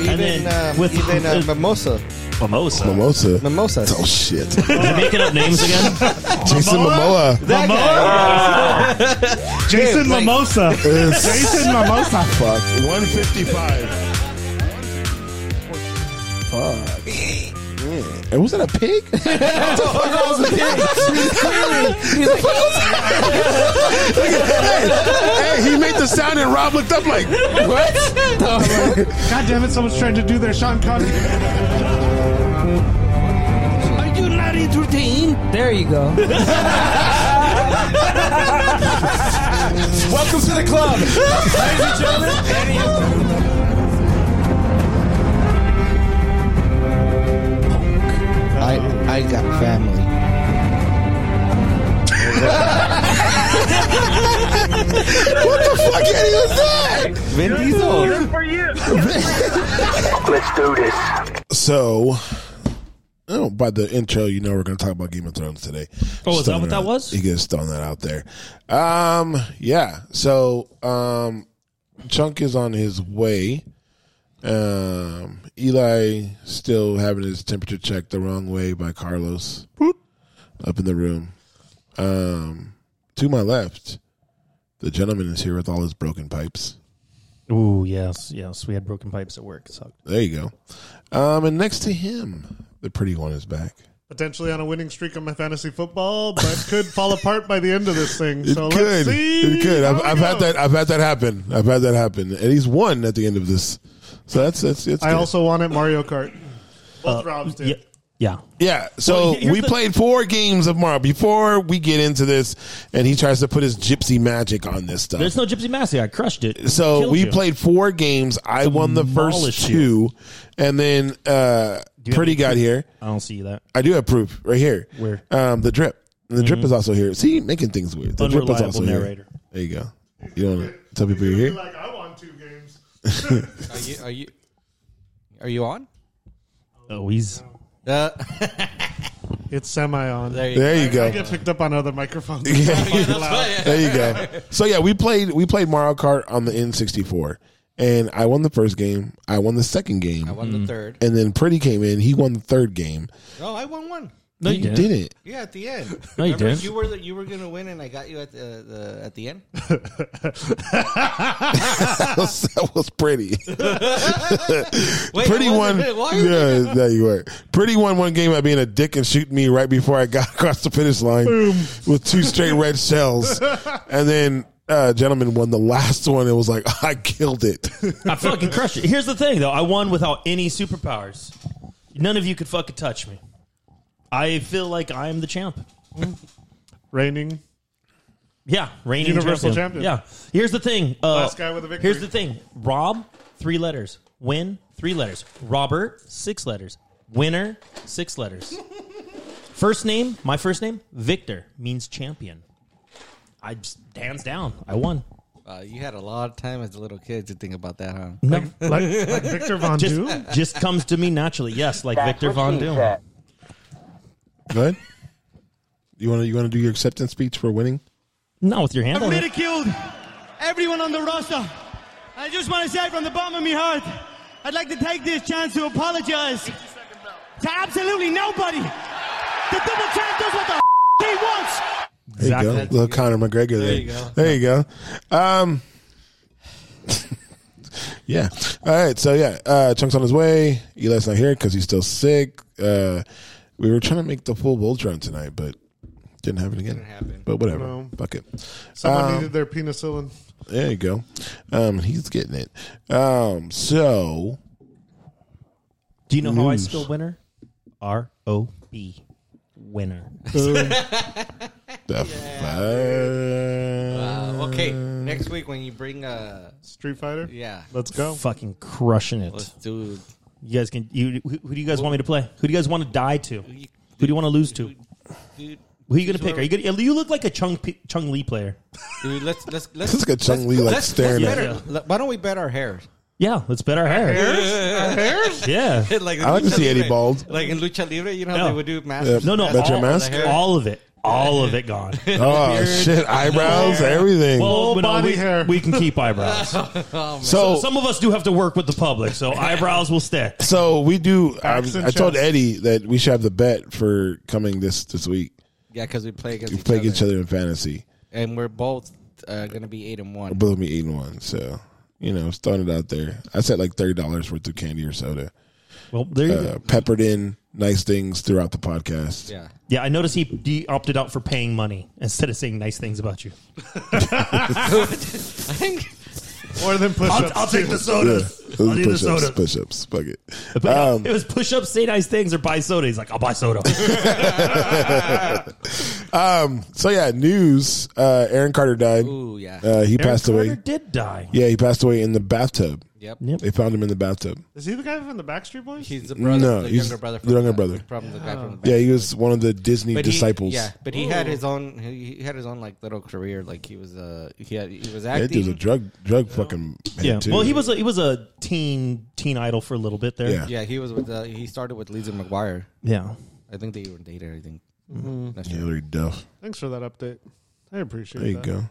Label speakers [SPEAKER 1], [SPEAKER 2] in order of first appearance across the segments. [SPEAKER 1] even
[SPEAKER 2] then
[SPEAKER 1] um,
[SPEAKER 2] with-
[SPEAKER 1] even uh,
[SPEAKER 2] with-
[SPEAKER 1] mimosa,
[SPEAKER 2] Mimosa.
[SPEAKER 3] Mimosa.
[SPEAKER 1] mimosa.
[SPEAKER 3] Oh shit.
[SPEAKER 2] Is he making up names again?
[SPEAKER 3] Jason Momoa.
[SPEAKER 1] That
[SPEAKER 4] Jason
[SPEAKER 1] Blake.
[SPEAKER 4] Mimosa.
[SPEAKER 3] Is
[SPEAKER 4] Jason Mimosa.
[SPEAKER 3] fuck. 155. Fuck. And was that a pig? hey, he made the sound and Rob looked up like,
[SPEAKER 4] God damn it, someone's trying to do their Sean Connery.
[SPEAKER 5] Are you not entertained? There you go.
[SPEAKER 1] Welcome to the club, ladies and gentlemen. I I got family.
[SPEAKER 3] what the fuck Eddie was that?
[SPEAKER 1] Vin Diesel.
[SPEAKER 6] for you.
[SPEAKER 3] So, oh, by the intro, you know we're going to talk about Game of Thrones today.
[SPEAKER 2] Oh, is that
[SPEAKER 3] Throwing
[SPEAKER 2] what that
[SPEAKER 3] out-
[SPEAKER 2] was?
[SPEAKER 3] He gets thrown that out there. Um, yeah. So, um, Chunk is on his way. Um, Eli still having his temperature checked the wrong way by Carlos up in the room. Um, to my left, the gentleman is here with all his broken pipes.
[SPEAKER 2] Ooh, yes, yes. We had broken pipes at work. It sucked.
[SPEAKER 3] There you go. Um, and next to him, the pretty one is back.
[SPEAKER 4] Potentially on a winning streak on my fantasy football, but could fall apart by the end of this thing.
[SPEAKER 3] It
[SPEAKER 4] So
[SPEAKER 3] could.
[SPEAKER 4] let's see.
[SPEAKER 3] It could. I've,
[SPEAKER 4] how it
[SPEAKER 3] I've had
[SPEAKER 4] goes.
[SPEAKER 3] that. I've had that happen. I've had that happen. And he's won at the end of this. So that's that's. it's
[SPEAKER 4] I
[SPEAKER 3] good.
[SPEAKER 4] also wanted Mario Kart. Uh, Both Robs did.
[SPEAKER 2] Yeah. Yeah.
[SPEAKER 3] Yeah. So
[SPEAKER 2] Well, here's
[SPEAKER 3] we
[SPEAKER 2] the-
[SPEAKER 3] played four games of Mario before we get into this, and he tries to put his gypsy magic on this stuff.
[SPEAKER 2] There's no Gypsy Massey. I crushed it.
[SPEAKER 3] so
[SPEAKER 2] Killed
[SPEAKER 3] we
[SPEAKER 2] you.
[SPEAKER 3] played four games. I won the first
[SPEAKER 2] Demolished
[SPEAKER 3] two, and then uh,
[SPEAKER 2] have
[SPEAKER 3] Pretty
[SPEAKER 2] any
[SPEAKER 3] got here.
[SPEAKER 2] I don't see that.
[SPEAKER 3] I do have proof right here.
[SPEAKER 2] Where? Mm-hmm.
[SPEAKER 3] Um, the drip. And the drip is also here. See, making things weird. The drip is
[SPEAKER 2] Unreliable
[SPEAKER 3] also
[SPEAKER 2] narrator.
[SPEAKER 3] here. There you go. You don't want to tell people you're
[SPEAKER 4] Be
[SPEAKER 3] here.
[SPEAKER 4] Like, I won two games.
[SPEAKER 1] Are you are you are you on?
[SPEAKER 2] Oh, he's.
[SPEAKER 1] Uh,
[SPEAKER 4] It's semi on.
[SPEAKER 1] there you go.
[SPEAKER 3] There you
[SPEAKER 4] I
[SPEAKER 3] go.
[SPEAKER 4] get picked up on other microphones.
[SPEAKER 3] There you go. So yeah, we played we played Mario Kart on the N64, and I won the first game. I won the second
[SPEAKER 1] I
[SPEAKER 3] game,
[SPEAKER 1] won the third.
[SPEAKER 3] and then Pretty came in. He won the third game.
[SPEAKER 1] Oh, I won one.
[SPEAKER 2] No,
[SPEAKER 3] You did it.
[SPEAKER 1] Yeah, at the end.
[SPEAKER 2] No, you
[SPEAKER 1] Remember,
[SPEAKER 2] didn't.
[SPEAKER 1] You were the, you were gonna win, and I got you at the, the at the end.
[SPEAKER 3] That was, that was pretty.
[SPEAKER 1] Wait,
[SPEAKER 3] pretty
[SPEAKER 1] I wasn't
[SPEAKER 3] one.
[SPEAKER 1] in. Why are you-
[SPEAKER 3] Yeah, there you were. Pretty won one game by being a dick and shooting me right before I got across the finish line with two straight red shells, and then uh, gentleman won the last one. It was like I killed it.
[SPEAKER 2] I fucking crushed it. Here's the thing, though. I won without any superpowers. None of you could fucking touch me. I feel like I am the champ.
[SPEAKER 4] Raining.
[SPEAKER 2] Yeah, reigning
[SPEAKER 4] Universal
[SPEAKER 2] champion.
[SPEAKER 4] champion.
[SPEAKER 2] Yeah. Here's the thing. Uh,
[SPEAKER 4] Last guy with a victory.
[SPEAKER 2] Here's the thing. Rob, three letters. Win, three letters. Robert, six letters. Winner, six letters. first name, my first name, Victor means champion. I just, hands down, I won.
[SPEAKER 1] Uh, you had a lot of time as a little kid to think about that, huh?
[SPEAKER 2] No,
[SPEAKER 4] Like, like Victor Von
[SPEAKER 2] just
[SPEAKER 4] Doom.
[SPEAKER 2] just comes to me naturally. Yes, like Victor Von Doom.
[SPEAKER 3] Go ahead. You want to you want to do your acceptance speech for winning?
[SPEAKER 2] Not with your hand. on it.
[SPEAKER 7] ridiculed everyone on the roster. I just want to say from the bottom of my heart, I'd like to take this chance to apologize to absolutely nobody. The double champ does what the f- he wants.
[SPEAKER 3] There you go.
[SPEAKER 2] Exactly.
[SPEAKER 3] Little Conor McGregor there. There
[SPEAKER 1] you go.
[SPEAKER 3] There you go. Um, yeah. All right. So, yeah. Uh, Chunk's on his way. Eli's not here because he's still sick. Uh, we were trying to make the full Bulls run tonight, but didn't happen again. Didn't
[SPEAKER 1] happen.
[SPEAKER 3] But whatever.
[SPEAKER 4] No.
[SPEAKER 3] Fuck it.
[SPEAKER 4] Someone needed their penicillin.
[SPEAKER 3] There you go. Um, he's getting it. Um, so,
[SPEAKER 2] Do you know how I spell winner? R O B. Winner.
[SPEAKER 3] the fuck?
[SPEAKER 1] Uh, okay, next week when you bring uh
[SPEAKER 4] Street Fighter.
[SPEAKER 1] yeah,
[SPEAKER 4] Let's go.
[SPEAKER 2] Fucking crushing it.
[SPEAKER 1] let's do
[SPEAKER 2] You guys can. You, who, who do you guys want me to play? Who do you guys want to die to? Who do you want to lose to?
[SPEAKER 1] dude.
[SPEAKER 2] Who are you gonna pick? Are you gonna? You look like a Chung P- Chung Lee player.
[SPEAKER 1] Dude, let's let's let's
[SPEAKER 3] It's like a Chung Lee like
[SPEAKER 1] let's, let's
[SPEAKER 3] staring at
[SPEAKER 1] better,
[SPEAKER 2] Yeah.
[SPEAKER 1] let- Why don't we bet our hair?
[SPEAKER 2] Yeah, let's bet our hair.
[SPEAKER 1] Hairs?
[SPEAKER 2] Yeah.
[SPEAKER 1] like in
[SPEAKER 3] I like to
[SPEAKER 1] Lucha
[SPEAKER 3] see Eddie
[SPEAKER 1] Libre.
[SPEAKER 3] bald.
[SPEAKER 1] Like in Lucha Libre, you know how
[SPEAKER 2] No.
[SPEAKER 1] they would do masks.
[SPEAKER 2] No, no,
[SPEAKER 3] Bet your
[SPEAKER 2] all,
[SPEAKER 3] mask?
[SPEAKER 2] all of it. all of it gone.
[SPEAKER 3] Oh shit! Eyebrows, everything.
[SPEAKER 2] Well,
[SPEAKER 4] Full
[SPEAKER 2] no,
[SPEAKER 4] body
[SPEAKER 2] we,
[SPEAKER 4] hair.
[SPEAKER 2] we can keep eyebrows.
[SPEAKER 3] so
[SPEAKER 2] Some of us do have to work with the public, so eyebrows will stay.
[SPEAKER 3] so we do. I,
[SPEAKER 4] Accent
[SPEAKER 3] I told
[SPEAKER 4] chest.
[SPEAKER 3] Eddie that we should have the bet for coming this this week.
[SPEAKER 1] Yeah, because we play against
[SPEAKER 3] We
[SPEAKER 1] each,
[SPEAKER 3] play
[SPEAKER 1] other.
[SPEAKER 3] each other in fantasy.
[SPEAKER 1] and we're both uh, gonna be eight and one.
[SPEAKER 3] Both me eating one, so you know, just throwing it out there. I said like thirty dollars worth of candy or soda,
[SPEAKER 2] Well, there you
[SPEAKER 3] uh,
[SPEAKER 2] go.
[SPEAKER 3] peppered in nice things throughout the podcast.
[SPEAKER 1] Yeah,
[SPEAKER 2] Yeah, I noticed he, he opted out for paying money instead of saying nice things about you. Ah,
[SPEAKER 4] More than push ups.
[SPEAKER 3] Yeah,
[SPEAKER 2] sodas.
[SPEAKER 3] those are Uh, push-ups, push-ups, fuck it. Um,
[SPEAKER 2] it was push ups, say nice things, or buy soda. He's like, I'll buy soda.
[SPEAKER 3] Uh, um, so yeah, news. Uh, Aaron Carter died.
[SPEAKER 1] ooh yeah,
[SPEAKER 3] Uh, he passed away.
[SPEAKER 2] Carter did die.
[SPEAKER 3] Yeah, he passed away in the bathtub.
[SPEAKER 1] yep.
[SPEAKER 2] Yep.
[SPEAKER 3] They found him in the bathtub.
[SPEAKER 4] Is he the guy from the Backstreet Boys?
[SPEAKER 1] He's the brother,
[SPEAKER 3] No,
[SPEAKER 1] the
[SPEAKER 3] he's
[SPEAKER 1] younger brother,
[SPEAKER 3] the younger
[SPEAKER 1] the,
[SPEAKER 3] brother.
[SPEAKER 1] from the guy from the back.
[SPEAKER 3] Yeah, he was one of the Disney
[SPEAKER 1] But he-
[SPEAKER 3] disciples.
[SPEAKER 1] yeah, but he had his own. He he had his own like little career. Like he was uh he had he was
[SPEAKER 3] that dude's a
[SPEAKER 1] acting.
[SPEAKER 3] drug drug fucking. head,
[SPEAKER 2] Yeah.
[SPEAKER 3] too.
[SPEAKER 2] Well, he was a, he was a teen teen idol for a little bit there.
[SPEAKER 3] Yeah.
[SPEAKER 1] Yeah, he was with. Uh, he started with Lizzie McGuire.
[SPEAKER 2] Yeah.
[SPEAKER 1] I think they were dated. I think. That's right.
[SPEAKER 3] Hillary Duff.
[SPEAKER 4] Thanks for that update. I appreciate
[SPEAKER 3] There you
[SPEAKER 4] that.
[SPEAKER 3] go.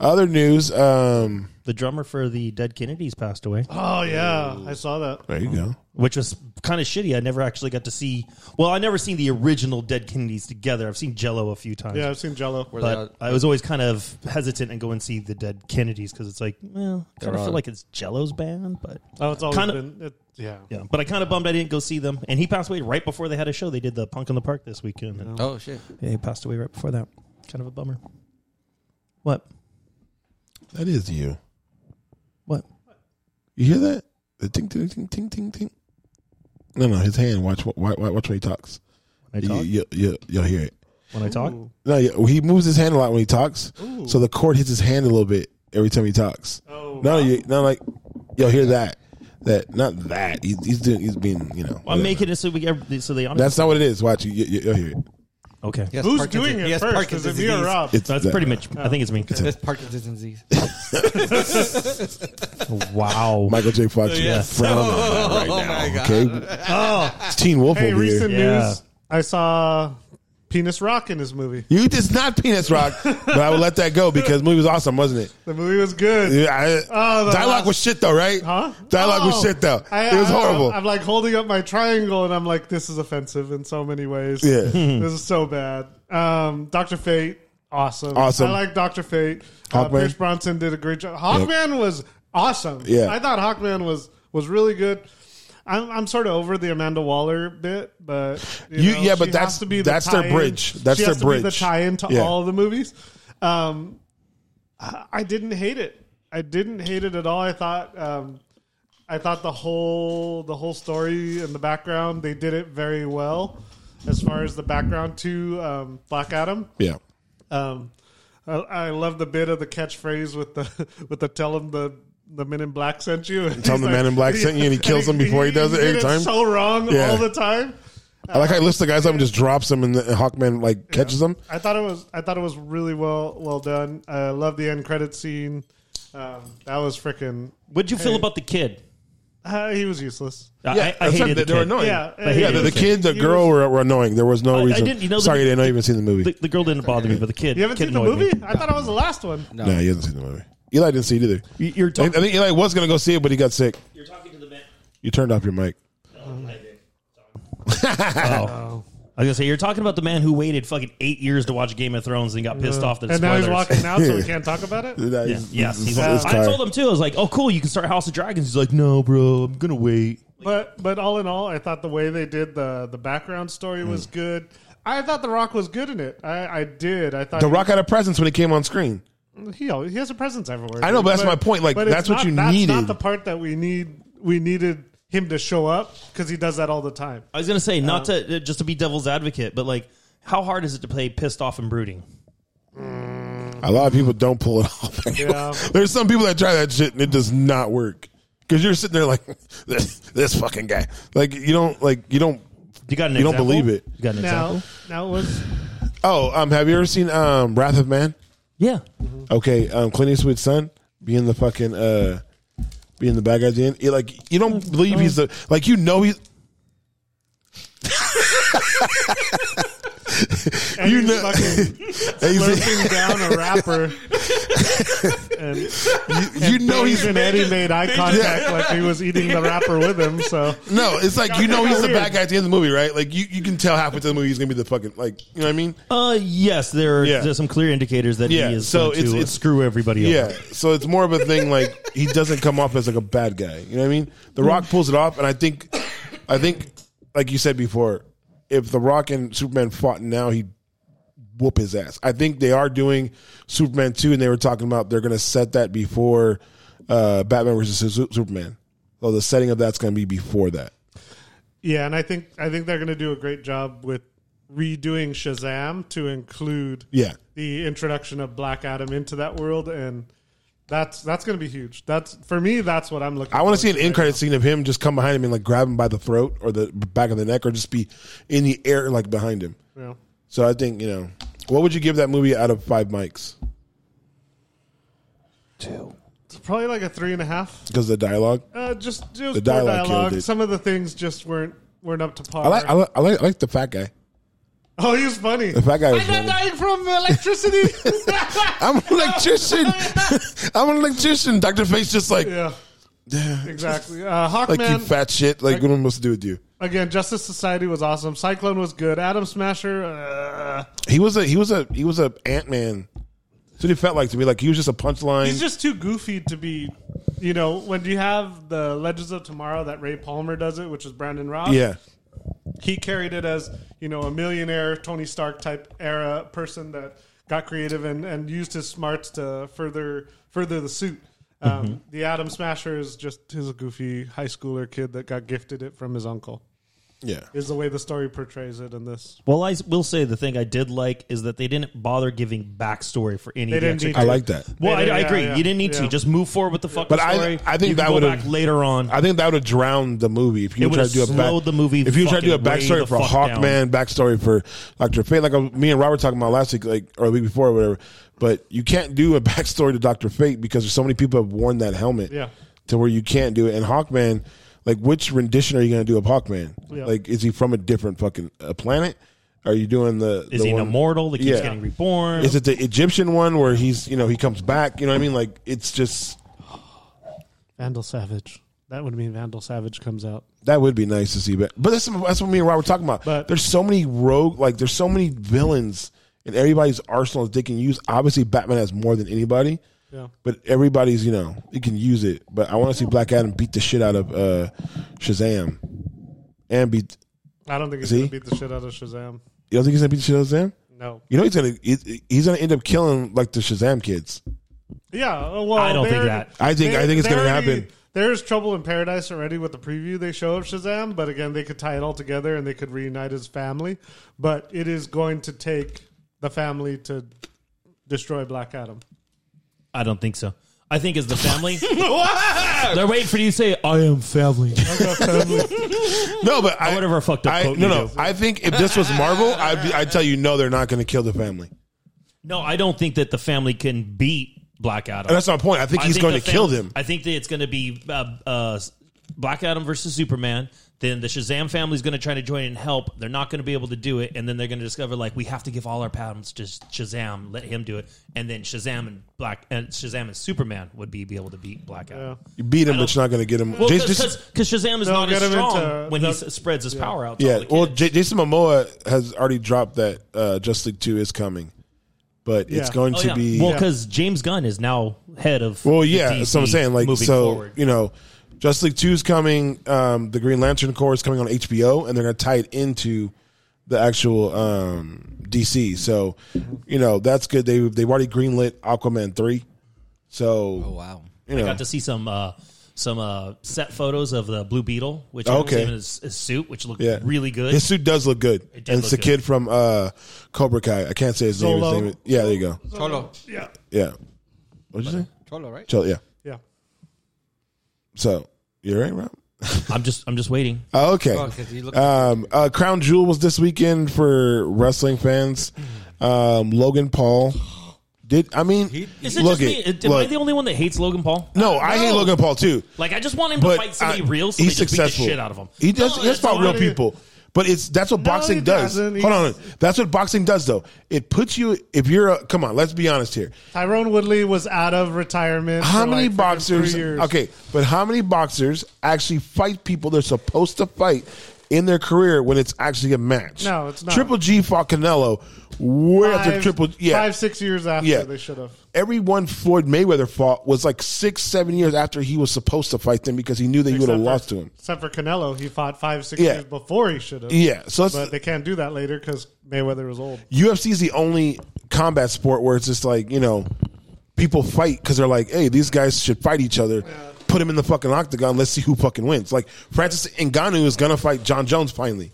[SPEAKER 3] Other news. Um,
[SPEAKER 2] The drummer for the Dead Kennedys passed away,
[SPEAKER 4] Oh, yeah. I saw that.
[SPEAKER 3] there you go.
[SPEAKER 2] which was kind of shitty. I never actually got to see. Well, I never seen the original Dead Kennedys together. I've seen Jello a few times.
[SPEAKER 4] Yeah, I've seen Jello.
[SPEAKER 1] Were they all-
[SPEAKER 2] But I was always kind of hesitant and go and see the Dead Kennedys because it's like, well, I kind
[SPEAKER 1] They're
[SPEAKER 2] of feel
[SPEAKER 1] on.
[SPEAKER 2] like it's Jello's band, but
[SPEAKER 4] Oh, it's always
[SPEAKER 2] Kinda-
[SPEAKER 4] been. It, yeah.
[SPEAKER 2] yeah. But I kind of bummed I didn't go see them. And he passed away right before they had a show. They did the Punk in the Park this weekend, and
[SPEAKER 1] Oh shit!
[SPEAKER 2] yeah, he passed away right before that. Kind of a bummer. What?
[SPEAKER 3] That is you.
[SPEAKER 2] What?
[SPEAKER 3] You hear that? The ting ting ting ting ting ting. No, no, his hand. Watch, wa- wa- wa- watch when he talks.
[SPEAKER 2] When I talk?
[SPEAKER 3] You, you, you, you'll hear it.
[SPEAKER 2] When I talk?
[SPEAKER 3] No, yeah, he moves his hand a lot when he talks. So the cord hits his hand a little bit every time he talks.
[SPEAKER 4] Oh,
[SPEAKER 3] no, you, no, like you'll hear that. That not that he's he's, doing, he's being you know.
[SPEAKER 2] I'm
[SPEAKER 3] whatever.
[SPEAKER 2] making it so we get, so the audience.
[SPEAKER 3] That's not what it is. Watch, you, you, you'll hear it.
[SPEAKER 2] okay.
[SPEAKER 1] He has
[SPEAKER 4] Who's
[SPEAKER 1] Parkinson's-
[SPEAKER 4] doing it
[SPEAKER 1] he has
[SPEAKER 4] first?
[SPEAKER 1] Parkinson's
[SPEAKER 4] Is it me or
[SPEAKER 1] disease.
[SPEAKER 4] Rob?
[SPEAKER 3] It's
[SPEAKER 2] That's
[SPEAKER 3] that.
[SPEAKER 2] pretty much. I think it's me.
[SPEAKER 1] He has Parkinson's disease.
[SPEAKER 2] Wow.
[SPEAKER 3] Michael J. Fox. Yeah.
[SPEAKER 1] Yes.
[SPEAKER 3] Frowning right
[SPEAKER 4] Oh
[SPEAKER 3] now. Okay. It's Teen Wolf
[SPEAKER 4] Hey,
[SPEAKER 3] over
[SPEAKER 4] recent
[SPEAKER 3] here.
[SPEAKER 2] Yeah.
[SPEAKER 4] news. I saw Penis Rock in his movie.
[SPEAKER 3] You did not penis rock, but I would let that go because the movie was awesome, wasn't it?
[SPEAKER 4] The movie was good.
[SPEAKER 3] Yeah, I-
[SPEAKER 4] Oh, the
[SPEAKER 3] dialogue
[SPEAKER 4] last-
[SPEAKER 3] was shit though, right?
[SPEAKER 4] Huh?
[SPEAKER 3] Dialogue was
[SPEAKER 4] Oh.
[SPEAKER 3] shit though.
[SPEAKER 4] I-
[SPEAKER 3] it was
[SPEAKER 4] I-
[SPEAKER 3] horrible.
[SPEAKER 4] I'm, I'm like holding up my triangle, and I'm like, this is offensive in so many ways.
[SPEAKER 3] Yeah.
[SPEAKER 4] this is so bad. Um, Doctor Fate, awesome.
[SPEAKER 3] Awesome.
[SPEAKER 4] I like Doctor Fate. Uh,
[SPEAKER 3] Hawkman?
[SPEAKER 4] Pierce Bronson did a great job. Hawkman was awesome.
[SPEAKER 3] Yeah.
[SPEAKER 4] I thought Hawkman was was really good. I'm, I'm sort of over the Amanda Waller bit, but you,
[SPEAKER 3] You-
[SPEAKER 4] know,
[SPEAKER 3] yeah, but
[SPEAKER 4] she
[SPEAKER 3] that's-
[SPEAKER 4] has to be the
[SPEAKER 3] that's their
[SPEAKER 4] tie-in.
[SPEAKER 3] bridge. That's
[SPEAKER 4] She
[SPEAKER 3] their
[SPEAKER 4] has to be the
[SPEAKER 3] bridge.
[SPEAKER 4] tie-in to
[SPEAKER 3] Yeah.
[SPEAKER 4] all the movies. Um, I, I didn't hate it. I didn't hate it at all. I thought um, I thought the whole the whole story in the background they did it very well as far as the background to um, Black Adam.
[SPEAKER 3] yeah.
[SPEAKER 4] Um, I, I love the bit of the catchphrase with the with the tell him the the Men in Black sent you.
[SPEAKER 3] Tell him the Man in Black sent you and he kills him before he does it
[SPEAKER 4] did
[SPEAKER 3] every time?
[SPEAKER 4] So wrong
[SPEAKER 3] Yeah.
[SPEAKER 4] all the time.
[SPEAKER 3] I like how he lifts the guys up and just drops them, and, the, and Hawkman like catches them.
[SPEAKER 4] I thought it was I thought it was really well well done. I love the end credit scene. Um, that was freaking.
[SPEAKER 2] What'd you feel about the kid?
[SPEAKER 4] Uh, he was useless.
[SPEAKER 2] I- I, I
[SPEAKER 3] that's
[SPEAKER 2] hated
[SPEAKER 3] right, they,
[SPEAKER 2] the
[SPEAKER 3] they were
[SPEAKER 2] kid.
[SPEAKER 3] annoying.
[SPEAKER 4] Yeah,
[SPEAKER 3] yeah,
[SPEAKER 4] I hated
[SPEAKER 3] the,
[SPEAKER 4] the
[SPEAKER 3] the
[SPEAKER 4] kid.
[SPEAKER 3] kid, the
[SPEAKER 4] He
[SPEAKER 3] girl were, were annoying. There was no
[SPEAKER 2] I
[SPEAKER 3] reason.
[SPEAKER 2] didn't- you know, the-
[SPEAKER 3] Sorry, I didn't know you even seen the movie.
[SPEAKER 2] The, the girl didn't bother me, but the kid.
[SPEAKER 4] You haven't
[SPEAKER 2] kid
[SPEAKER 4] seen the
[SPEAKER 2] annoyed me.
[SPEAKER 4] movie? I thought it was the last one.
[SPEAKER 3] no, he hasn't seen the movie. Eli didn't see it either.
[SPEAKER 2] You- You're
[SPEAKER 3] I, I
[SPEAKER 2] talking.
[SPEAKER 3] think Eli was gonna go see it, but he got sick.
[SPEAKER 2] You're talking to the man.
[SPEAKER 3] You turned off your mic.
[SPEAKER 2] Oh. I was gonna say you're talking about the man who waited fucking eight years to watch Game of Thrones and got pissed off that
[SPEAKER 4] and now he's
[SPEAKER 2] spoilers.
[SPEAKER 4] walking out, so we can't talk about it.
[SPEAKER 3] That
[SPEAKER 2] Yeah,
[SPEAKER 3] is-
[SPEAKER 2] yes,
[SPEAKER 3] is-
[SPEAKER 2] he's
[SPEAKER 3] is
[SPEAKER 2] walking- I
[SPEAKER 3] tired.
[SPEAKER 2] told him too. I was like, "Oh, cool, you can start House of Dragons." He's like, "No, bro, I'm gonna wait."
[SPEAKER 4] But but all in all, I thought the way they did the the background story was
[SPEAKER 3] Hmm.
[SPEAKER 4] good. I thought The Rock was good in it. I, I did. I thought
[SPEAKER 3] The Rock had a presence when he came on screen.
[SPEAKER 4] He, al- he has a presence everywhere.
[SPEAKER 3] I know, but that's my point. Like,
[SPEAKER 4] but it's
[SPEAKER 3] that's what
[SPEAKER 4] not-
[SPEAKER 3] you
[SPEAKER 4] that's
[SPEAKER 3] needed.
[SPEAKER 4] Not the part that we need. We needed him to show up because he does that all the time.
[SPEAKER 2] I was gonna say not to just to be devil's advocate, but like, how hard is it to play pissed off and brooding?
[SPEAKER 3] A lot of people don't pull it off.
[SPEAKER 4] Yeah.
[SPEAKER 3] There's some people that try that shit and it does not work because you're sitting there like this, this fucking guy. Like you don't like you don't.
[SPEAKER 2] You got an
[SPEAKER 3] You don't
[SPEAKER 2] example?
[SPEAKER 3] believe it.
[SPEAKER 2] You got an
[SPEAKER 4] Now
[SPEAKER 2] example?
[SPEAKER 4] now it was
[SPEAKER 3] Oh, um, have you ever seen um Wrath of Man?
[SPEAKER 2] Yeah.
[SPEAKER 3] Okay, um, Clint Eastwood's son being the fucking uh, being the bad guy at the end. It, like you don't believe he's the like you know he's.
[SPEAKER 4] and
[SPEAKER 3] you
[SPEAKER 4] he's
[SPEAKER 3] know,
[SPEAKER 4] fucking
[SPEAKER 3] and you see-
[SPEAKER 4] slurping down a rapper. and
[SPEAKER 3] you know he's
[SPEAKER 4] and Eddie made eye contact like he was eating the rapper with him. So
[SPEAKER 3] no. It's like you know he's the
[SPEAKER 4] Weird.
[SPEAKER 3] bad guy at the end of the movie, right? Like you, you can tell halfway through the movie he's gonna be the fucking like you know what I mean?
[SPEAKER 2] Uh, yes, there are
[SPEAKER 3] Yeah.
[SPEAKER 2] there's some clear indicators that
[SPEAKER 3] Yeah,
[SPEAKER 2] he is
[SPEAKER 3] so
[SPEAKER 2] going
[SPEAKER 3] it's-
[SPEAKER 2] to
[SPEAKER 3] it's-
[SPEAKER 2] screw everybody.
[SPEAKER 3] Yeah.
[SPEAKER 2] over.
[SPEAKER 3] So it's more of a thing like he doesn't come off as like a bad guy. You know what I mean? The Rock pulls it off, and I think, I think, like you said before, if The Rock and Superman fought now, he whoop his ass. I think they are doing Superman two, and they were talking about they're going to set that before uh, Batman versus Su- Superman. So the setting of that's going to be before that.
[SPEAKER 4] yeah, and I think I think they're going to do a great job with redoing Shazam to include
[SPEAKER 3] Yeah.
[SPEAKER 4] the introduction of Black Adam into that world, and that's that's going to be huge. That's for me. That's what I'm looking.
[SPEAKER 3] I want to
[SPEAKER 4] forward
[SPEAKER 3] see an end
[SPEAKER 4] right
[SPEAKER 3] credit scene of him just come behind him and like grab him by the throat or the back of the neck or just be in the air like behind him.
[SPEAKER 4] now, you know.
[SPEAKER 3] So I think you know, what would you give that movie out of five mics?
[SPEAKER 4] It's probably like a three and a half.
[SPEAKER 3] Because the dialogue,
[SPEAKER 4] Uh, just it was
[SPEAKER 3] The
[SPEAKER 4] poor
[SPEAKER 3] dialogue
[SPEAKER 4] dialogue.
[SPEAKER 3] killed it.
[SPEAKER 4] Some of the things just weren't weren't up to par.
[SPEAKER 3] I like, I like, I like, I like the fat guy.
[SPEAKER 4] oh, he was funny.
[SPEAKER 3] The fat guy. Was
[SPEAKER 5] I'm
[SPEAKER 3] funny.
[SPEAKER 5] dying from electricity.
[SPEAKER 3] I'm an electrician. I'm an electrician. Doctor Face just like,
[SPEAKER 4] Yeah, exactly. Uh, Hawkman
[SPEAKER 3] like you fat shit. Like what am I supposed to do with you?
[SPEAKER 4] again. Justice Society was awesome. Cyclone was good. Adam Smasher. Uh,
[SPEAKER 3] He was a, he was a, he was a Ant Man. That's what he felt like to me. Like he was just a punchline.
[SPEAKER 4] he's just too goofy to be. You know, when you have the Legends of Tomorrow that Ray Palmer does it, which is Brandon Roth.
[SPEAKER 3] yeah,
[SPEAKER 4] he carried it as you know a millionaire Tony Stark type era person that got creative and, and used his smarts to further further the suit. Um,
[SPEAKER 3] Mm-hmm.
[SPEAKER 4] The Atom Smasher is just his goofy high schooler kid that got gifted it from his uncle.
[SPEAKER 3] yeah.
[SPEAKER 4] Is the way the story portrays it in this.
[SPEAKER 2] Well, I s- will say the thing I did like is that they didn't bother giving backstory for any.
[SPEAKER 4] They
[SPEAKER 2] of the
[SPEAKER 4] didn't
[SPEAKER 2] extra-
[SPEAKER 4] need
[SPEAKER 3] I like that.
[SPEAKER 2] Well, I,
[SPEAKER 4] They
[SPEAKER 2] I
[SPEAKER 4] didn't-
[SPEAKER 2] agree.
[SPEAKER 4] yeah, yeah.
[SPEAKER 2] You didn't need to.
[SPEAKER 4] Yeah.
[SPEAKER 2] Just move forward with the fucking
[SPEAKER 3] But I-
[SPEAKER 2] story.
[SPEAKER 3] I think
[SPEAKER 2] You can
[SPEAKER 3] that
[SPEAKER 2] go
[SPEAKER 3] would've-
[SPEAKER 2] back later on.
[SPEAKER 3] I think that would have drowned the movie if you
[SPEAKER 2] It
[SPEAKER 3] tried to do a
[SPEAKER 2] would've slowed
[SPEAKER 3] back,
[SPEAKER 2] the movie
[SPEAKER 3] If you tried to do a
[SPEAKER 2] fucking way
[SPEAKER 3] backstory
[SPEAKER 2] the
[SPEAKER 3] for
[SPEAKER 2] fuck
[SPEAKER 3] Hawkman, backstory for Doctor Fate, like uh, me and Robert talking about last week, like or the week before, or whatever. But you can't do a backstory to Doctor Fate because there's so many people have worn that helmet,
[SPEAKER 4] Yeah.
[SPEAKER 3] to where you can't do it. And Hawkman, like which rendition are you going to do of Hawkman?
[SPEAKER 4] Yeah.
[SPEAKER 3] Like, is he from a different fucking uh, planet? Are you doing the?
[SPEAKER 2] is
[SPEAKER 3] the
[SPEAKER 2] he an
[SPEAKER 3] one-
[SPEAKER 2] immortal that keeps
[SPEAKER 3] Yeah.
[SPEAKER 2] getting reborn?
[SPEAKER 3] Is it the Egyptian one where he's you know he comes back? You know what I mean? Like it's just
[SPEAKER 4] Vandal Savage. That would mean Vandal Savage comes out.
[SPEAKER 3] That would be nice to see, but but that's that's what me and Rob were talking about.
[SPEAKER 4] But-
[SPEAKER 3] there's so many rogue, like there's so many villains in everybody's arsenal that they can use. Obviously, Batman has more than anybody,
[SPEAKER 4] Yeah.
[SPEAKER 3] but everybody's you know he can use it. But I want to see Black Adam beat the shit out of uh, Shazam, and beat.
[SPEAKER 4] I don't think he's
[SPEAKER 3] See?
[SPEAKER 4] gonna beat the shit out of Shazam.
[SPEAKER 3] You don't think he's gonna beat the shit out of Shazam?
[SPEAKER 4] No.
[SPEAKER 3] You know he's gonna he- he's gonna end up killing like the Shazam kids.
[SPEAKER 4] Yeah. uh, Well,
[SPEAKER 2] I don't
[SPEAKER 4] they
[SPEAKER 2] think
[SPEAKER 4] already-
[SPEAKER 2] that.
[SPEAKER 3] I think- I think it's
[SPEAKER 4] they
[SPEAKER 3] gonna
[SPEAKER 4] already-
[SPEAKER 3] happen.
[SPEAKER 4] There's trouble in paradise already with the preview they show of Shazam, but again, they could tie it all together and they could reunite his family. But it is going to take the family to destroy Black Adam.
[SPEAKER 2] I don't think so. I think it's the family. They're waiting for you to say, "I am family."
[SPEAKER 3] No, but I
[SPEAKER 2] whatever fucked up
[SPEAKER 3] I,
[SPEAKER 2] quote
[SPEAKER 3] no,
[SPEAKER 2] you
[SPEAKER 3] no.
[SPEAKER 2] do.
[SPEAKER 3] I think if this was Marvel, I'd be, I'd tell you no, they're not gonna kill the family.
[SPEAKER 2] No, I don't think that the family can beat Black Adam.
[SPEAKER 3] And that's my point. I think
[SPEAKER 2] I
[SPEAKER 3] he's
[SPEAKER 2] think
[SPEAKER 3] going
[SPEAKER 2] the
[SPEAKER 3] to kill
[SPEAKER 2] fam-
[SPEAKER 3] them.
[SPEAKER 2] I think that it's going to be uh, uh, Black Adam versus Superman. Then the Shazam family's going to try to join and help. They're not going to be able to do it, and then they're going to discover like we have to give all our patents to Shazam. Let him do it, and then Shazam and Black and Shazam and Superman would be, be able to beat Black Adam.
[SPEAKER 3] You beat him, but
[SPEAKER 2] I don't-
[SPEAKER 3] you're not going to get him.
[SPEAKER 2] Well,
[SPEAKER 3] Jason,
[SPEAKER 2] because Shazam is
[SPEAKER 4] They'll
[SPEAKER 2] not as
[SPEAKER 4] get him
[SPEAKER 2] strong
[SPEAKER 4] into-
[SPEAKER 2] when he
[SPEAKER 4] they'll-
[SPEAKER 2] s- spreads his power out. To all
[SPEAKER 3] yeah,
[SPEAKER 2] the
[SPEAKER 3] well,
[SPEAKER 2] kids.
[SPEAKER 3] J- Jason Momoa has already dropped that uh, Just League Two is coming, but it's
[SPEAKER 4] Yeah.
[SPEAKER 3] going
[SPEAKER 2] Oh,
[SPEAKER 3] to
[SPEAKER 2] yeah.
[SPEAKER 3] be
[SPEAKER 2] well
[SPEAKER 3] well,
[SPEAKER 2] because James Gunn is now head of. the
[SPEAKER 3] yeah.
[SPEAKER 2] DC
[SPEAKER 3] That's what I'm saying. Like,
[SPEAKER 2] moving
[SPEAKER 3] so
[SPEAKER 2] forward.
[SPEAKER 3] you know, Just League Two is coming. Um, the Green Lantern Corps is coming on HBO, and they're going to tie it into the actual um, DC. So, you know, that's good. They they've already greenlit Aquaman three. So,
[SPEAKER 1] Oh wow.
[SPEAKER 3] you know,
[SPEAKER 2] got to see some uh, some uh, set photos of the Blue Beetle, which
[SPEAKER 3] Okay.
[SPEAKER 2] was him in his, his suit, which looked
[SPEAKER 3] Yeah.
[SPEAKER 2] really good.
[SPEAKER 3] His suit does look good.
[SPEAKER 2] It did
[SPEAKER 3] and it's the
[SPEAKER 2] look good.
[SPEAKER 3] kid from uh, Cobra Kai. I can't say his name. His
[SPEAKER 4] Zolo.
[SPEAKER 3] name is- yeah, there you go.
[SPEAKER 1] Cholo.
[SPEAKER 4] Yeah.
[SPEAKER 3] Yeah. What'd you say?
[SPEAKER 1] Cholo, right?
[SPEAKER 3] Chel- yeah.
[SPEAKER 4] Yeah.
[SPEAKER 3] So, you're right, Rob?
[SPEAKER 2] I'm just I'm just waiting.
[SPEAKER 3] Oh, okay.
[SPEAKER 1] Oh, 'cause you look-
[SPEAKER 3] um, uh, Crown Jewel was this weekend for wrestling fans. Um, Logan Paul did. I mean,
[SPEAKER 2] Is it
[SPEAKER 3] look
[SPEAKER 2] just me?
[SPEAKER 3] it.
[SPEAKER 2] Am I
[SPEAKER 3] look-
[SPEAKER 2] the only one that hates Logan Paul?
[SPEAKER 3] no, I hate Logan Paul too.
[SPEAKER 2] Like I just want him to
[SPEAKER 3] But
[SPEAKER 2] fight somebody
[SPEAKER 3] I-
[SPEAKER 2] real, so they just beat the shit out of him.
[SPEAKER 3] He does. he
[SPEAKER 2] No,
[SPEAKER 3] does
[SPEAKER 2] that's
[SPEAKER 3] fight
[SPEAKER 2] all
[SPEAKER 3] real
[SPEAKER 2] I do.
[SPEAKER 3] people. But it's that's what boxing
[SPEAKER 4] he
[SPEAKER 3] does.
[SPEAKER 4] doesn't.
[SPEAKER 3] Hold
[SPEAKER 4] He's-
[SPEAKER 3] on, that's what boxing does though. It puts you if you're a, come on. Let's be honest here.
[SPEAKER 4] Tyrone Woodley was out of retirement.
[SPEAKER 3] How
[SPEAKER 4] for,
[SPEAKER 3] many
[SPEAKER 4] like, freaking
[SPEAKER 3] boxers?
[SPEAKER 4] three years.
[SPEAKER 3] Okay, but how many boxers actually fight people they're supposed to fight in their career when it's actually a match?
[SPEAKER 4] No, it's not.
[SPEAKER 3] Triple G fought Canelo. Where after
[SPEAKER 4] Five,
[SPEAKER 3] Triple? Yeah,
[SPEAKER 4] five six years after
[SPEAKER 3] Yeah.
[SPEAKER 4] they should have.
[SPEAKER 3] everyone Floyd Mayweather fought was like six, seven years after he was supposed to fight them because he knew that he would have
[SPEAKER 4] Except for-
[SPEAKER 3] lost to him.
[SPEAKER 4] Except for Canelo, he fought five six
[SPEAKER 3] Yeah.
[SPEAKER 4] years before he should have.
[SPEAKER 3] Yeah, so it's,
[SPEAKER 4] but they can't do that later because Mayweather was old.
[SPEAKER 3] UFC is the only combat sport where it's just like you know people fight because they're like, hey, these guys should fight each other. Put them in the fucking octagon. Let's see who fucking wins. Like Francis Ngannou is gonna fight John Jones finally.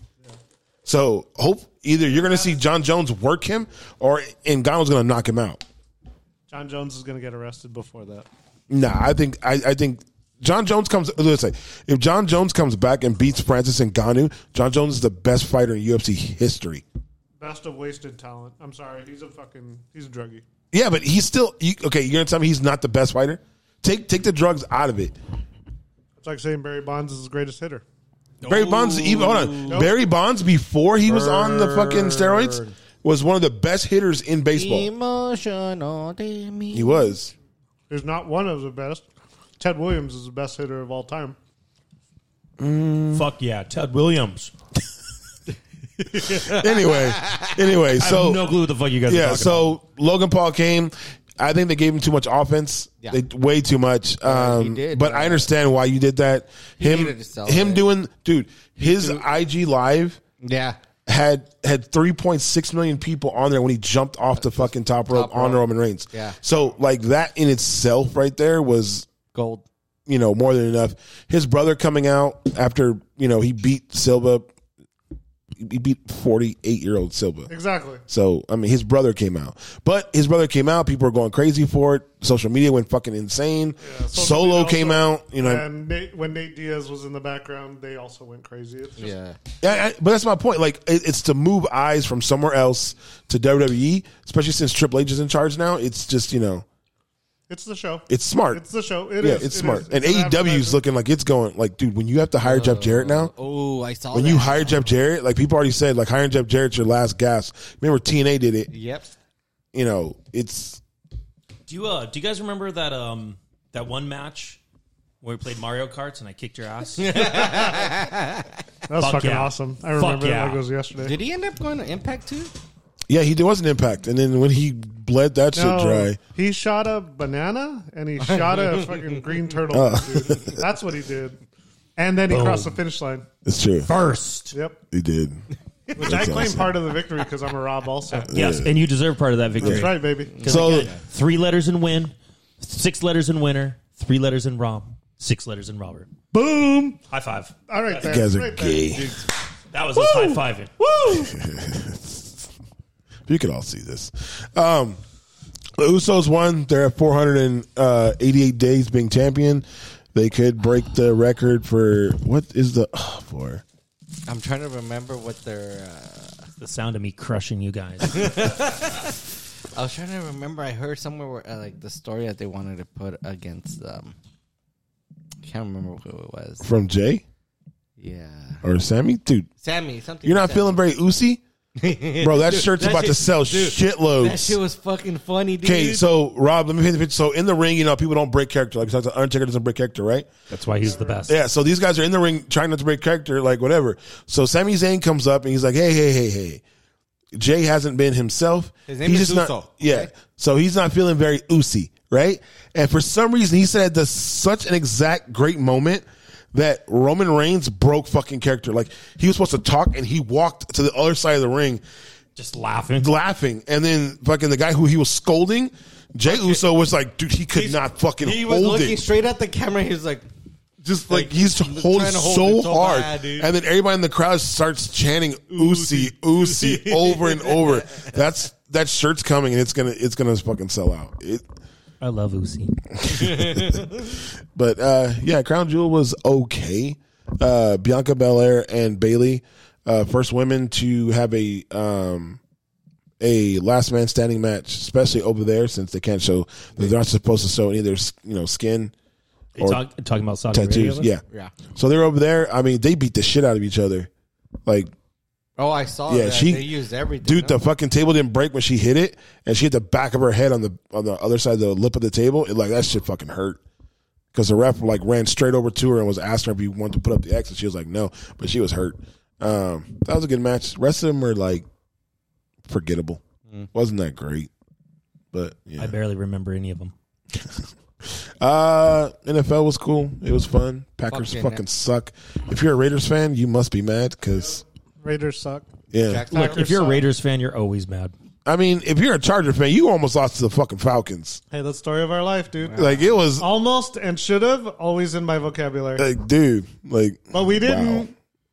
[SPEAKER 3] So hope either you're gonna see John Jones work him or Ngannou's gonna knock him out.
[SPEAKER 4] John Jones is going to get arrested before that.
[SPEAKER 3] Nah, I think I, I think John Jones comes. Let's say if John Jones comes back and beats Francis Ngannou, John Jones is the best fighter in UFC history.
[SPEAKER 4] Best of wasted talent. I'm sorry, he's a fucking he's a druggie.
[SPEAKER 3] Yeah, but he's still you, okay. You're gonna tell me he's not the best fighter? Take take the drugs out of it.
[SPEAKER 4] It's like saying Barry Bonds is the greatest hitter.
[SPEAKER 3] Barry Bonds even hold on. Barry Bonds before he was on the fucking steroids was one of the best hitters in baseball.
[SPEAKER 1] Emotional damage.
[SPEAKER 3] He was.
[SPEAKER 4] He's not one of the best. Ted Williams is the best hitter of all time.
[SPEAKER 2] Fuck yeah, Ted Williams.
[SPEAKER 3] Anyway, anyway,
[SPEAKER 2] I
[SPEAKER 3] so
[SPEAKER 2] have no clue what the fuck you guys are
[SPEAKER 3] Oh. yeah,
[SPEAKER 2] talking
[SPEAKER 3] so Logan Paul came. I think they gave him too much offense.
[SPEAKER 1] Yeah.
[SPEAKER 3] They, way too much. Um,
[SPEAKER 1] he did,
[SPEAKER 3] but I
[SPEAKER 1] uh,
[SPEAKER 3] understand why you did that. Him,
[SPEAKER 1] needed to sell
[SPEAKER 3] him
[SPEAKER 1] it.
[SPEAKER 3] doing, dude, his IG live
[SPEAKER 1] Yeah.
[SPEAKER 3] had had 3.6 million people on there when he jumped off the fucking top rope
[SPEAKER 1] Top
[SPEAKER 3] on
[SPEAKER 1] rope.
[SPEAKER 3] Roman Reigns.
[SPEAKER 1] Yeah.
[SPEAKER 3] So like that in itself, right there was
[SPEAKER 1] Gold.
[SPEAKER 3] you know more than enough. His brother coming out after you know he beat Silva, he beat 48 year old Silva.
[SPEAKER 4] Exactly.
[SPEAKER 3] So I mean, his brother came out, but his brother came out. People were going crazy for it. Social media went fucking insane.
[SPEAKER 4] social
[SPEAKER 3] Solo
[SPEAKER 4] media
[SPEAKER 3] came
[SPEAKER 4] also-
[SPEAKER 3] out, you know.
[SPEAKER 4] And Nate, when Nate Diaz was in the background, they also went crazy. It's just,
[SPEAKER 1] Yeah.
[SPEAKER 3] Yeah, I- but that's my point. Like, it, it's to move eyes from somewhere else to WWE, especially since Triple H is in charge now. It's just you know,
[SPEAKER 4] it's the show.
[SPEAKER 3] it's smart.
[SPEAKER 4] It's the show. It
[SPEAKER 3] yeah,
[SPEAKER 4] is.
[SPEAKER 3] it's
[SPEAKER 4] It
[SPEAKER 3] smart.
[SPEAKER 4] is.
[SPEAKER 3] And E
[SPEAKER 4] It's an
[SPEAKER 3] AEW is
[SPEAKER 4] advertisement. Uh,
[SPEAKER 3] looking like it's going. Like, dude, when you have to hire Jeff Jarrett now,
[SPEAKER 1] Oh, I saw
[SPEAKER 3] when
[SPEAKER 1] that.
[SPEAKER 3] you hire Jeff Jarrett, like people already said, like hiring Jeff Jarrett's your last gasp. Remember TNA did it.
[SPEAKER 1] Yep.
[SPEAKER 3] You know, it's
[SPEAKER 2] Do you uh, do you guys remember that um that one match where we played Mario Karts and I kicked your ass?
[SPEAKER 4] That was
[SPEAKER 2] Fuck
[SPEAKER 4] fucking
[SPEAKER 2] yeah.
[SPEAKER 4] awesome. I
[SPEAKER 2] Fuck
[SPEAKER 4] remember it
[SPEAKER 2] yeah.
[SPEAKER 4] like it was yesterday.
[SPEAKER 1] Did he end up going to Impact too?
[SPEAKER 3] yeah, he did was an impact. And then when he bled that shit dry.
[SPEAKER 4] He shot a banana and he shot a fucking green turtle.
[SPEAKER 3] Oh.
[SPEAKER 4] dude. That's what he did. And then he crossed the finish line.
[SPEAKER 3] It's true.
[SPEAKER 2] First.
[SPEAKER 4] Yep.
[SPEAKER 3] He did.
[SPEAKER 4] Which I
[SPEAKER 3] That's
[SPEAKER 4] claim
[SPEAKER 3] awesome.
[SPEAKER 4] part of the victory because I'm a Rob also.
[SPEAKER 2] Yes, and you deserve part of that victory.
[SPEAKER 4] That's right, baby.
[SPEAKER 3] So
[SPEAKER 2] Three letters in win, six letters in winner, three letters in Rom, six letters in Robert.
[SPEAKER 4] Boom.
[SPEAKER 2] High five.
[SPEAKER 4] All right, there.
[SPEAKER 3] you guys are
[SPEAKER 4] right there.
[SPEAKER 3] gay.
[SPEAKER 2] That was us high fiving.
[SPEAKER 3] You can all see this. Um, the Usos won. They're at 488 uh, days being champion. They could break the record for what is the oh, for?
[SPEAKER 1] I'm trying to remember what their. Uh,
[SPEAKER 2] The sound of me crushing you guys.
[SPEAKER 1] I was trying to remember. I heard somewhere where, uh, like the story that they wanted to put against. Um, I can't remember who it was.
[SPEAKER 3] from Jay
[SPEAKER 1] Yeah,
[SPEAKER 3] or Sammy? Dude,
[SPEAKER 1] Sammy. Something.
[SPEAKER 3] you're not
[SPEAKER 1] Sammy.
[SPEAKER 3] feeling very oosy, bro. That shirt's
[SPEAKER 1] that
[SPEAKER 3] about to
[SPEAKER 1] shit-
[SPEAKER 3] sell
[SPEAKER 1] dude,
[SPEAKER 3] shitloads.
[SPEAKER 1] That shit was fucking funny, dude.
[SPEAKER 3] Okay, so Rob, let me paint the picture. So in the ring, you know, people don't break character. Like the Undertaker doesn't break character, right?
[SPEAKER 2] That's why he's the best.
[SPEAKER 3] Yeah, so these guys are in the ring trying not to break character, like whatever. So Sami Zayn comes up and he's like, "Hey, hey, hey, hey." Jay hasn't been himself.
[SPEAKER 1] His name
[SPEAKER 3] he's
[SPEAKER 1] is
[SPEAKER 3] just
[SPEAKER 1] Uso,
[SPEAKER 3] Not, yeah, so he's not feeling very oosy, right? And for some reason, he said at the, such an exact great moment that Roman Reigns broke fucking character. Like he was supposed to talk and he walked to the other side of the ring
[SPEAKER 2] Just laughing.
[SPEAKER 3] laughing, and then fucking the guy who he was scolding, Jay Uso was like, "Dude, he could not fucking
[SPEAKER 1] he was
[SPEAKER 3] hold
[SPEAKER 1] looking
[SPEAKER 3] it."
[SPEAKER 1] straight at the camera. He was like,
[SPEAKER 3] just like,
[SPEAKER 1] Like,
[SPEAKER 3] he's
[SPEAKER 1] he was
[SPEAKER 3] holding
[SPEAKER 1] trying to hold
[SPEAKER 3] so,
[SPEAKER 1] it so
[SPEAKER 3] hard,
[SPEAKER 1] bad, dude.
[SPEAKER 3] and then everybody in the crowd starts chanting "Usi, Usi" over and over. That's that shirt's coming, and it's gonna it's gonna fucking sell out. It,
[SPEAKER 2] I love Uzi.
[SPEAKER 3] but uh, yeah, Crown Jewel was okay. Uh, Bianca Belair and Bailey, uh, first women to have a um, a last man standing match, especially over there since they can't show they're not supposed to show any of their you know skin
[SPEAKER 2] You talk, talking about Saudi
[SPEAKER 3] tattoos.
[SPEAKER 2] Arabia?
[SPEAKER 3] Yeah,
[SPEAKER 1] "Yeah,
[SPEAKER 3] So they're over there. I mean, they beat the shit out of each other. Like
[SPEAKER 1] Oh, I saw.
[SPEAKER 3] Yeah,
[SPEAKER 1] that.
[SPEAKER 3] she
[SPEAKER 1] they used everything.
[SPEAKER 3] Dude,
[SPEAKER 1] no?
[SPEAKER 3] the fucking table didn't break when she hit it, and she hit the back of her head on the on the other side of the lip of the table. It like that shit fucking hurt because the ref like ran straight over to her and was asking her if you wanted to put up the X, and she was like no, but she was hurt. Um, that was a good match. rest of them were like forgettable. Wasn't that great? But yeah,
[SPEAKER 2] Mm. I barely remember any of them.
[SPEAKER 3] uh, NFL was cool. It was fun. Packers
[SPEAKER 1] Fucking-
[SPEAKER 3] fucking, suck. If you're a Raiders fan, you must be mad because
[SPEAKER 4] Raiders suck.
[SPEAKER 3] yeah.
[SPEAKER 1] Jack
[SPEAKER 4] Look,
[SPEAKER 1] Tyler.
[SPEAKER 2] If you're a
[SPEAKER 4] Suck.
[SPEAKER 2] Raiders fan, you're always mad.
[SPEAKER 3] I mean, if you're a Charger fan, you almost lost to the fucking Falcons.
[SPEAKER 4] Hey, that's the story of our life, dude.
[SPEAKER 3] Like it was
[SPEAKER 4] Almost and should have always in my vocabulary,
[SPEAKER 3] like dude like
[SPEAKER 4] but we didn't.
[SPEAKER 3] wow.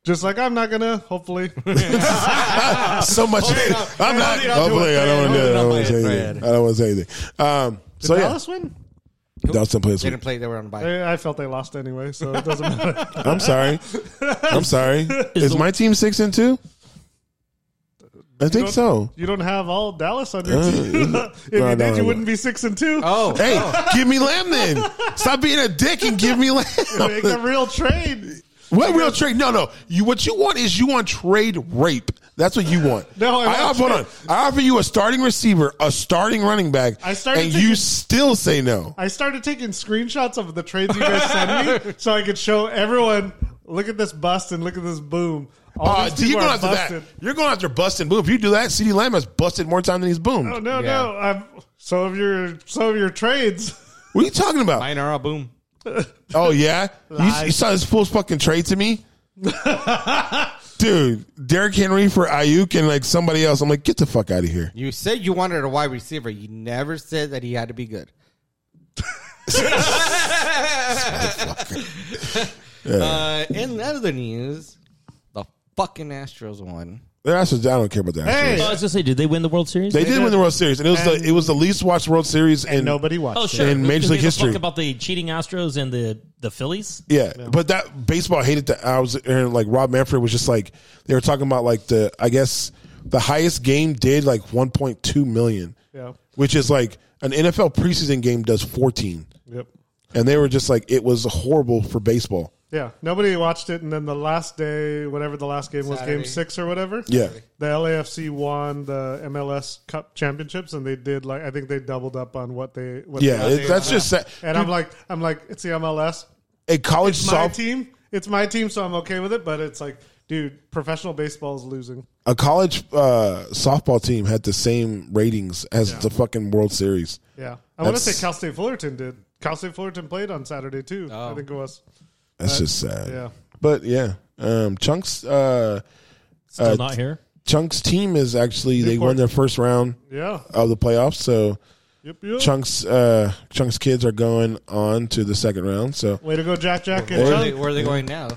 [SPEAKER 4] Just like I'm not gonna. Hopefully,
[SPEAKER 3] so much i'm
[SPEAKER 1] I'll
[SPEAKER 3] not
[SPEAKER 1] do
[SPEAKER 3] hopefully
[SPEAKER 1] it,
[SPEAKER 3] i don't want to do
[SPEAKER 1] Fred.
[SPEAKER 3] it i
[SPEAKER 1] Hold it up,
[SPEAKER 3] don't want to say anything
[SPEAKER 1] Fred.
[SPEAKER 3] i don't want to say anything um so yeah
[SPEAKER 4] Dallas win.
[SPEAKER 3] that's the place
[SPEAKER 1] They didn't play. They were on bike.
[SPEAKER 4] I, I felt they lost anyway, so it doesn't matter.
[SPEAKER 3] i'm sorry i'm sorry is
[SPEAKER 2] the-
[SPEAKER 3] my team six and two i think so
[SPEAKER 4] You don't have all Dallas on your
[SPEAKER 3] Uh,
[SPEAKER 4] team. if
[SPEAKER 3] no,
[SPEAKER 4] you did,
[SPEAKER 3] no,
[SPEAKER 4] you
[SPEAKER 3] no.
[SPEAKER 4] wouldn't be six and two.
[SPEAKER 1] Oh,
[SPEAKER 3] hey give me lamb then stop being a dick and give me
[SPEAKER 4] Make a
[SPEAKER 3] lamb
[SPEAKER 4] real trade.
[SPEAKER 3] what real trade no no you what you want is you want trade rape that's what you want.
[SPEAKER 4] No, I want
[SPEAKER 3] offer, hold
[SPEAKER 4] trade-
[SPEAKER 3] on. I offer you a starting receiver, a starting running back,
[SPEAKER 4] I started
[SPEAKER 3] and
[SPEAKER 4] thinking-
[SPEAKER 3] you still say no.
[SPEAKER 4] I started taking screenshots of the trades you guys sent me, so I could show everyone. Look at this bust and look at this boom. All
[SPEAKER 3] Uh,
[SPEAKER 4] these
[SPEAKER 3] dude, you're
[SPEAKER 4] people
[SPEAKER 3] going
[SPEAKER 4] are
[SPEAKER 3] after
[SPEAKER 4] busted.
[SPEAKER 3] that. You're going after busting boom. If you do that, CD Lamb has busted more time than he's boomed.
[SPEAKER 4] Oh no,
[SPEAKER 1] Yeah.
[SPEAKER 4] no. I'm, some of your some of your trades.
[SPEAKER 3] What are you talking about?
[SPEAKER 1] mine are all boom.
[SPEAKER 3] Oh yeah, you, you
[SPEAKER 4] Lies.
[SPEAKER 3] saw this fool's fucking trade to me, dude. Derrick Henry for Ayuk and like somebody else. I'm like, get the fuck out of here.
[SPEAKER 1] You said you wanted a wide receiver. You never said that he had to be good. uh, in other news, the fucking Astros won.
[SPEAKER 3] That's what, I don't care about that.
[SPEAKER 4] Hey.
[SPEAKER 2] I was gonna say, did they win the World Series?
[SPEAKER 3] they did win the World Series, and it was
[SPEAKER 4] And-
[SPEAKER 3] the it was the least watched World Series in
[SPEAKER 4] Nobody watched.
[SPEAKER 2] Oh sure.
[SPEAKER 3] In Major
[SPEAKER 2] Because
[SPEAKER 3] League
[SPEAKER 2] they don't
[SPEAKER 3] history.
[SPEAKER 2] talk about the cheating Astros and the the Phillies.
[SPEAKER 3] Yeah, but that baseball hated that. I was hearing like Rob Manfred was just like they were talking about like the I guess the highest game did like 1.2 million,
[SPEAKER 4] Yeah.
[SPEAKER 3] which is like an NFL preseason game does 14,
[SPEAKER 4] it. Yep.
[SPEAKER 3] and they were just like it was horrible for baseball.
[SPEAKER 4] Yeah. Nobody watched it, and then the last day, whatever the last game was,
[SPEAKER 1] Saturday.
[SPEAKER 4] game six or whatever.
[SPEAKER 3] Yeah,
[SPEAKER 4] The LAFC won the MLS Cup championships, and they did like I think they doubled up on what they. What
[SPEAKER 3] yeah,
[SPEAKER 4] they
[SPEAKER 3] it, that's just sad.
[SPEAKER 4] and I'm like, I'm like, it's the MLS.
[SPEAKER 3] a college
[SPEAKER 4] It's my
[SPEAKER 3] soft
[SPEAKER 4] team. It's my team, so I'm okay with it. But it's like, dude, professional baseball is losing.
[SPEAKER 3] a college uh, softball team had the same ratings as the fucking World Series.
[SPEAKER 4] Yeah, I want
[SPEAKER 3] That's-
[SPEAKER 4] to say Cal State Fullerton did. Cal State Fullerton played on Saturday too. I think it was.
[SPEAKER 3] That's just sad.
[SPEAKER 4] Yeah.
[SPEAKER 3] but yeah, um, chunks. Uh,
[SPEAKER 2] Still
[SPEAKER 3] Uh,
[SPEAKER 2] not here.
[SPEAKER 3] Chunk's team is actually they won
[SPEAKER 4] Newport.
[SPEAKER 3] their first round
[SPEAKER 4] Yeah.
[SPEAKER 3] of the playoffs, so
[SPEAKER 4] Yep. Yep.
[SPEAKER 3] Chunk's uh, Chunk's kids are going on to the second round. So
[SPEAKER 4] Way to go, Jack Jack and
[SPEAKER 1] Where are they,
[SPEAKER 4] John.
[SPEAKER 1] where are they going now?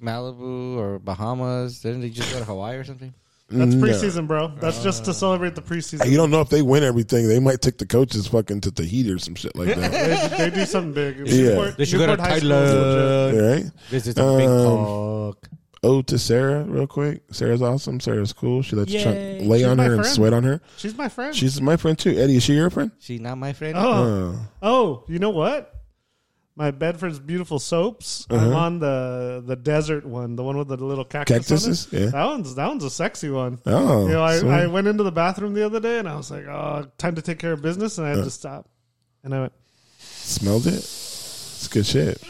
[SPEAKER 1] Malibu or Bahamas? Didn't they just go to Hawaii or something?
[SPEAKER 4] That's preseason, bro. That's just to celebrate the preseason.
[SPEAKER 3] you don't know if they win everything, they might take the coaches fucking to Tahiti or some shit like that.
[SPEAKER 4] They, they do something big.
[SPEAKER 3] Yeah.
[SPEAKER 1] They should go to
[SPEAKER 4] High School is legit.
[SPEAKER 3] All right.
[SPEAKER 1] Visit
[SPEAKER 3] Um,
[SPEAKER 1] Bangkok.
[SPEAKER 3] Oh, to Sarah, real quick. Sarah's awesome. Sarah's cool. She lets
[SPEAKER 2] Yay.
[SPEAKER 3] Chunk lay
[SPEAKER 4] She's
[SPEAKER 3] on
[SPEAKER 4] my
[SPEAKER 3] her and
[SPEAKER 4] friend.
[SPEAKER 3] sweat on her.
[SPEAKER 4] She's my friend.
[SPEAKER 3] She's my friend too. Eddie, is she your friend? Uh,
[SPEAKER 1] She not my friend.
[SPEAKER 3] Uh-huh.
[SPEAKER 4] oh, oh, you know what? My Bedford's beautiful soaps.
[SPEAKER 3] Uh-huh.
[SPEAKER 4] I'm on the the desert one, the one with the little cactus.
[SPEAKER 3] Cactuses?
[SPEAKER 4] On it.
[SPEAKER 3] Yeah.
[SPEAKER 4] That one's that one's a sexy one.
[SPEAKER 3] Oh,
[SPEAKER 4] You know, I,
[SPEAKER 3] so-
[SPEAKER 4] I went into the bathroom the other day and I was like, oh, time to take care of business, and I had
[SPEAKER 3] Uh.
[SPEAKER 4] to stop. And I went,
[SPEAKER 3] smelled it. It's good shit.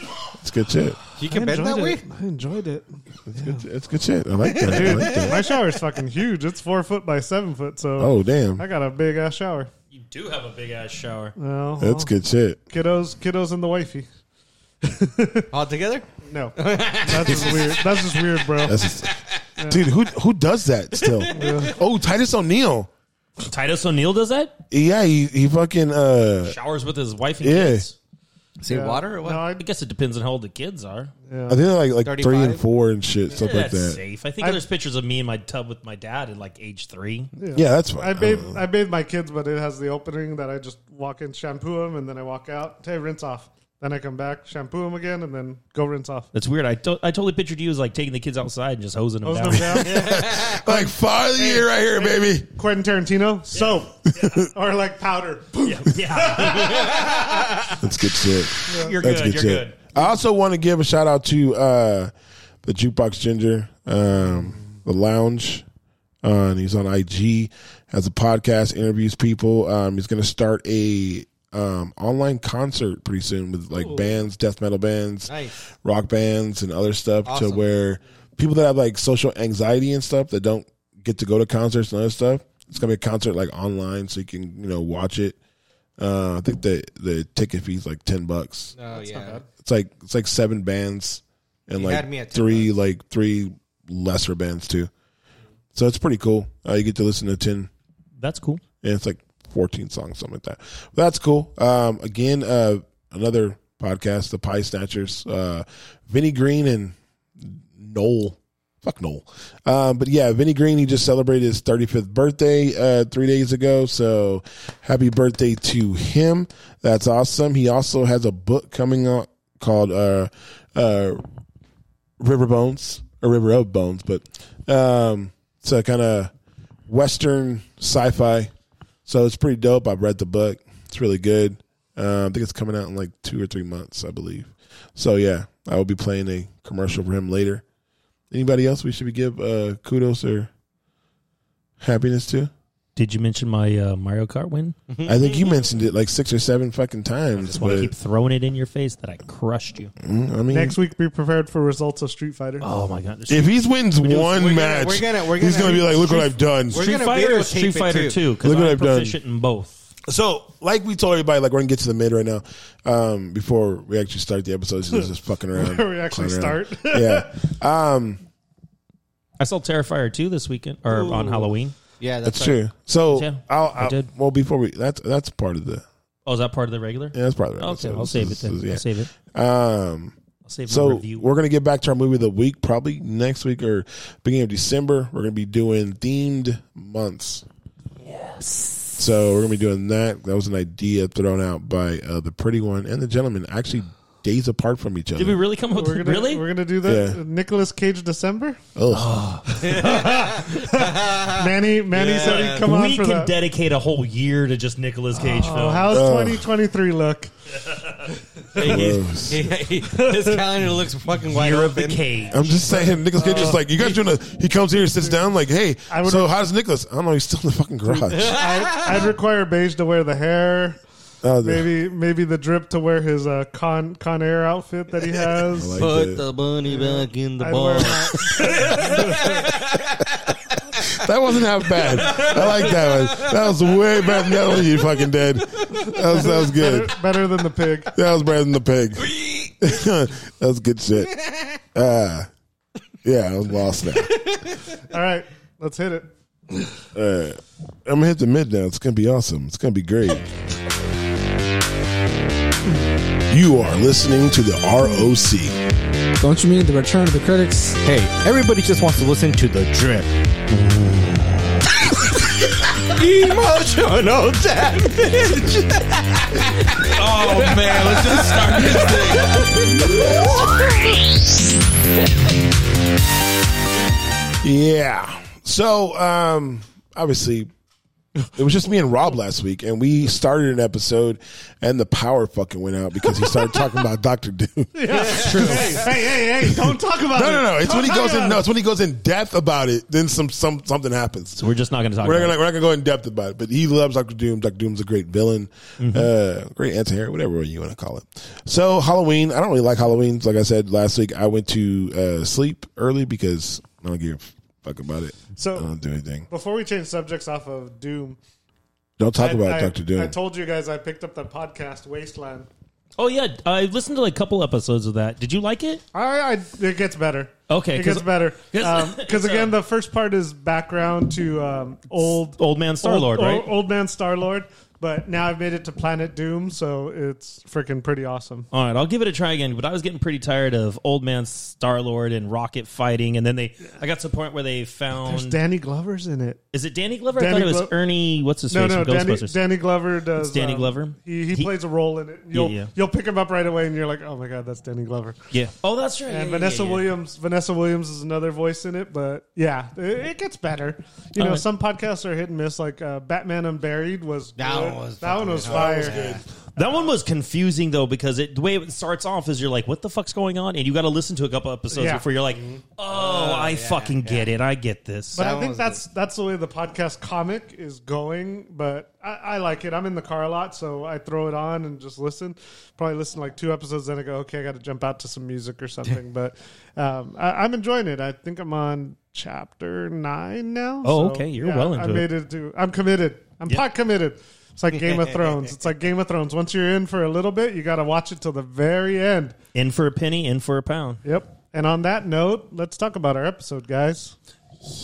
[SPEAKER 3] It's good shit.
[SPEAKER 1] You
[SPEAKER 4] I
[SPEAKER 1] can bend that
[SPEAKER 4] enjoyed
[SPEAKER 1] way.
[SPEAKER 4] it. I enjoyed it.
[SPEAKER 3] It's good. It's good shit. I like that. I
[SPEAKER 4] Dude,
[SPEAKER 3] like that.
[SPEAKER 4] my shower's fucking huge. It's four foot by seven foot, so
[SPEAKER 3] Oh damn,
[SPEAKER 4] I got a big ass shower.
[SPEAKER 2] You do have a big ass shower.
[SPEAKER 4] Well,
[SPEAKER 3] that's good shit.
[SPEAKER 4] Kiddos, kiddos, and the wifey.
[SPEAKER 1] All together?
[SPEAKER 4] No, that's just weird. That's just weird, bro.
[SPEAKER 3] That's dude. Who who does that still? Oh, Titus O'Neil.
[SPEAKER 2] Titus O'Neil does that.
[SPEAKER 3] Yeah, he, he fucking uh.
[SPEAKER 2] Showers with his wife and
[SPEAKER 3] Yeah.
[SPEAKER 2] kids.
[SPEAKER 1] Say
[SPEAKER 4] Yeah.
[SPEAKER 1] water or what? Oh,
[SPEAKER 4] No, I,
[SPEAKER 2] I guess it depends on how old the kids are.
[SPEAKER 3] I think they're like like three and
[SPEAKER 1] 35?
[SPEAKER 3] four and shit stuff like
[SPEAKER 2] That's
[SPEAKER 3] that.
[SPEAKER 2] safe. I think there's pictures of me in my tub with my dad at like age three.
[SPEAKER 3] Yeah, that's fine. Uh,
[SPEAKER 4] I bathe,
[SPEAKER 3] don't know.
[SPEAKER 4] I bathe my kids, but it has the opening that I just walk in, shampoo them, and then I walk out. Hey, rinse off. Then I come back, shampoo them again, and then go rinse off.
[SPEAKER 2] That's weird. I, to- I totally pictured you as like taking the kids outside and just hosing them
[SPEAKER 4] Hose
[SPEAKER 2] down.
[SPEAKER 4] them down.
[SPEAKER 3] like fire of the year right here, baby.
[SPEAKER 4] Quentin Tarantino soap or like powder.
[SPEAKER 2] yeah,
[SPEAKER 3] That's good shit.
[SPEAKER 2] you're
[SPEAKER 3] That's
[SPEAKER 2] good.
[SPEAKER 3] good shit.
[SPEAKER 2] You're good.
[SPEAKER 3] I also want to give a shout out to uh the jukebox ginger, um, the lounge, Uh, and he's on IG, has a podcast, interviews people. Um, he's going to start a um, online concert pretty soon with like bands, death metal bands,
[SPEAKER 1] Nice.
[SPEAKER 3] rock bands, and other stuff
[SPEAKER 1] Awesome.
[SPEAKER 3] to where people that have like social anxiety and stuff that don't get to go to concerts and other stuff. It's going to be a concert like online, so you can you know watch it. Uh, I think the the ticket fee's like ten bucks
[SPEAKER 1] Oh yeah.
[SPEAKER 3] it's like it's like seven bands and
[SPEAKER 1] You
[SPEAKER 3] like
[SPEAKER 1] had me at two
[SPEAKER 3] three like three lesser bands too. So it's pretty cool. Uh, you get to listen to ten
[SPEAKER 2] That's cool.
[SPEAKER 3] and it's like fourteen songs, something like that. But that's cool. Um, again, uh, another podcast, the Pie Snatchers, uh, Vinny Green and Noel. Fuck Noel. Um, but yeah, Vinny Green, he just celebrated his 35th birthday uh, three days ago. So happy birthday to him. That's awesome. He also has a book coming out called uh, uh, River Bones or River of Bones, but um, it's a kind of Western sci fi. So it's pretty dope. I've read the book, it's really good. Uh, I think it's coming out in like two or three months, I believe. So yeah, I will be playing a commercial for him later. Anybody else we should be give uh, kudos or happiness to?
[SPEAKER 2] Did you mention my uh, Mario Kart win?
[SPEAKER 3] I think
[SPEAKER 1] Mm-hmm.
[SPEAKER 3] you mentioned it like six or seven fucking times.
[SPEAKER 2] Just want
[SPEAKER 3] but,
[SPEAKER 2] to keep throwing it in your face that I crushed you.
[SPEAKER 3] mm, I mean,
[SPEAKER 4] Next week, be prepared for results of Street Fighter.
[SPEAKER 2] Oh my god!
[SPEAKER 3] if he wins one
[SPEAKER 1] we're gonna-
[SPEAKER 3] match,
[SPEAKER 1] we're gonna- we're
[SPEAKER 3] he's
[SPEAKER 1] gonna-
[SPEAKER 3] gonna be like, "Look what I've done."
[SPEAKER 1] We're
[SPEAKER 2] Street
[SPEAKER 1] gonna
[SPEAKER 2] Fighter, or
[SPEAKER 1] videotape
[SPEAKER 2] Street
[SPEAKER 1] it,
[SPEAKER 2] Fighter
[SPEAKER 1] too.
[SPEAKER 2] Two, because
[SPEAKER 3] Look what
[SPEAKER 2] I'm
[SPEAKER 3] I've done.
[SPEAKER 2] proficient in both.
[SPEAKER 3] So, like we told everybody, like we're gonna get to the mid right now. Um, before we actually start the episode, so this is just fucking around.
[SPEAKER 4] Before we actually
[SPEAKER 3] clowning around.
[SPEAKER 4] start.
[SPEAKER 3] yeah. Um,
[SPEAKER 2] I saw Terrifier Two this weekend or on Halloween.
[SPEAKER 1] Yeah, that's,
[SPEAKER 3] that's
[SPEAKER 1] right.
[SPEAKER 3] true. So,
[SPEAKER 2] Yeah,
[SPEAKER 3] I'll,
[SPEAKER 2] I
[SPEAKER 3] I'll
[SPEAKER 2] did.
[SPEAKER 3] well before we that's that's part of the
[SPEAKER 2] Oh, is that part of the regular?
[SPEAKER 3] yeah that's part of it.
[SPEAKER 2] Okay,
[SPEAKER 3] So
[SPEAKER 2] I'll
[SPEAKER 3] this
[SPEAKER 2] save it
[SPEAKER 3] is-
[SPEAKER 2] then.
[SPEAKER 3] this is- yeah.
[SPEAKER 2] I'll save it.
[SPEAKER 3] Um,
[SPEAKER 2] I'll save my
[SPEAKER 3] so
[SPEAKER 2] review.
[SPEAKER 3] we're gonna get back to our movie of the week probably next week or beginning of December. We're gonna be doing themed months. Yes. So we're gonna be doing that. That was an idea thrown out by uh, the pretty one and the gentleman, actually days apart from each other.
[SPEAKER 2] Did we really come up?
[SPEAKER 4] We're
[SPEAKER 2] with
[SPEAKER 4] gonna,
[SPEAKER 2] really?
[SPEAKER 4] We're gonna do that.
[SPEAKER 3] Yeah.
[SPEAKER 4] Nicholas Cage December.
[SPEAKER 3] Ugh.
[SPEAKER 4] Manny, Manny said he'd come on
[SPEAKER 2] Ah. we
[SPEAKER 4] for
[SPEAKER 2] can
[SPEAKER 4] that.
[SPEAKER 2] dedicate a whole year to just Nicolas Cage
[SPEAKER 4] oh,
[SPEAKER 2] films.
[SPEAKER 4] how's 2023 look?
[SPEAKER 3] Gross.
[SPEAKER 1] His calendar looks fucking wide
[SPEAKER 2] year of the
[SPEAKER 1] open.
[SPEAKER 2] Cage.
[SPEAKER 3] I'm just saying, Nicholas Cage is like, you guys doing a. He comes here, sits down, like, hey,
[SPEAKER 4] I would-
[SPEAKER 3] so how does Nicholas? I don't know. He's still in the fucking garage.
[SPEAKER 4] I, I'd require Beige to wear the hair.
[SPEAKER 3] Oh,
[SPEAKER 4] Maybe, maybe the drip to wear his uh, con con air outfit that he has.
[SPEAKER 3] I like
[SPEAKER 1] Put
[SPEAKER 3] that.
[SPEAKER 1] the bunny back in the
[SPEAKER 4] I'd wear
[SPEAKER 1] ball.
[SPEAKER 4] my-
[SPEAKER 3] that wasn't half bad. I like that one. That was way better than that one you fucking did. That was, that was good.
[SPEAKER 4] better, better than the pig.
[SPEAKER 3] That was better than the pig. that was good shit. Uh, yeah, I was lost now.
[SPEAKER 4] All right, let's hit it.
[SPEAKER 3] Uh, I'm gonna hit the mid now. It's gonna be awesome. It's gonna be great. You are listening to the ROC.
[SPEAKER 5] Don't you mean the return of the critics?
[SPEAKER 1] Hey, everybody just wants to listen to the drip. Emotional damage.
[SPEAKER 2] Oh man, let's just start this thing.
[SPEAKER 3] Yeah. So, um, obviously, it was just me and Rob last week, and we started an episode, and the power fucking went out because he started talking about Doctor Doom.
[SPEAKER 4] Hey, hey, hey, hey! Don't talk about
[SPEAKER 3] No,
[SPEAKER 4] it.
[SPEAKER 3] no, no. It's
[SPEAKER 4] Don't
[SPEAKER 3] when he
[SPEAKER 4] talk
[SPEAKER 3] goes
[SPEAKER 4] about
[SPEAKER 3] in.
[SPEAKER 4] it.
[SPEAKER 3] No, it's when he goes in depth about it. Then some, some something happens.
[SPEAKER 2] So we're just not going to talk.
[SPEAKER 3] We're not
[SPEAKER 2] about
[SPEAKER 3] gonna we're not gonna go in depth about it, but he loves Doctor Doom. Doctor Doom's a great villain, uh, great anti-hero, whatever you want to call it. So Halloween, I don't really like Halloween. Like I said last week, I went to uh, sleep early because I don't give a fuck about it.
[SPEAKER 4] So-
[SPEAKER 3] I don't do anything.
[SPEAKER 4] Before we change subjects off of Doom,
[SPEAKER 3] Don't talk
[SPEAKER 4] I-
[SPEAKER 3] about
[SPEAKER 4] I,
[SPEAKER 3] Doctor Doom.
[SPEAKER 4] I told you guys I picked up that podcast Wasteland.
[SPEAKER 2] it. Oh yeah, I listened to like a couple episodes of that. Did you like it?
[SPEAKER 4] I, I it gets better.
[SPEAKER 2] Okay,
[SPEAKER 4] it
[SPEAKER 2] 'cause-
[SPEAKER 4] gets better.
[SPEAKER 2] 'cause-
[SPEAKER 4] Because again, the first part is background to um, old
[SPEAKER 2] Old man Star Lord,
[SPEAKER 4] old-
[SPEAKER 2] right?
[SPEAKER 4] Old man Star Lord. But now I've made it to Planet Doom, so it's freaking pretty awesome.
[SPEAKER 2] All right, I'll give it a try again. But I was getting pretty tired of Old Man Star Lord and Rocket fighting, and then they. I got to the point where they
[SPEAKER 4] There's
[SPEAKER 2] found.
[SPEAKER 4] Mm. Danny Glover's in it.
[SPEAKER 2] is it Danny Glover? I
[SPEAKER 4] Danny
[SPEAKER 2] thought it was
[SPEAKER 4] Glo-
[SPEAKER 2] Ernie. What's his
[SPEAKER 4] No,
[SPEAKER 2] face
[SPEAKER 4] no,
[SPEAKER 2] from
[SPEAKER 4] Danny,
[SPEAKER 2] Ghostbusters?
[SPEAKER 4] Danny Glover does. um,
[SPEAKER 2] It's Danny Glover?
[SPEAKER 4] He, he
[SPEAKER 2] He-
[SPEAKER 4] plays a role in it. You'll
[SPEAKER 2] yeah.
[SPEAKER 4] you'll pick him up right away, and you're like, oh my god, that's Danny Glover.
[SPEAKER 2] yeah. Oh, that's right. Yeah,
[SPEAKER 4] And
[SPEAKER 2] yeah, yeah,
[SPEAKER 4] Vanessa
[SPEAKER 2] yeah.
[SPEAKER 4] Williams, Vanessa Williams is another voice in it, but yeah, it, it gets better. You know,
[SPEAKER 2] right.
[SPEAKER 4] some podcasts are hit and miss. Like uh, Batman Unburied was
[SPEAKER 1] That
[SPEAKER 4] good.
[SPEAKER 1] one was
[SPEAKER 4] that one
[SPEAKER 1] fucking
[SPEAKER 4] was
[SPEAKER 1] good. That
[SPEAKER 4] fire.
[SPEAKER 1] was good.
[SPEAKER 2] That one was confusing though because it the way it starts off is you're like, what the fuck's going on, and you got to listen to a couple episodes
[SPEAKER 4] Yeah.
[SPEAKER 2] before you're like, oh, I fucking get it, I get this.
[SPEAKER 4] But
[SPEAKER 1] That
[SPEAKER 4] I
[SPEAKER 1] one
[SPEAKER 4] think
[SPEAKER 1] was
[SPEAKER 4] that's that's the way the podcast comic is going. But I, I like it. I'm in the car a lot, so I throw it on and just listen. Probably listen to like two episodes, then I go, okay, I got to jump out to some music or something. but um, I, I'm enjoying it. I think I'm on chapter nine now.
[SPEAKER 2] Oh, okay. You're well
[SPEAKER 4] I, I
[SPEAKER 2] into it.
[SPEAKER 4] made it. to. I'm committed. I'm pot committed. It's like Game of Thrones. It's like Game of Thrones. Once you're in for a little bit, you got to watch it till the very end.
[SPEAKER 2] in for a penny, in for a pound.
[SPEAKER 4] Yep. And on that note, let's talk about our episode, guys.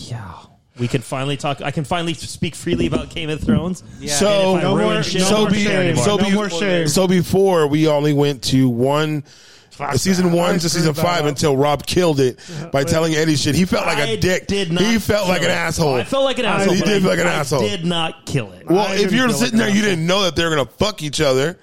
[SPEAKER 2] Yeah. We can finally talk. I can finally speak freely about Game of Thrones.
[SPEAKER 3] So
[SPEAKER 2] And if I ruin shit, I
[SPEAKER 3] so
[SPEAKER 2] don't
[SPEAKER 3] be,
[SPEAKER 2] care anymore.
[SPEAKER 3] so
[SPEAKER 4] No
[SPEAKER 3] be-
[SPEAKER 4] more shame.
[SPEAKER 3] So before we only went to one. season
[SPEAKER 4] that. I
[SPEAKER 3] one to
[SPEAKER 4] screwed
[SPEAKER 3] season
[SPEAKER 4] that
[SPEAKER 3] five
[SPEAKER 4] up.
[SPEAKER 3] until Rob killed it by telling Eddie shit. He felt like a
[SPEAKER 2] I
[SPEAKER 3] dick.
[SPEAKER 2] Did not
[SPEAKER 3] he felt
[SPEAKER 2] kill
[SPEAKER 3] like an
[SPEAKER 2] it.
[SPEAKER 3] asshole.
[SPEAKER 2] I felt like an asshole.
[SPEAKER 3] He
[SPEAKER 2] but
[SPEAKER 3] did
[SPEAKER 2] I-
[SPEAKER 3] feel like an
[SPEAKER 2] I
[SPEAKER 3] asshole.
[SPEAKER 2] did not kill it.
[SPEAKER 3] Well,
[SPEAKER 4] I
[SPEAKER 3] if
[SPEAKER 4] didn't
[SPEAKER 3] you're
[SPEAKER 4] feel like
[SPEAKER 3] sitting
[SPEAKER 4] an
[SPEAKER 3] there, you didn't know that they were gonna fuck each other.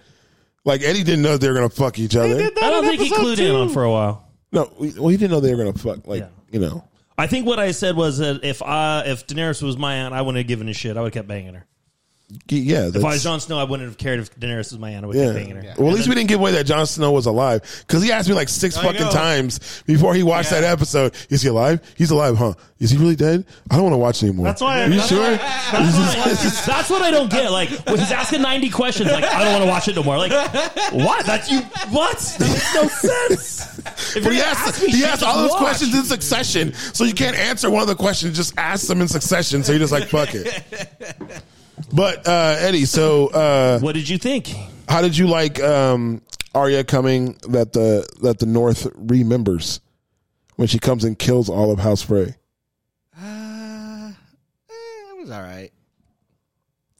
[SPEAKER 3] Like Eddie didn't know they were gonna fuck each other.
[SPEAKER 4] did that
[SPEAKER 2] I don't
[SPEAKER 4] on
[SPEAKER 2] think he
[SPEAKER 4] episode
[SPEAKER 2] clued in
[SPEAKER 4] two.
[SPEAKER 2] on for a while.
[SPEAKER 3] No, we, well, he didn't know they were gonna fuck. Like
[SPEAKER 2] Yeah.
[SPEAKER 3] you know,
[SPEAKER 2] I think what I said was that if I, if Daenerys was my aunt, I wouldn't have given a shit. I would have kept banging her.
[SPEAKER 3] G- yeah.
[SPEAKER 2] If I
[SPEAKER 3] that's-
[SPEAKER 2] was Jon Snow, I wouldn't have cared if Daenerys was my aunt. I would have
[SPEAKER 3] yeah.
[SPEAKER 2] kept banging her.
[SPEAKER 3] Well, at least we didn't give away that Jon Snow was alive because he asked me like six fucking
[SPEAKER 6] know.
[SPEAKER 3] times before he watched that episode. Is he alive? He's alive, huh? Is he really dead? I don't want to watch anymore.
[SPEAKER 4] That's why I-
[SPEAKER 3] Are you
[SPEAKER 4] that's
[SPEAKER 3] sure?
[SPEAKER 2] That's, that's what I don't get. Like when he's asking ninety questions, like I don't want to watch it no more. Like what? That's you? What? That makes no sense. If
[SPEAKER 3] But he
[SPEAKER 2] you're gonna
[SPEAKER 3] asked,
[SPEAKER 2] ask me
[SPEAKER 3] he
[SPEAKER 2] shit,
[SPEAKER 3] asked
[SPEAKER 2] just
[SPEAKER 3] all those
[SPEAKER 2] watch.
[SPEAKER 3] questions in succession, so you can't answer one of the questions. Just ask them in succession, so you're just like fuck it. But uh, Eddie, so uh,
[SPEAKER 2] What did you think?
[SPEAKER 3] how did you like um, Arya coming that the that the North remembers when she comes and kills all of House Frey?
[SPEAKER 1] Uh, eh, it was all right.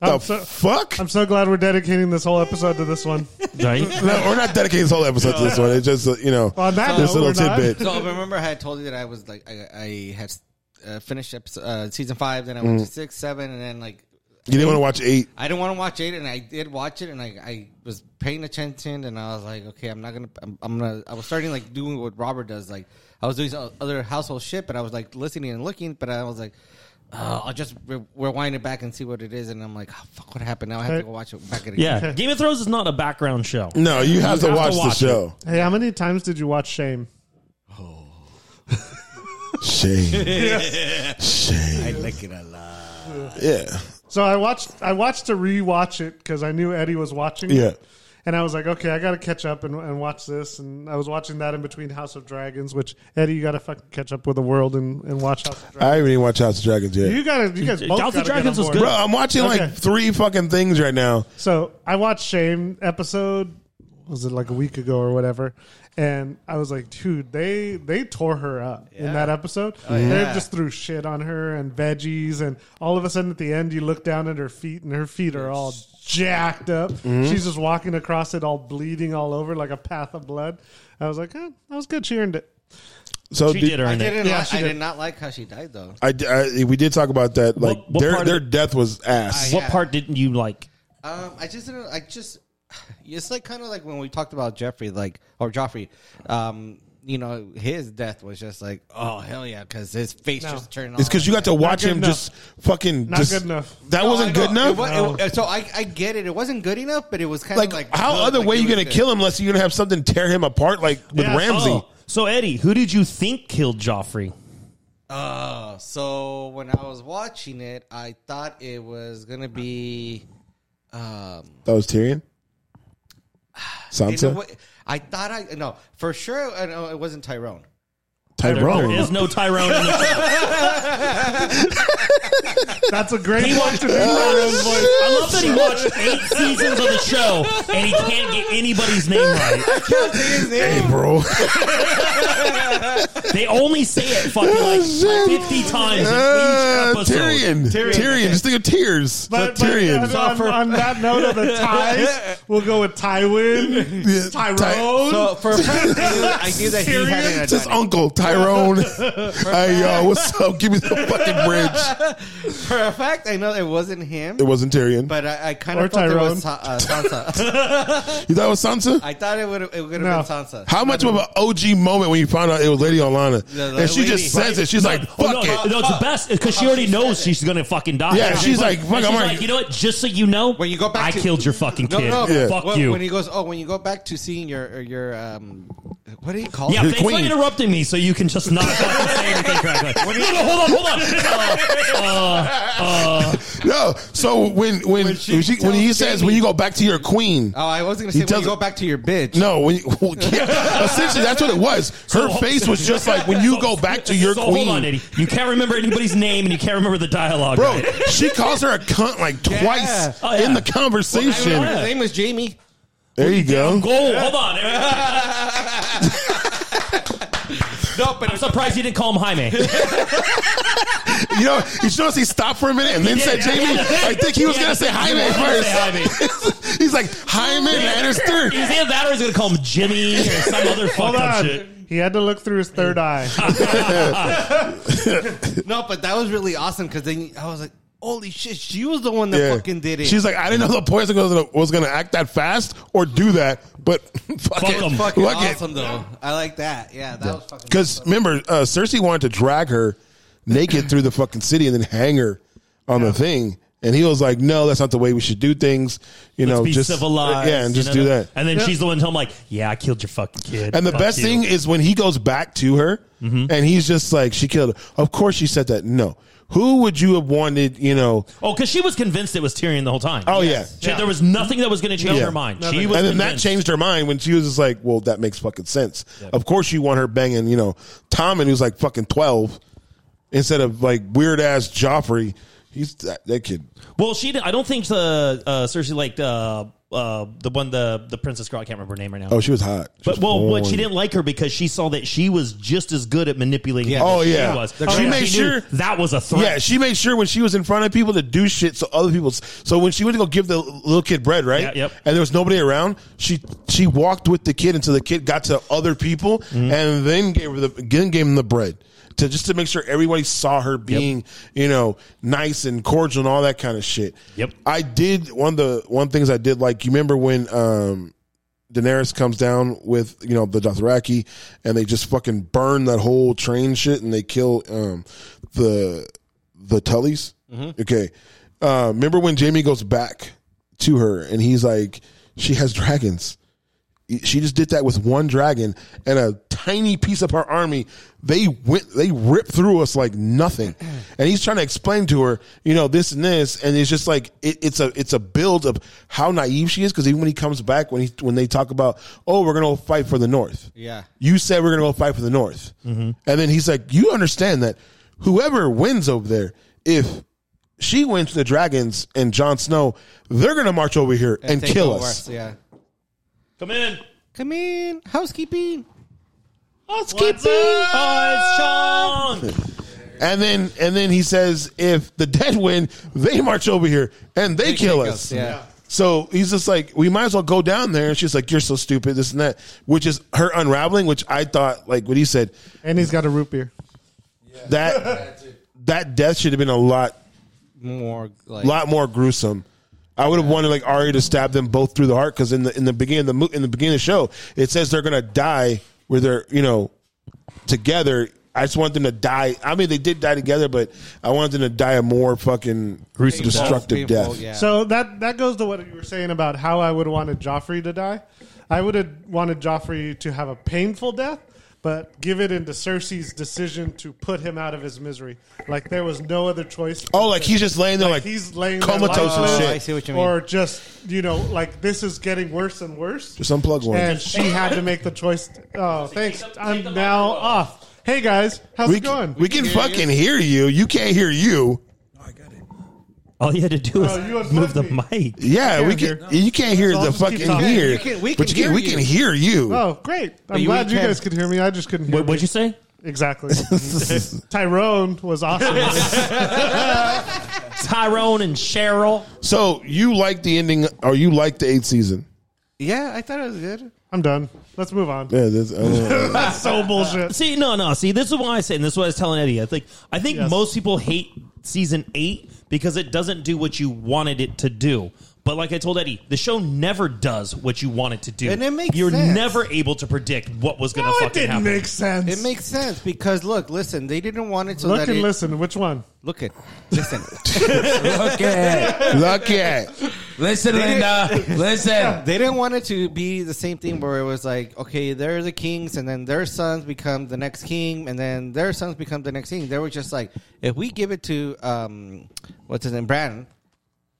[SPEAKER 4] I'm
[SPEAKER 3] The
[SPEAKER 4] Uh, so,
[SPEAKER 3] fuck?
[SPEAKER 4] I'm so glad we're dedicating this whole episode to this one.
[SPEAKER 2] Right?
[SPEAKER 3] No, we're not dedicating this whole episode to this one. It's just uh, you know
[SPEAKER 4] On that
[SPEAKER 3] this
[SPEAKER 4] note,
[SPEAKER 3] little
[SPEAKER 4] we're not.
[SPEAKER 3] tidbit.
[SPEAKER 1] So remember, I had told you that I was like, I, I had uh, finished episode, uh, season five, then I
[SPEAKER 2] Mm.
[SPEAKER 1] went to six, seven, and then like
[SPEAKER 3] You didn't want to watch eight.
[SPEAKER 1] I didn't want to watch it, and I did watch it, and I, I was paying attention, and I was like, okay, I'm not gonna, I'm, I'm gonna, I was starting like doing what Robert does, like I was doing some other household shit, but I was like listening and looking, but I was like, uh, I'll just re- rewind it back and see what it is, and I'm like, oh, fuck, what happened? Now I have to go watch it back again.
[SPEAKER 2] Yeah. Game of Thrones is not a background show.
[SPEAKER 3] No, you have, to,
[SPEAKER 2] have to
[SPEAKER 3] watch
[SPEAKER 2] watch it.
[SPEAKER 3] the show.
[SPEAKER 4] Hey, how many times did you watch Shame?
[SPEAKER 3] Shame. Shame.
[SPEAKER 1] I like it a lot.
[SPEAKER 3] Yeah.
[SPEAKER 4] So I watched I watched to rewatch it because I knew Eddie was watching. it.
[SPEAKER 3] Yeah.
[SPEAKER 4] And I was like, okay, I got to catch up and, and watch this. And I was watching that in between House of Dragons, which Eddie, you got to fucking catch up with the world and, and watch House of Dragons.
[SPEAKER 3] I haven't even watched House of Dragons yet.
[SPEAKER 4] You got to, you guys both.
[SPEAKER 2] House of
[SPEAKER 4] gotta get
[SPEAKER 2] Dragons
[SPEAKER 4] on
[SPEAKER 2] was
[SPEAKER 4] board.
[SPEAKER 2] good.
[SPEAKER 3] Bro, I'm watching
[SPEAKER 4] Okay.
[SPEAKER 3] like three fucking things right now.
[SPEAKER 4] So I watched Shame episode. Was it like a week ago or whatever? And I was like, dude, they they tore her up in that episode. They just threw shit on her and veggies, and all of a sudden at the end, you look down at her feet, and her feet are all jacked up. She's just walking across it, all bleeding all over like a path of blood. I was like, eh, that was good. She earned it.
[SPEAKER 3] So
[SPEAKER 2] She
[SPEAKER 3] did-
[SPEAKER 2] did
[SPEAKER 1] I
[SPEAKER 2] earn it.
[SPEAKER 1] didn't.
[SPEAKER 4] Yeah,
[SPEAKER 1] like-
[SPEAKER 4] she
[SPEAKER 1] I
[SPEAKER 4] did.
[SPEAKER 1] did not like how she died though.
[SPEAKER 3] I, I- we did talk about that. Like
[SPEAKER 2] What- what
[SPEAKER 3] their
[SPEAKER 2] part of
[SPEAKER 3] their
[SPEAKER 2] the-
[SPEAKER 3] death was ass.
[SPEAKER 1] I-
[SPEAKER 2] What part didn't you like?
[SPEAKER 1] Um, I just didn't. I just. It's like kind of like when we talked about Jeffrey, like or Joffrey. Um, you know, his death was just like, oh hell yeah, because his face just turned.
[SPEAKER 3] It's because you got to watch
[SPEAKER 4] good
[SPEAKER 3] him
[SPEAKER 4] enough.
[SPEAKER 3] just fucking.
[SPEAKER 4] Not
[SPEAKER 3] just-
[SPEAKER 4] good enough.
[SPEAKER 3] That wasn't good enough.
[SPEAKER 1] so I, I get it. It wasn't good enough, but it was kind of
[SPEAKER 3] like,
[SPEAKER 1] like,
[SPEAKER 3] how
[SPEAKER 1] good,
[SPEAKER 3] other
[SPEAKER 1] like,
[SPEAKER 3] way
[SPEAKER 1] it
[SPEAKER 3] you
[SPEAKER 1] was
[SPEAKER 3] gonna
[SPEAKER 1] good.
[SPEAKER 3] kill him unless you're gonna have something tear him apart like with
[SPEAKER 4] Yeah.
[SPEAKER 3] Ramsey?
[SPEAKER 2] Oh, so Eddie, who did you think killed Joffrey?
[SPEAKER 1] Uh, so when I was watching it, I thought it was gonna be. Um,
[SPEAKER 3] That was Tyrion.
[SPEAKER 1] you know
[SPEAKER 3] Sansa,
[SPEAKER 1] what? I thought I no for sure. I know it wasn't Tyrone.
[SPEAKER 3] Tyrone.
[SPEAKER 2] There is no Tyrone. In the show.
[SPEAKER 4] That's a great one to do.
[SPEAKER 2] I love that he watched eight seasons of the show and he can't get anybody's name right.
[SPEAKER 3] hey, bro.
[SPEAKER 2] They only say it fucking like
[SPEAKER 3] Oh, shit.
[SPEAKER 2] fifty times in
[SPEAKER 3] Uh,
[SPEAKER 2] each episode.
[SPEAKER 3] Tyrion. Tyrion. Just think of tears.
[SPEAKER 4] But,
[SPEAKER 3] So
[SPEAKER 4] but
[SPEAKER 3] Tyrion.
[SPEAKER 4] on- on, on that note of the ties, we'll go with Tywin,
[SPEAKER 3] Yeah,
[SPEAKER 4] Tyrone.
[SPEAKER 3] Ty-
[SPEAKER 1] So for a fact, I knew, I knew that he
[SPEAKER 4] Tyrion?
[SPEAKER 1] had
[SPEAKER 3] It's
[SPEAKER 1] it.
[SPEAKER 3] his uncle, Tyrone. hey, y'all, what's up? Give me the fucking bridge.
[SPEAKER 1] for a fact, I know it wasn't him,
[SPEAKER 3] It wasn't Tyrion.
[SPEAKER 1] but I, I kind
[SPEAKER 4] Or
[SPEAKER 1] of thought it
[SPEAKER 4] Tyrone.
[SPEAKER 1] was Sa- uh, Sansa.
[SPEAKER 3] you thought it was Sansa?
[SPEAKER 1] I thought it would it would have
[SPEAKER 4] No.
[SPEAKER 1] been Sansa.
[SPEAKER 3] How much of an OG moment when you found out it was Lady Olana?
[SPEAKER 1] The- the
[SPEAKER 3] and she
[SPEAKER 1] lady.
[SPEAKER 3] just says it. She's like,
[SPEAKER 2] Oh,
[SPEAKER 3] fuck
[SPEAKER 2] no,
[SPEAKER 3] it.
[SPEAKER 2] no, it's the best because
[SPEAKER 1] Oh,
[SPEAKER 2] she already knows she's gonna fucking die.
[SPEAKER 3] Yeah,
[SPEAKER 2] And
[SPEAKER 3] she's like, fuck,
[SPEAKER 2] and she's
[SPEAKER 3] I'm
[SPEAKER 2] like,
[SPEAKER 3] already-
[SPEAKER 2] you know what? Just so you know,
[SPEAKER 1] When you go back
[SPEAKER 2] I
[SPEAKER 1] to-
[SPEAKER 2] killed your fucking
[SPEAKER 1] No,
[SPEAKER 2] kid.
[SPEAKER 1] no,
[SPEAKER 3] Yeah.
[SPEAKER 2] Fuck
[SPEAKER 1] when,
[SPEAKER 2] you.
[SPEAKER 1] When he goes, oh, when you go back to seeing your your um, what do you call
[SPEAKER 2] yeah,
[SPEAKER 1] it?
[SPEAKER 2] thanks
[SPEAKER 3] queen.
[SPEAKER 2] for interrupting me, so you can just not fucking say anything correctly. No, no, hold on, hold on. Uh,
[SPEAKER 3] No. So when when when,
[SPEAKER 1] she
[SPEAKER 3] she, when he
[SPEAKER 1] tells
[SPEAKER 3] says
[SPEAKER 1] Jamie-
[SPEAKER 3] when you go back to your queen.
[SPEAKER 1] Oh, I was gonna
[SPEAKER 3] He
[SPEAKER 1] say when
[SPEAKER 3] tells-
[SPEAKER 1] you go back to your bitch.
[SPEAKER 3] No, when you, yeah, essentially that's what it was. Her
[SPEAKER 2] So-
[SPEAKER 3] face was just like when you
[SPEAKER 2] So-
[SPEAKER 3] go back to your
[SPEAKER 2] so
[SPEAKER 3] queen.
[SPEAKER 2] Hold on, Eddie. You can't remember anybody's name, and you can't remember the dialogue.
[SPEAKER 3] Bro,
[SPEAKER 2] right?
[SPEAKER 3] she calls her a cunt like twice
[SPEAKER 2] Oh, yeah.
[SPEAKER 1] I
[SPEAKER 3] in the
[SPEAKER 1] remember
[SPEAKER 3] conversation.
[SPEAKER 2] yeah.
[SPEAKER 1] his name was Jamie.
[SPEAKER 3] There you go.
[SPEAKER 2] Goal. Oh, Hold on. I'm
[SPEAKER 1] No, but
[SPEAKER 2] surprised you didn't call him Jaime.
[SPEAKER 3] You know, you notice he stopped for a minute and then said,
[SPEAKER 2] did.
[SPEAKER 3] Jamie, I think he was
[SPEAKER 2] Yeah,
[SPEAKER 3] going to say
[SPEAKER 2] I
[SPEAKER 3] Jaime
[SPEAKER 2] think he was gonna say
[SPEAKER 3] first. He's like, Jaime Lannister.
[SPEAKER 2] He's either that or he's gonna call him Jimmy or some other
[SPEAKER 4] Hold
[SPEAKER 2] fucked up
[SPEAKER 4] on.
[SPEAKER 2] shit.
[SPEAKER 4] He had to look through his third eye.
[SPEAKER 1] no, but that was really awesome because then I was like, holy shit, she was the one that
[SPEAKER 3] Yeah.
[SPEAKER 1] fucking did it.
[SPEAKER 3] She's like, I didn't know the poison was gonna, was gonna act that fast or do that, but fuck,
[SPEAKER 2] Fuck
[SPEAKER 3] it,
[SPEAKER 2] 'em.
[SPEAKER 3] fuck
[SPEAKER 1] fucking
[SPEAKER 3] it.
[SPEAKER 1] awesome though. I like that. Yeah, that was fucking.
[SPEAKER 3] Because remember, uh, Cersei wanted to drag her naked through the fucking city and then hang her on the thing, and he was like, "No, that's not the way we should do things." You know,
[SPEAKER 2] Let's be
[SPEAKER 3] just
[SPEAKER 2] civilized.
[SPEAKER 3] yeah, and
[SPEAKER 2] you
[SPEAKER 3] just
[SPEAKER 2] know?
[SPEAKER 3] do that.
[SPEAKER 2] And then she's the one telling him, like, yeah, I killed your fucking kid.
[SPEAKER 3] And the
[SPEAKER 2] Fuck
[SPEAKER 3] best
[SPEAKER 2] you. Mm-hmm.
[SPEAKER 3] thing is when he goes back to her and he's just like, she killed her. Of course she said that. No. Who would you have wanted, you know?
[SPEAKER 2] oh, because she was convinced it was Tyrion the whole time.
[SPEAKER 3] Oh,
[SPEAKER 2] She- There was nothing that was going to change
[SPEAKER 3] Yeah.
[SPEAKER 2] her mind. She
[SPEAKER 4] Nothing.
[SPEAKER 2] was
[SPEAKER 3] yeah. And then that
[SPEAKER 2] convinced.
[SPEAKER 3] changed her mind when she was just like, well, that makes fucking sense. Of course you want her banging, you know, Tom and who's like fucking 12 instead of like weird ass Joffrey. He's that, that kid.
[SPEAKER 2] Well, she. Did, I don't think the uh, Cersei liked uh, uh, the one the the Princess Girl. I can't remember her name right now.
[SPEAKER 3] Oh, she was hot. She
[SPEAKER 2] but
[SPEAKER 3] was
[SPEAKER 2] well, but she
[SPEAKER 3] born.
[SPEAKER 2] didn't like her because she saw that she was just as good at manipulating.
[SPEAKER 1] Yeah.
[SPEAKER 2] him as
[SPEAKER 3] Oh, yeah.
[SPEAKER 2] she was.
[SPEAKER 3] The She made
[SPEAKER 2] knew
[SPEAKER 3] sure-
[SPEAKER 2] that was a threat.
[SPEAKER 3] Yeah, she made sure when she was in front of people to do shit so other people. So when she went to go give the little kid bread, right?
[SPEAKER 2] Yeah, yep.
[SPEAKER 3] And there was nobody around. She she walked with the kid until the kid got to other people,
[SPEAKER 2] Mm-hmm.
[SPEAKER 3] and then gave her the then gave him the bread to just to make sure everybody saw her being you know nice and cordial and all that kind of shit.
[SPEAKER 2] Yep.
[SPEAKER 3] I did one of the one of the things I did like you remember when um Daenerys comes down with you know the Dothraki, and they just fucking burn that whole train shit, and they kill um, the the Tullys. Okay, uh, remember when Jamie goes back to her, and he's like, "She has dragons." She just did that with one dragon and a tiny piece of her army. They went, they ripped through us like nothing. And he's trying to explain to her, you know, this and this. And it's just like it, it's a it's a build of how naive she is. Because even when he comes back, when he when they talk about, oh, we're gonna fight for the North.
[SPEAKER 1] Yeah.
[SPEAKER 3] you said we're gonna go fight for the North. And then he's like, you understand that whoever wins over there, if she wins the dragons and Jon Snow, they're gonna march over here and,
[SPEAKER 1] Take
[SPEAKER 3] kill
[SPEAKER 1] the
[SPEAKER 3] us.
[SPEAKER 1] worst, Yeah.
[SPEAKER 2] come in.
[SPEAKER 1] Come in, housekeeping.
[SPEAKER 2] What's up? Oh, it's Chong.
[SPEAKER 3] And then and then he says, if the dead win, they march over here and they, kill
[SPEAKER 1] take
[SPEAKER 3] us.
[SPEAKER 1] Yeah.
[SPEAKER 3] So he's just like, we might as well go down there. And she's like, you're so stupid, this and that. Which is her unraveling, which I thought, like what he said,
[SPEAKER 4] and he's got a root beer.
[SPEAKER 3] that that death should have been a lot
[SPEAKER 1] More like
[SPEAKER 3] lot more gruesome. I would have wanted like Arya to stab them both through the heart because in the in the beginning of the mo- in the beginning of the show it says they're gonna die where they're you know together. I just want them to die. I mean, they did die together, but I wanted them to die a more fucking gruesome,
[SPEAKER 1] Painful,
[SPEAKER 3] destructive
[SPEAKER 1] painful,
[SPEAKER 3] death.
[SPEAKER 1] Yeah.
[SPEAKER 4] So that that goes to what you were saying about how I would have wanted Joffrey to die. I would have wanted Joffrey to have a painful death, but give it into Cersei's decision to put him out of his misery. Like there was no other choice.
[SPEAKER 3] Oh, like he's just laying there like,
[SPEAKER 4] he's laying there
[SPEAKER 3] comatose and
[SPEAKER 4] lifeless,
[SPEAKER 1] Oh, I
[SPEAKER 3] shit.
[SPEAKER 1] see what you mean.
[SPEAKER 4] Or just you know, like this is getting worse and worse.
[SPEAKER 3] Just unplug one.
[SPEAKER 4] and she had to make the choice. Oh, thanks.
[SPEAKER 2] keep the-
[SPEAKER 4] I'm
[SPEAKER 2] keep the
[SPEAKER 4] now
[SPEAKER 2] microphone.
[SPEAKER 4] off. Hey guys, how's
[SPEAKER 3] we
[SPEAKER 4] it
[SPEAKER 3] can,
[SPEAKER 4] going?
[SPEAKER 3] we can fucking hear you. You can't hear you.
[SPEAKER 2] All you had to do
[SPEAKER 3] Oh,
[SPEAKER 2] was
[SPEAKER 4] Oh, you unplugged
[SPEAKER 2] move the
[SPEAKER 4] me.
[SPEAKER 2] mic.
[SPEAKER 3] Yeah,
[SPEAKER 4] can't
[SPEAKER 3] we
[SPEAKER 4] hear.
[SPEAKER 3] can. You can't hear
[SPEAKER 4] So I'll
[SPEAKER 3] the
[SPEAKER 4] just keep
[SPEAKER 3] fucking
[SPEAKER 4] talking.
[SPEAKER 3] here.
[SPEAKER 1] You can- we
[SPEAKER 3] but
[SPEAKER 1] can
[SPEAKER 3] you can,
[SPEAKER 1] hear
[SPEAKER 3] we
[SPEAKER 1] you.
[SPEAKER 3] can hear you.
[SPEAKER 4] Oh, great! I'm
[SPEAKER 1] you
[SPEAKER 4] glad you
[SPEAKER 1] can-
[SPEAKER 4] guys could hear me. I just couldn't hear.
[SPEAKER 2] What,
[SPEAKER 4] me.
[SPEAKER 2] what'd you say?
[SPEAKER 4] Exactly. Tyrone was awesome.
[SPEAKER 2] Tyrone and Cheryl.
[SPEAKER 3] So you like the ending, or you like the eighth season?
[SPEAKER 1] yeah, I thought it was good.
[SPEAKER 4] I'm done. Let's move on.
[SPEAKER 3] Yeah, this, uh,
[SPEAKER 4] That's so bullshit.
[SPEAKER 2] See, no, no. See, this is why I say, and this is what I was telling Eddie. I think, I think
[SPEAKER 4] Yes.
[SPEAKER 2] most people hate season eight because it doesn't do what you wanted it to do. But like I told Eddie, the show never does what you want it to do,
[SPEAKER 1] And it makes
[SPEAKER 2] You're
[SPEAKER 1] sense.
[SPEAKER 2] never able to predict what was going to
[SPEAKER 4] No,
[SPEAKER 2] fucking
[SPEAKER 4] it didn't
[SPEAKER 2] happen.
[SPEAKER 4] make sense.
[SPEAKER 1] It makes sense because look, listen, they didn't want it so
[SPEAKER 4] Look
[SPEAKER 1] that
[SPEAKER 4] and
[SPEAKER 1] it,
[SPEAKER 4] listen. Which one?
[SPEAKER 1] look at listen.
[SPEAKER 5] Look at
[SPEAKER 3] Look at
[SPEAKER 5] Listen, Linda. Listen.
[SPEAKER 1] they didn't want it to be the same thing where it was like, okay, they're the kings, and then their sons become the next king, and then their sons become the next king. They were just like, if we give it to um, what's his name, Brandon,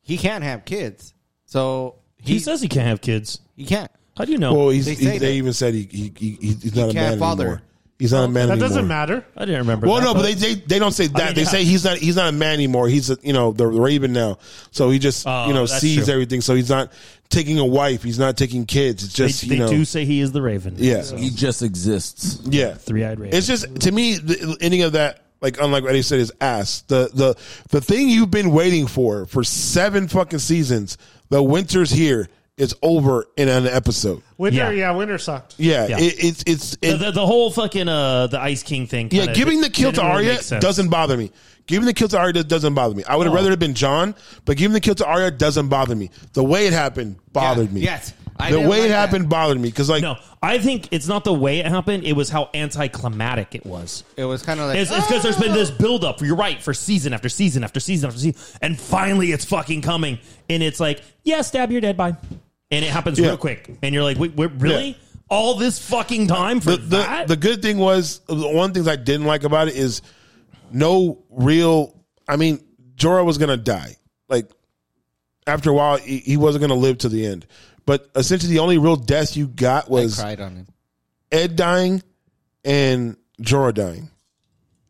[SPEAKER 1] he can't have kids, so
[SPEAKER 2] He says he can't have kids.
[SPEAKER 1] he can't.
[SPEAKER 2] How do you know?
[SPEAKER 3] Well, he's,
[SPEAKER 1] They
[SPEAKER 3] they,
[SPEAKER 1] say
[SPEAKER 3] he,
[SPEAKER 1] that-
[SPEAKER 3] they even said he, he, he he's not a
[SPEAKER 1] can't
[SPEAKER 3] man
[SPEAKER 1] father.
[SPEAKER 3] anymore. He's not a man
[SPEAKER 4] That
[SPEAKER 3] anymore.
[SPEAKER 4] doesn't matter.
[SPEAKER 2] I didn't remember.
[SPEAKER 3] Well,
[SPEAKER 2] that,
[SPEAKER 3] no, but they, they they don't say that.
[SPEAKER 2] mean,
[SPEAKER 3] they
[SPEAKER 2] yeah.
[SPEAKER 3] say he's not he's not a man anymore. He's a, you know the Raven now, so he just
[SPEAKER 2] Oh,
[SPEAKER 3] you know
[SPEAKER 2] that's
[SPEAKER 3] sees
[SPEAKER 2] true.
[SPEAKER 3] everything. So he's not taking a wife. He's not taking kids. It's
[SPEAKER 2] they,
[SPEAKER 3] just
[SPEAKER 2] they
[SPEAKER 3] you know
[SPEAKER 2] do say he is the Raven.
[SPEAKER 3] yeah
[SPEAKER 5] He just exists.
[SPEAKER 3] yeah
[SPEAKER 2] Three-eyed raven.
[SPEAKER 3] It's just to me the ending of that like unlike what Eddie said is ass. The the the thing you've been waiting for for seven fucking seasons. The winter's here. It's over in an episode.
[SPEAKER 4] Winter,
[SPEAKER 2] Yeah.
[SPEAKER 4] yeah, winter sucked.
[SPEAKER 3] Yeah,
[SPEAKER 2] Yeah.
[SPEAKER 3] It, it's it's
[SPEAKER 2] The,
[SPEAKER 3] it,
[SPEAKER 2] the, the whole fucking uh, the Ice King thing.
[SPEAKER 3] Yeah,
[SPEAKER 2] kinda
[SPEAKER 3] giving the kill to
[SPEAKER 2] didn't really
[SPEAKER 3] Arya
[SPEAKER 2] make sense.
[SPEAKER 3] doesn't bother me. Giving the kill to Arya doesn't bother me. I would have
[SPEAKER 2] Oh.
[SPEAKER 3] rather it have been John, but giving the kill to Arya doesn't bother me. The way it happened bothered
[SPEAKER 1] Yeah,
[SPEAKER 3] me.
[SPEAKER 1] yes. I
[SPEAKER 3] the
[SPEAKER 1] didn't
[SPEAKER 3] way
[SPEAKER 1] like
[SPEAKER 3] it
[SPEAKER 1] that.
[SPEAKER 3] happened bothered me because like
[SPEAKER 2] No, I think it's not the way it happened. It was how anticlimactic it was.
[SPEAKER 1] It was kind of like
[SPEAKER 2] It's because there's been this buildup. You're right for season after season after season after season, and finally it's fucking coming. And it's like, yeah, stab your dead by, and it happens
[SPEAKER 3] Yeah.
[SPEAKER 2] real quick. And you're like, wait, wait really?
[SPEAKER 3] Yeah.
[SPEAKER 2] All this fucking time for
[SPEAKER 3] the, the
[SPEAKER 2] that?
[SPEAKER 3] the good thing was the one of the things I didn't like about it is no real. I mean, Jorah was gonna die. Like after a while, he, he wasn't gonna live to the end. But essentially, the only real death you got
[SPEAKER 1] I
[SPEAKER 3] was
[SPEAKER 1] "Ah!" cried on him.
[SPEAKER 3] Ed dying and Jorah dying.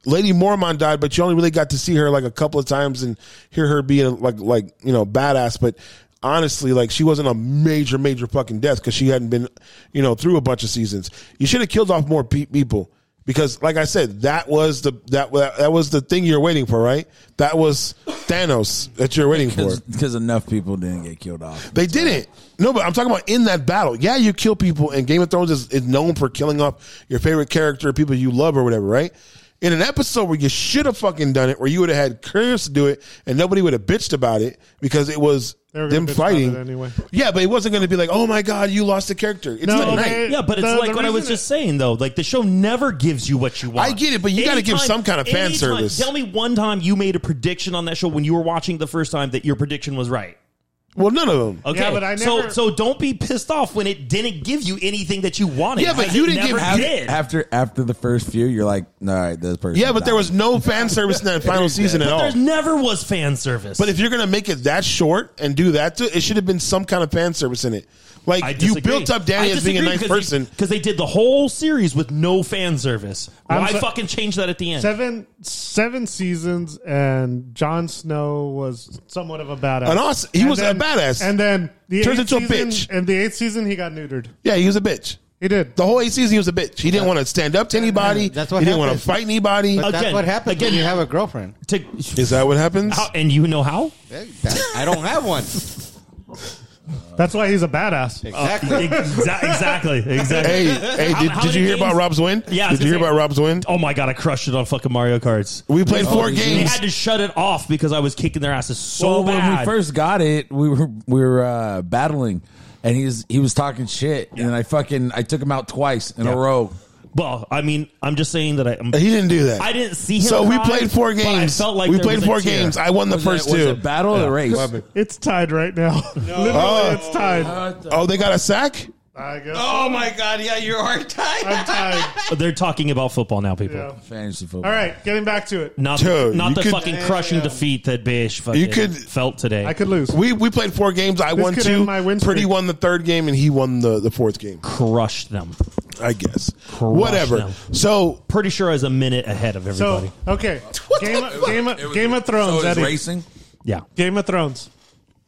[SPEAKER 3] Lady Mormon died, but you only really got to see her like a couple of times and hear her being like like you know badass. But honestly, like she wasn't a major major fucking death because she hadn't been you know through a bunch of seasons. You should have killed off more pe- people because, like I said, that was the that wa- that was the thing you're waiting for, right? That was Thanos that you're waiting for.
[SPEAKER 5] Because enough people didn't get killed off.
[SPEAKER 3] They didn't. No, but I'm talking about in that battle. Yeah, you kill people, and Game of Thrones is, is known for killing off your favorite character, people you love, or whatever, right? In an episode where you should have fucking done it, where you would have had Curtis do it, and nobody would have bitched about it because it was
[SPEAKER 4] They were gonna
[SPEAKER 3] them
[SPEAKER 4] bitch about
[SPEAKER 3] fighting
[SPEAKER 4] it anyway.
[SPEAKER 3] Yeah, but it wasn't going to be like, oh my god, you lost the character. It's
[SPEAKER 4] No,
[SPEAKER 3] not
[SPEAKER 4] they-
[SPEAKER 3] right.
[SPEAKER 2] Oh, yeah, but it's
[SPEAKER 4] the-
[SPEAKER 2] like
[SPEAKER 4] the
[SPEAKER 2] what I was
[SPEAKER 4] reason
[SPEAKER 2] just saying though. Like the show never gives you what you want.
[SPEAKER 3] I get it, but you gotta give
[SPEAKER 2] Anytime-
[SPEAKER 3] some kind of fan
[SPEAKER 2] anytime-
[SPEAKER 3] service.
[SPEAKER 2] Tell me one time you made a prediction on that show when you were watching the first time that your prediction was right.
[SPEAKER 3] Well, none of them.
[SPEAKER 2] Okay,
[SPEAKER 4] Yeah, but I
[SPEAKER 2] so
[SPEAKER 4] never-
[SPEAKER 2] so don't be pissed off when it didn't give you anything that you wanted.
[SPEAKER 3] Yeah, but
[SPEAKER 2] Like,
[SPEAKER 3] you
[SPEAKER 2] it
[SPEAKER 3] didn't give-
[SPEAKER 2] never
[SPEAKER 3] How-
[SPEAKER 2] did.
[SPEAKER 5] After after the first few, you're like, all right, this person.
[SPEAKER 3] Yeah, but there was no fan service in that final season at all.
[SPEAKER 2] There never was fan service.
[SPEAKER 3] Oh. But if you're gonna make it that short and do that, to, it should have been some kind of fan service in it.
[SPEAKER 2] I
[SPEAKER 3] Like you
[SPEAKER 2] disagree.
[SPEAKER 3] built up Danny
[SPEAKER 2] I
[SPEAKER 3] as being a
[SPEAKER 2] disagree
[SPEAKER 3] nice
[SPEAKER 2] because they-
[SPEAKER 3] person.
[SPEAKER 2] because they did the whole series with no fan service. Why
[SPEAKER 4] I'm so-
[SPEAKER 2] fucking change that at the end?
[SPEAKER 4] Seven seven seasons, and Jon Snow was somewhat of a badass.
[SPEAKER 3] An awes- he was a badass.
[SPEAKER 4] And then the
[SPEAKER 3] Turns
[SPEAKER 4] eighth
[SPEAKER 3] into a
[SPEAKER 4] season-
[SPEAKER 3] bitch.
[SPEAKER 4] And the eighth season, he got neutered.
[SPEAKER 3] Yeah, he was a bitch.
[SPEAKER 4] He did.
[SPEAKER 3] The whole eight season, he was a bitch. He didn't want to stand up to anybody.
[SPEAKER 1] That's what
[SPEAKER 3] he didn't want to
[SPEAKER 1] happens.
[SPEAKER 3] fight anybody.
[SPEAKER 1] But
[SPEAKER 2] Again,
[SPEAKER 1] that's what happens
[SPEAKER 2] again-
[SPEAKER 1] when you have a girlfriend.
[SPEAKER 2] To-
[SPEAKER 3] Is that what happens?
[SPEAKER 2] how- and you know how?
[SPEAKER 1] That- I don't have one.
[SPEAKER 4] That's why he's a badass.
[SPEAKER 1] Exactly.
[SPEAKER 2] Uh, Exa- exactly, exactly.
[SPEAKER 3] Hey, hey!
[SPEAKER 2] How-
[SPEAKER 3] Did,
[SPEAKER 2] how
[SPEAKER 3] did you
[SPEAKER 2] many
[SPEAKER 3] hear about
[SPEAKER 2] games-
[SPEAKER 3] Rob's win?
[SPEAKER 2] Yeah, I was
[SPEAKER 3] Did you hear
[SPEAKER 2] gonna
[SPEAKER 3] about
[SPEAKER 2] say-
[SPEAKER 3] Rob's win?
[SPEAKER 2] Oh my god, I crushed it on fucking Mario Karts.
[SPEAKER 3] We played four
[SPEAKER 5] yeah.
[SPEAKER 2] They
[SPEAKER 3] games.
[SPEAKER 2] had to shut it off because I was kicking their asses so
[SPEAKER 5] well,
[SPEAKER 2] bad.
[SPEAKER 5] when we first got it, we were we were uh, battling, and he was he was talking shit, and I fucking I took him out twice in
[SPEAKER 2] Yeah.
[SPEAKER 5] a row.
[SPEAKER 2] well, I mean, I'm just saying that I, I'm,
[SPEAKER 3] He didn't do that.
[SPEAKER 2] I didn't see him.
[SPEAKER 3] So we
[SPEAKER 2] cry,
[SPEAKER 3] played four
[SPEAKER 2] but I
[SPEAKER 3] games.
[SPEAKER 2] felt like
[SPEAKER 3] we
[SPEAKER 2] there
[SPEAKER 3] played
[SPEAKER 2] was a
[SPEAKER 3] four
[SPEAKER 2] tear.
[SPEAKER 3] games. I won the
[SPEAKER 5] Was
[SPEAKER 3] first
[SPEAKER 5] it- was
[SPEAKER 3] two.
[SPEAKER 5] it battle or race?
[SPEAKER 4] It's tied right now. Literally,
[SPEAKER 3] Oh.
[SPEAKER 4] it's tied.
[SPEAKER 3] Oh, they got a sack.
[SPEAKER 4] I guess
[SPEAKER 1] oh my god! Yeah, you are tight.
[SPEAKER 4] I'm tied.
[SPEAKER 2] They're talking about football now, people.
[SPEAKER 4] Yeah.
[SPEAKER 5] Fantasy football.
[SPEAKER 4] All right, getting back to it.
[SPEAKER 2] Not,
[SPEAKER 3] Dude,
[SPEAKER 2] not
[SPEAKER 3] you
[SPEAKER 2] the
[SPEAKER 3] could-
[SPEAKER 2] fucking crushing defeat that Bish fucking
[SPEAKER 3] You could-
[SPEAKER 2] felt today.
[SPEAKER 4] I could lose.
[SPEAKER 3] We we played four games. I won
[SPEAKER 4] could end
[SPEAKER 3] two.
[SPEAKER 4] my win streak.
[SPEAKER 3] Pretty won the third game, and he won the, the fourth game.
[SPEAKER 2] crushed them.
[SPEAKER 3] I guess.
[SPEAKER 2] Crush
[SPEAKER 3] Whatever.
[SPEAKER 2] them.
[SPEAKER 3] So
[SPEAKER 2] Pretty sure I was a minute ahead of everybody.
[SPEAKER 4] so okay, Game of, Game
[SPEAKER 5] It
[SPEAKER 4] of,
[SPEAKER 5] was-
[SPEAKER 4] Game of Thrones,
[SPEAKER 5] So it was
[SPEAKER 4] Eddie.
[SPEAKER 5] racing.
[SPEAKER 2] yeah.
[SPEAKER 4] Game of Thrones.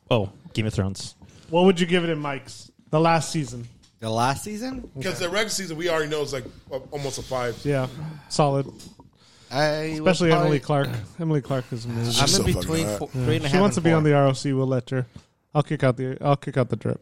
[SPEAKER 2] Oh, Game of Thrones.
[SPEAKER 4] What would you give it in Mike's? The last season.
[SPEAKER 1] The last season,
[SPEAKER 3] because the regular season we already know is like uh, almost a five.
[SPEAKER 4] Yeah, solid.
[SPEAKER 1] I would
[SPEAKER 4] Especially
[SPEAKER 1] probably-
[SPEAKER 4] Emily Clark. Emily Clark is amazing.
[SPEAKER 1] I'm
[SPEAKER 3] so
[SPEAKER 1] in
[SPEAKER 3] fucking
[SPEAKER 1] between
[SPEAKER 3] hot.
[SPEAKER 1] four, three and a half.
[SPEAKER 4] She wants to
[SPEAKER 1] and
[SPEAKER 4] be on
[SPEAKER 1] four.
[SPEAKER 4] the ROC. We'll let her. I'll kick out the. I'll kick out the drip.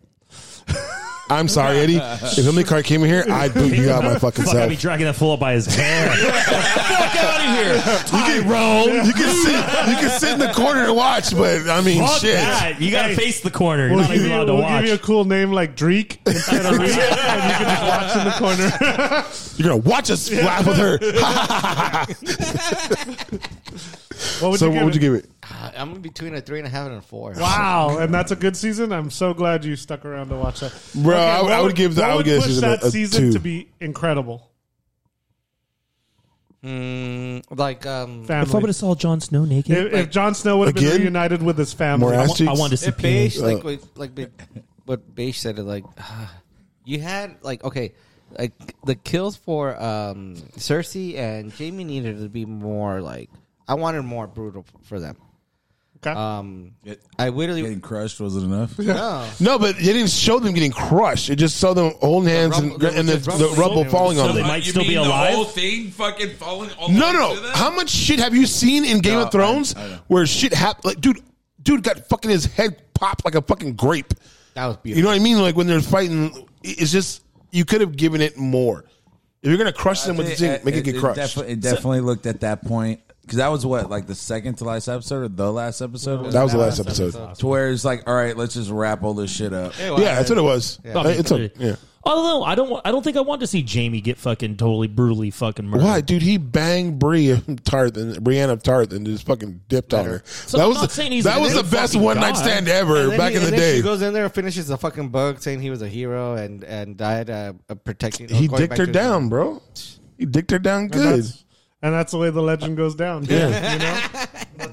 [SPEAKER 3] I'm sorry, Eddie. If Emily Carr came in here, I'd boot you out my fucking
[SPEAKER 6] Fuck, I'd
[SPEAKER 3] self.
[SPEAKER 6] be dragging that fool up by his hair.
[SPEAKER 2] Fuck out of here.
[SPEAKER 6] Tyrone.
[SPEAKER 3] You can sit. You can sit in the corner and watch, but I mean,
[SPEAKER 6] Fuck
[SPEAKER 3] shit.
[SPEAKER 6] that. You gotta
[SPEAKER 4] Hey,
[SPEAKER 6] face the corner. You're
[SPEAKER 4] We'll,
[SPEAKER 6] not
[SPEAKER 4] give
[SPEAKER 6] even
[SPEAKER 4] you,
[SPEAKER 6] allowed to
[SPEAKER 4] we'll give you a
[SPEAKER 6] watch.
[SPEAKER 4] cool name like Dreek instead of Reek, and you can just watch in the corner.
[SPEAKER 3] You're gonna watch us laugh with her.
[SPEAKER 4] What would
[SPEAKER 3] so,
[SPEAKER 4] you
[SPEAKER 3] what would you
[SPEAKER 4] give? it?
[SPEAKER 3] give it?
[SPEAKER 1] I'm between a three and a half and a four.
[SPEAKER 4] Wow, and that's a good season. I'm so glad you stuck around to watch that,
[SPEAKER 3] Bro, I- I would give the-
[SPEAKER 4] what
[SPEAKER 3] I would give
[SPEAKER 4] push
[SPEAKER 3] this season a-
[SPEAKER 4] that
[SPEAKER 3] a
[SPEAKER 4] season
[SPEAKER 3] two.
[SPEAKER 4] to be incredible.
[SPEAKER 1] Mm, like um,
[SPEAKER 4] Family.
[SPEAKER 2] would've saw Jon Snow naked,
[SPEAKER 4] if, if Jon Snow would have been
[SPEAKER 3] Again?
[SPEAKER 4] reunited with his family,
[SPEAKER 3] More ass
[SPEAKER 2] I,
[SPEAKER 3] cheeks.
[SPEAKER 2] want to see
[SPEAKER 1] if Beige,
[SPEAKER 2] penis.
[SPEAKER 3] Uh.
[SPEAKER 1] like what- like Be- what Beige said, it, like ah, you had like okay, like the kills for um Cersei and Jamie needed to be more like I wanted more brutal for them.
[SPEAKER 4] Okay.
[SPEAKER 1] Um, I literally
[SPEAKER 5] Getting crushed wasn't enough.
[SPEAKER 1] no.
[SPEAKER 3] No, but they didn't show them getting crushed. It just saw them holding hands
[SPEAKER 1] rubble-
[SPEAKER 3] and, and the,
[SPEAKER 1] the
[SPEAKER 3] the
[SPEAKER 1] rubble-
[SPEAKER 3] rubble
[SPEAKER 1] So-
[SPEAKER 3] falling
[SPEAKER 6] so
[SPEAKER 3] on
[SPEAKER 6] they
[SPEAKER 3] them.
[SPEAKER 6] might
[SPEAKER 8] you
[SPEAKER 6] still be
[SPEAKER 8] mean
[SPEAKER 6] alive?
[SPEAKER 8] The whole thing fucking falling all the
[SPEAKER 3] No,
[SPEAKER 8] way
[SPEAKER 3] no.
[SPEAKER 8] through that?
[SPEAKER 3] How much shit have you seen in Game
[SPEAKER 5] No,
[SPEAKER 3] of Thrones
[SPEAKER 5] I- I know.
[SPEAKER 3] where shit happened? Like, dude, dude got fucking his head popped like a fucking grape.
[SPEAKER 1] That was beautiful.
[SPEAKER 3] You know what I mean? Like when they're fighting, it's just you could have given it more. If you're gonna crush them with the thing, make it, get crushed.
[SPEAKER 5] defi- it definitely looked at that point because that was what like the second to last episode or the last episode.
[SPEAKER 3] that was the last episode.
[SPEAKER 5] to where it's like, all right, let's just wrap all this shit up.
[SPEAKER 3] Yeah, that's what it was. Uh,
[SPEAKER 2] Okay,
[SPEAKER 3] It's a,
[SPEAKER 2] clearly.
[SPEAKER 3] yeah.
[SPEAKER 2] Although I don't, wa- I don't think I want to see Jamie get fucking totally brutally fucking murdered.
[SPEAKER 3] Why, dude? He banged Bree of Tarth and Brianna of Tarth and just fucking dipped on her.
[SPEAKER 2] So
[SPEAKER 3] that
[SPEAKER 2] I'm
[SPEAKER 3] was
[SPEAKER 2] not
[SPEAKER 3] the,
[SPEAKER 2] saying he's
[SPEAKER 3] that
[SPEAKER 2] a
[SPEAKER 3] was the
[SPEAKER 2] good
[SPEAKER 3] best
[SPEAKER 2] fucking
[SPEAKER 3] one night
[SPEAKER 2] guy.
[SPEAKER 3] stand ever
[SPEAKER 1] And then
[SPEAKER 3] back
[SPEAKER 1] he-
[SPEAKER 3] in the
[SPEAKER 1] and then
[SPEAKER 3] day.
[SPEAKER 1] she goes in there and finishes the fucking bug, saying he was a hero and and died uh, uh, protecting.
[SPEAKER 3] He
[SPEAKER 1] going
[SPEAKER 3] dicked
[SPEAKER 1] back
[SPEAKER 3] her
[SPEAKER 1] to-
[SPEAKER 3] down, bro. He dicked her down
[SPEAKER 4] and,
[SPEAKER 3] good.
[SPEAKER 4] that's, and that's the way the legend goes down.
[SPEAKER 3] Yeah.
[SPEAKER 4] you know,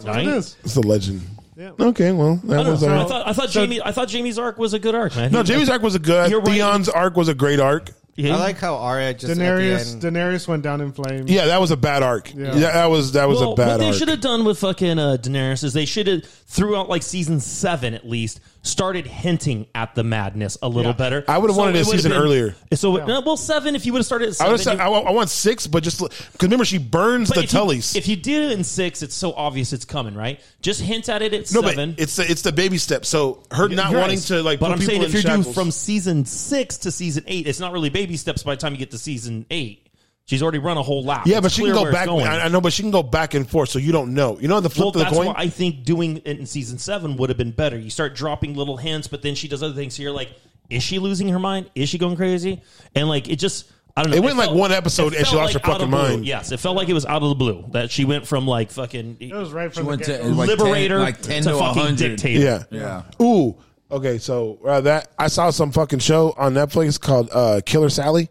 [SPEAKER 2] Right?
[SPEAKER 4] it is.
[SPEAKER 3] It's a legend.
[SPEAKER 4] Yeah.
[SPEAKER 3] Okay, well,
[SPEAKER 2] I
[SPEAKER 3] that
[SPEAKER 2] don't
[SPEAKER 3] was
[SPEAKER 2] know. I
[SPEAKER 3] all right.
[SPEAKER 2] thought, I thought Jamie, I thought Jamie's arc was a good arc, man.
[SPEAKER 3] No, Jamie's arc was a good.
[SPEAKER 2] You're right.
[SPEAKER 3] Theon's arc was a great arc.
[SPEAKER 2] Yeah.
[SPEAKER 1] I like how Arya just
[SPEAKER 4] Daenerys,
[SPEAKER 1] At the end,
[SPEAKER 4] Daenerys went down in flames.
[SPEAKER 3] Yeah, that was a bad arc. Yeah,
[SPEAKER 4] Yeah.
[SPEAKER 3] that was that was
[SPEAKER 2] well,
[SPEAKER 3] a bad
[SPEAKER 2] what they
[SPEAKER 3] arc.
[SPEAKER 2] should have done with fucking uh, Daenerys is they should have throughout like season seven at least started hinting at the madness a little better.
[SPEAKER 3] I would've wanted
[SPEAKER 2] it
[SPEAKER 3] a
[SPEAKER 2] would've
[SPEAKER 3] season
[SPEAKER 2] been-
[SPEAKER 3] earlier.
[SPEAKER 2] So uh, well, seven if you would have started. At
[SPEAKER 3] I
[SPEAKER 2] seven,
[SPEAKER 3] would have said
[SPEAKER 2] you-
[SPEAKER 3] I, wa- I want six, but just because remember she burns
[SPEAKER 2] but
[SPEAKER 3] the
[SPEAKER 2] if you-
[SPEAKER 3] Tullys.
[SPEAKER 2] if you did it in six, it's so obvious it's coming, right? Just hint at it at
[SPEAKER 3] no,
[SPEAKER 2] seven.
[SPEAKER 3] but it's the, it's the baby step. So her not
[SPEAKER 2] You're
[SPEAKER 3] wanting
[SPEAKER 2] right.
[SPEAKER 3] to like.
[SPEAKER 2] But
[SPEAKER 3] put
[SPEAKER 2] I'm
[SPEAKER 3] people
[SPEAKER 2] saying
[SPEAKER 3] in
[SPEAKER 2] if you're
[SPEAKER 3] shackles.
[SPEAKER 2] doing from season six to season eight, it's not really baby steps. By the time you get to season eight, she's already run a whole lap.
[SPEAKER 3] Yeah,
[SPEAKER 2] It's
[SPEAKER 3] but she can
[SPEAKER 2] clear where
[SPEAKER 3] go
[SPEAKER 2] it's
[SPEAKER 3] back.
[SPEAKER 2] going.
[SPEAKER 3] I, I know, but she can go back and forth, so you don't know. You know the flip
[SPEAKER 2] well,
[SPEAKER 3] of the
[SPEAKER 2] that's
[SPEAKER 3] coin.
[SPEAKER 2] why I think doing it in season seven would have been better. You start dropping little hints, but then she does other things. So you're like, is she losing her mind? Is she going crazy? And like, it just. I don't know.
[SPEAKER 3] It went like one episode
[SPEAKER 2] it
[SPEAKER 3] and she
[SPEAKER 2] felt
[SPEAKER 3] lost her
[SPEAKER 2] out of
[SPEAKER 3] fucking
[SPEAKER 2] the blue.
[SPEAKER 3] mind.
[SPEAKER 2] Yes, it felt like it was out of the blue that she went from like fucking
[SPEAKER 4] it was right
[SPEAKER 5] She
[SPEAKER 4] from the
[SPEAKER 5] went to
[SPEAKER 4] get-go.
[SPEAKER 5] like
[SPEAKER 2] liberator
[SPEAKER 5] 10, like 10
[SPEAKER 2] to,
[SPEAKER 5] to,
[SPEAKER 2] fucking
[SPEAKER 5] 100.
[SPEAKER 2] dictator.
[SPEAKER 3] yeah.
[SPEAKER 5] Yeah.
[SPEAKER 3] Ooh. Okay. So uh, that I saw some fucking show on Netflix called uh, Killer Sally.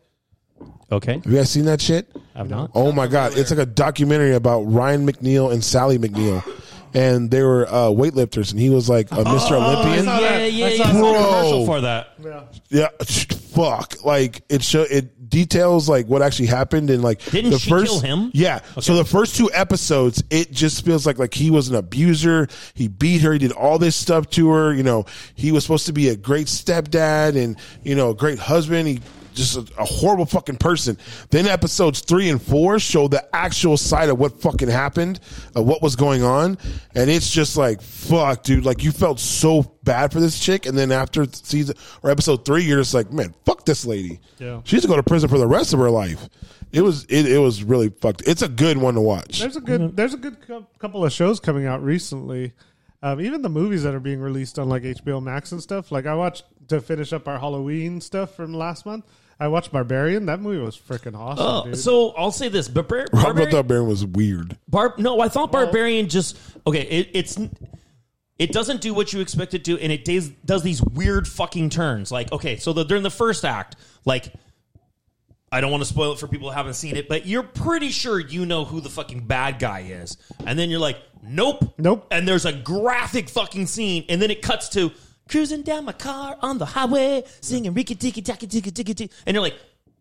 [SPEAKER 2] Okay,
[SPEAKER 3] Have you guys seen that shit?
[SPEAKER 2] I've not.
[SPEAKER 3] Oh my god, it's like a documentary about Ryan McNeil and Sally McNeil, and they were uh, weightlifters, and he was like a Mr. Olympian.
[SPEAKER 4] saw that.
[SPEAKER 2] Yeah, yeah,
[SPEAKER 4] Oh, I
[SPEAKER 2] yeah.
[SPEAKER 4] saw
[SPEAKER 2] I saw a
[SPEAKER 3] Bro.
[SPEAKER 2] commercial for that.
[SPEAKER 3] Yeah, fuck. Like it show it details like what actually happened and like
[SPEAKER 2] Didn't
[SPEAKER 3] the
[SPEAKER 2] she
[SPEAKER 3] first,
[SPEAKER 2] kill him?
[SPEAKER 3] Yeah. So the first two episodes, it just feels like like he was an abuser. He beat her. He did all this stuff to her. You know, he was supposed to be a great stepdad and you know a great husband. He just a, a horrible fucking person. Then episodes three and four show the actual side of what fucking happened, of what was going on, and it's just like fuck, dude. Like you felt so bad for this chick, and then after season or episode three, you're just like, man, fuck this lady.
[SPEAKER 4] Yeah.
[SPEAKER 3] She used to go to prison for the rest of her life. It was it, it was really fucked. It's a good one to watch.
[SPEAKER 4] There's a good there's a good cou- couple of shows coming out recently. Um, even the movies that are being released on like HBO Max and stuff. Like I watched to finish up our Halloween stuff from last month. I watched Barbarian. That movie was freaking awesome,
[SPEAKER 2] Oh,
[SPEAKER 4] dude.
[SPEAKER 2] so I'll say this, but Bar-
[SPEAKER 3] Robert
[SPEAKER 2] Barbarian,
[SPEAKER 3] Baron was weird.
[SPEAKER 2] Bar- no, I thought Barbarian just okay. It, it's it doesn't do what you expect it to, and it does does these weird fucking turns. Like okay, so the, during the first act, like I don't want to spoil it for people who haven't seen it, but you're pretty sure you know who the fucking bad guy is, and then you're like, nope,
[SPEAKER 4] Nope.
[SPEAKER 2] and there's a graphic fucking scene, and then it cuts to cruising down my car on the highway, singing "Riki Tiki Taka Tiki Tiki Tiki," and you're like.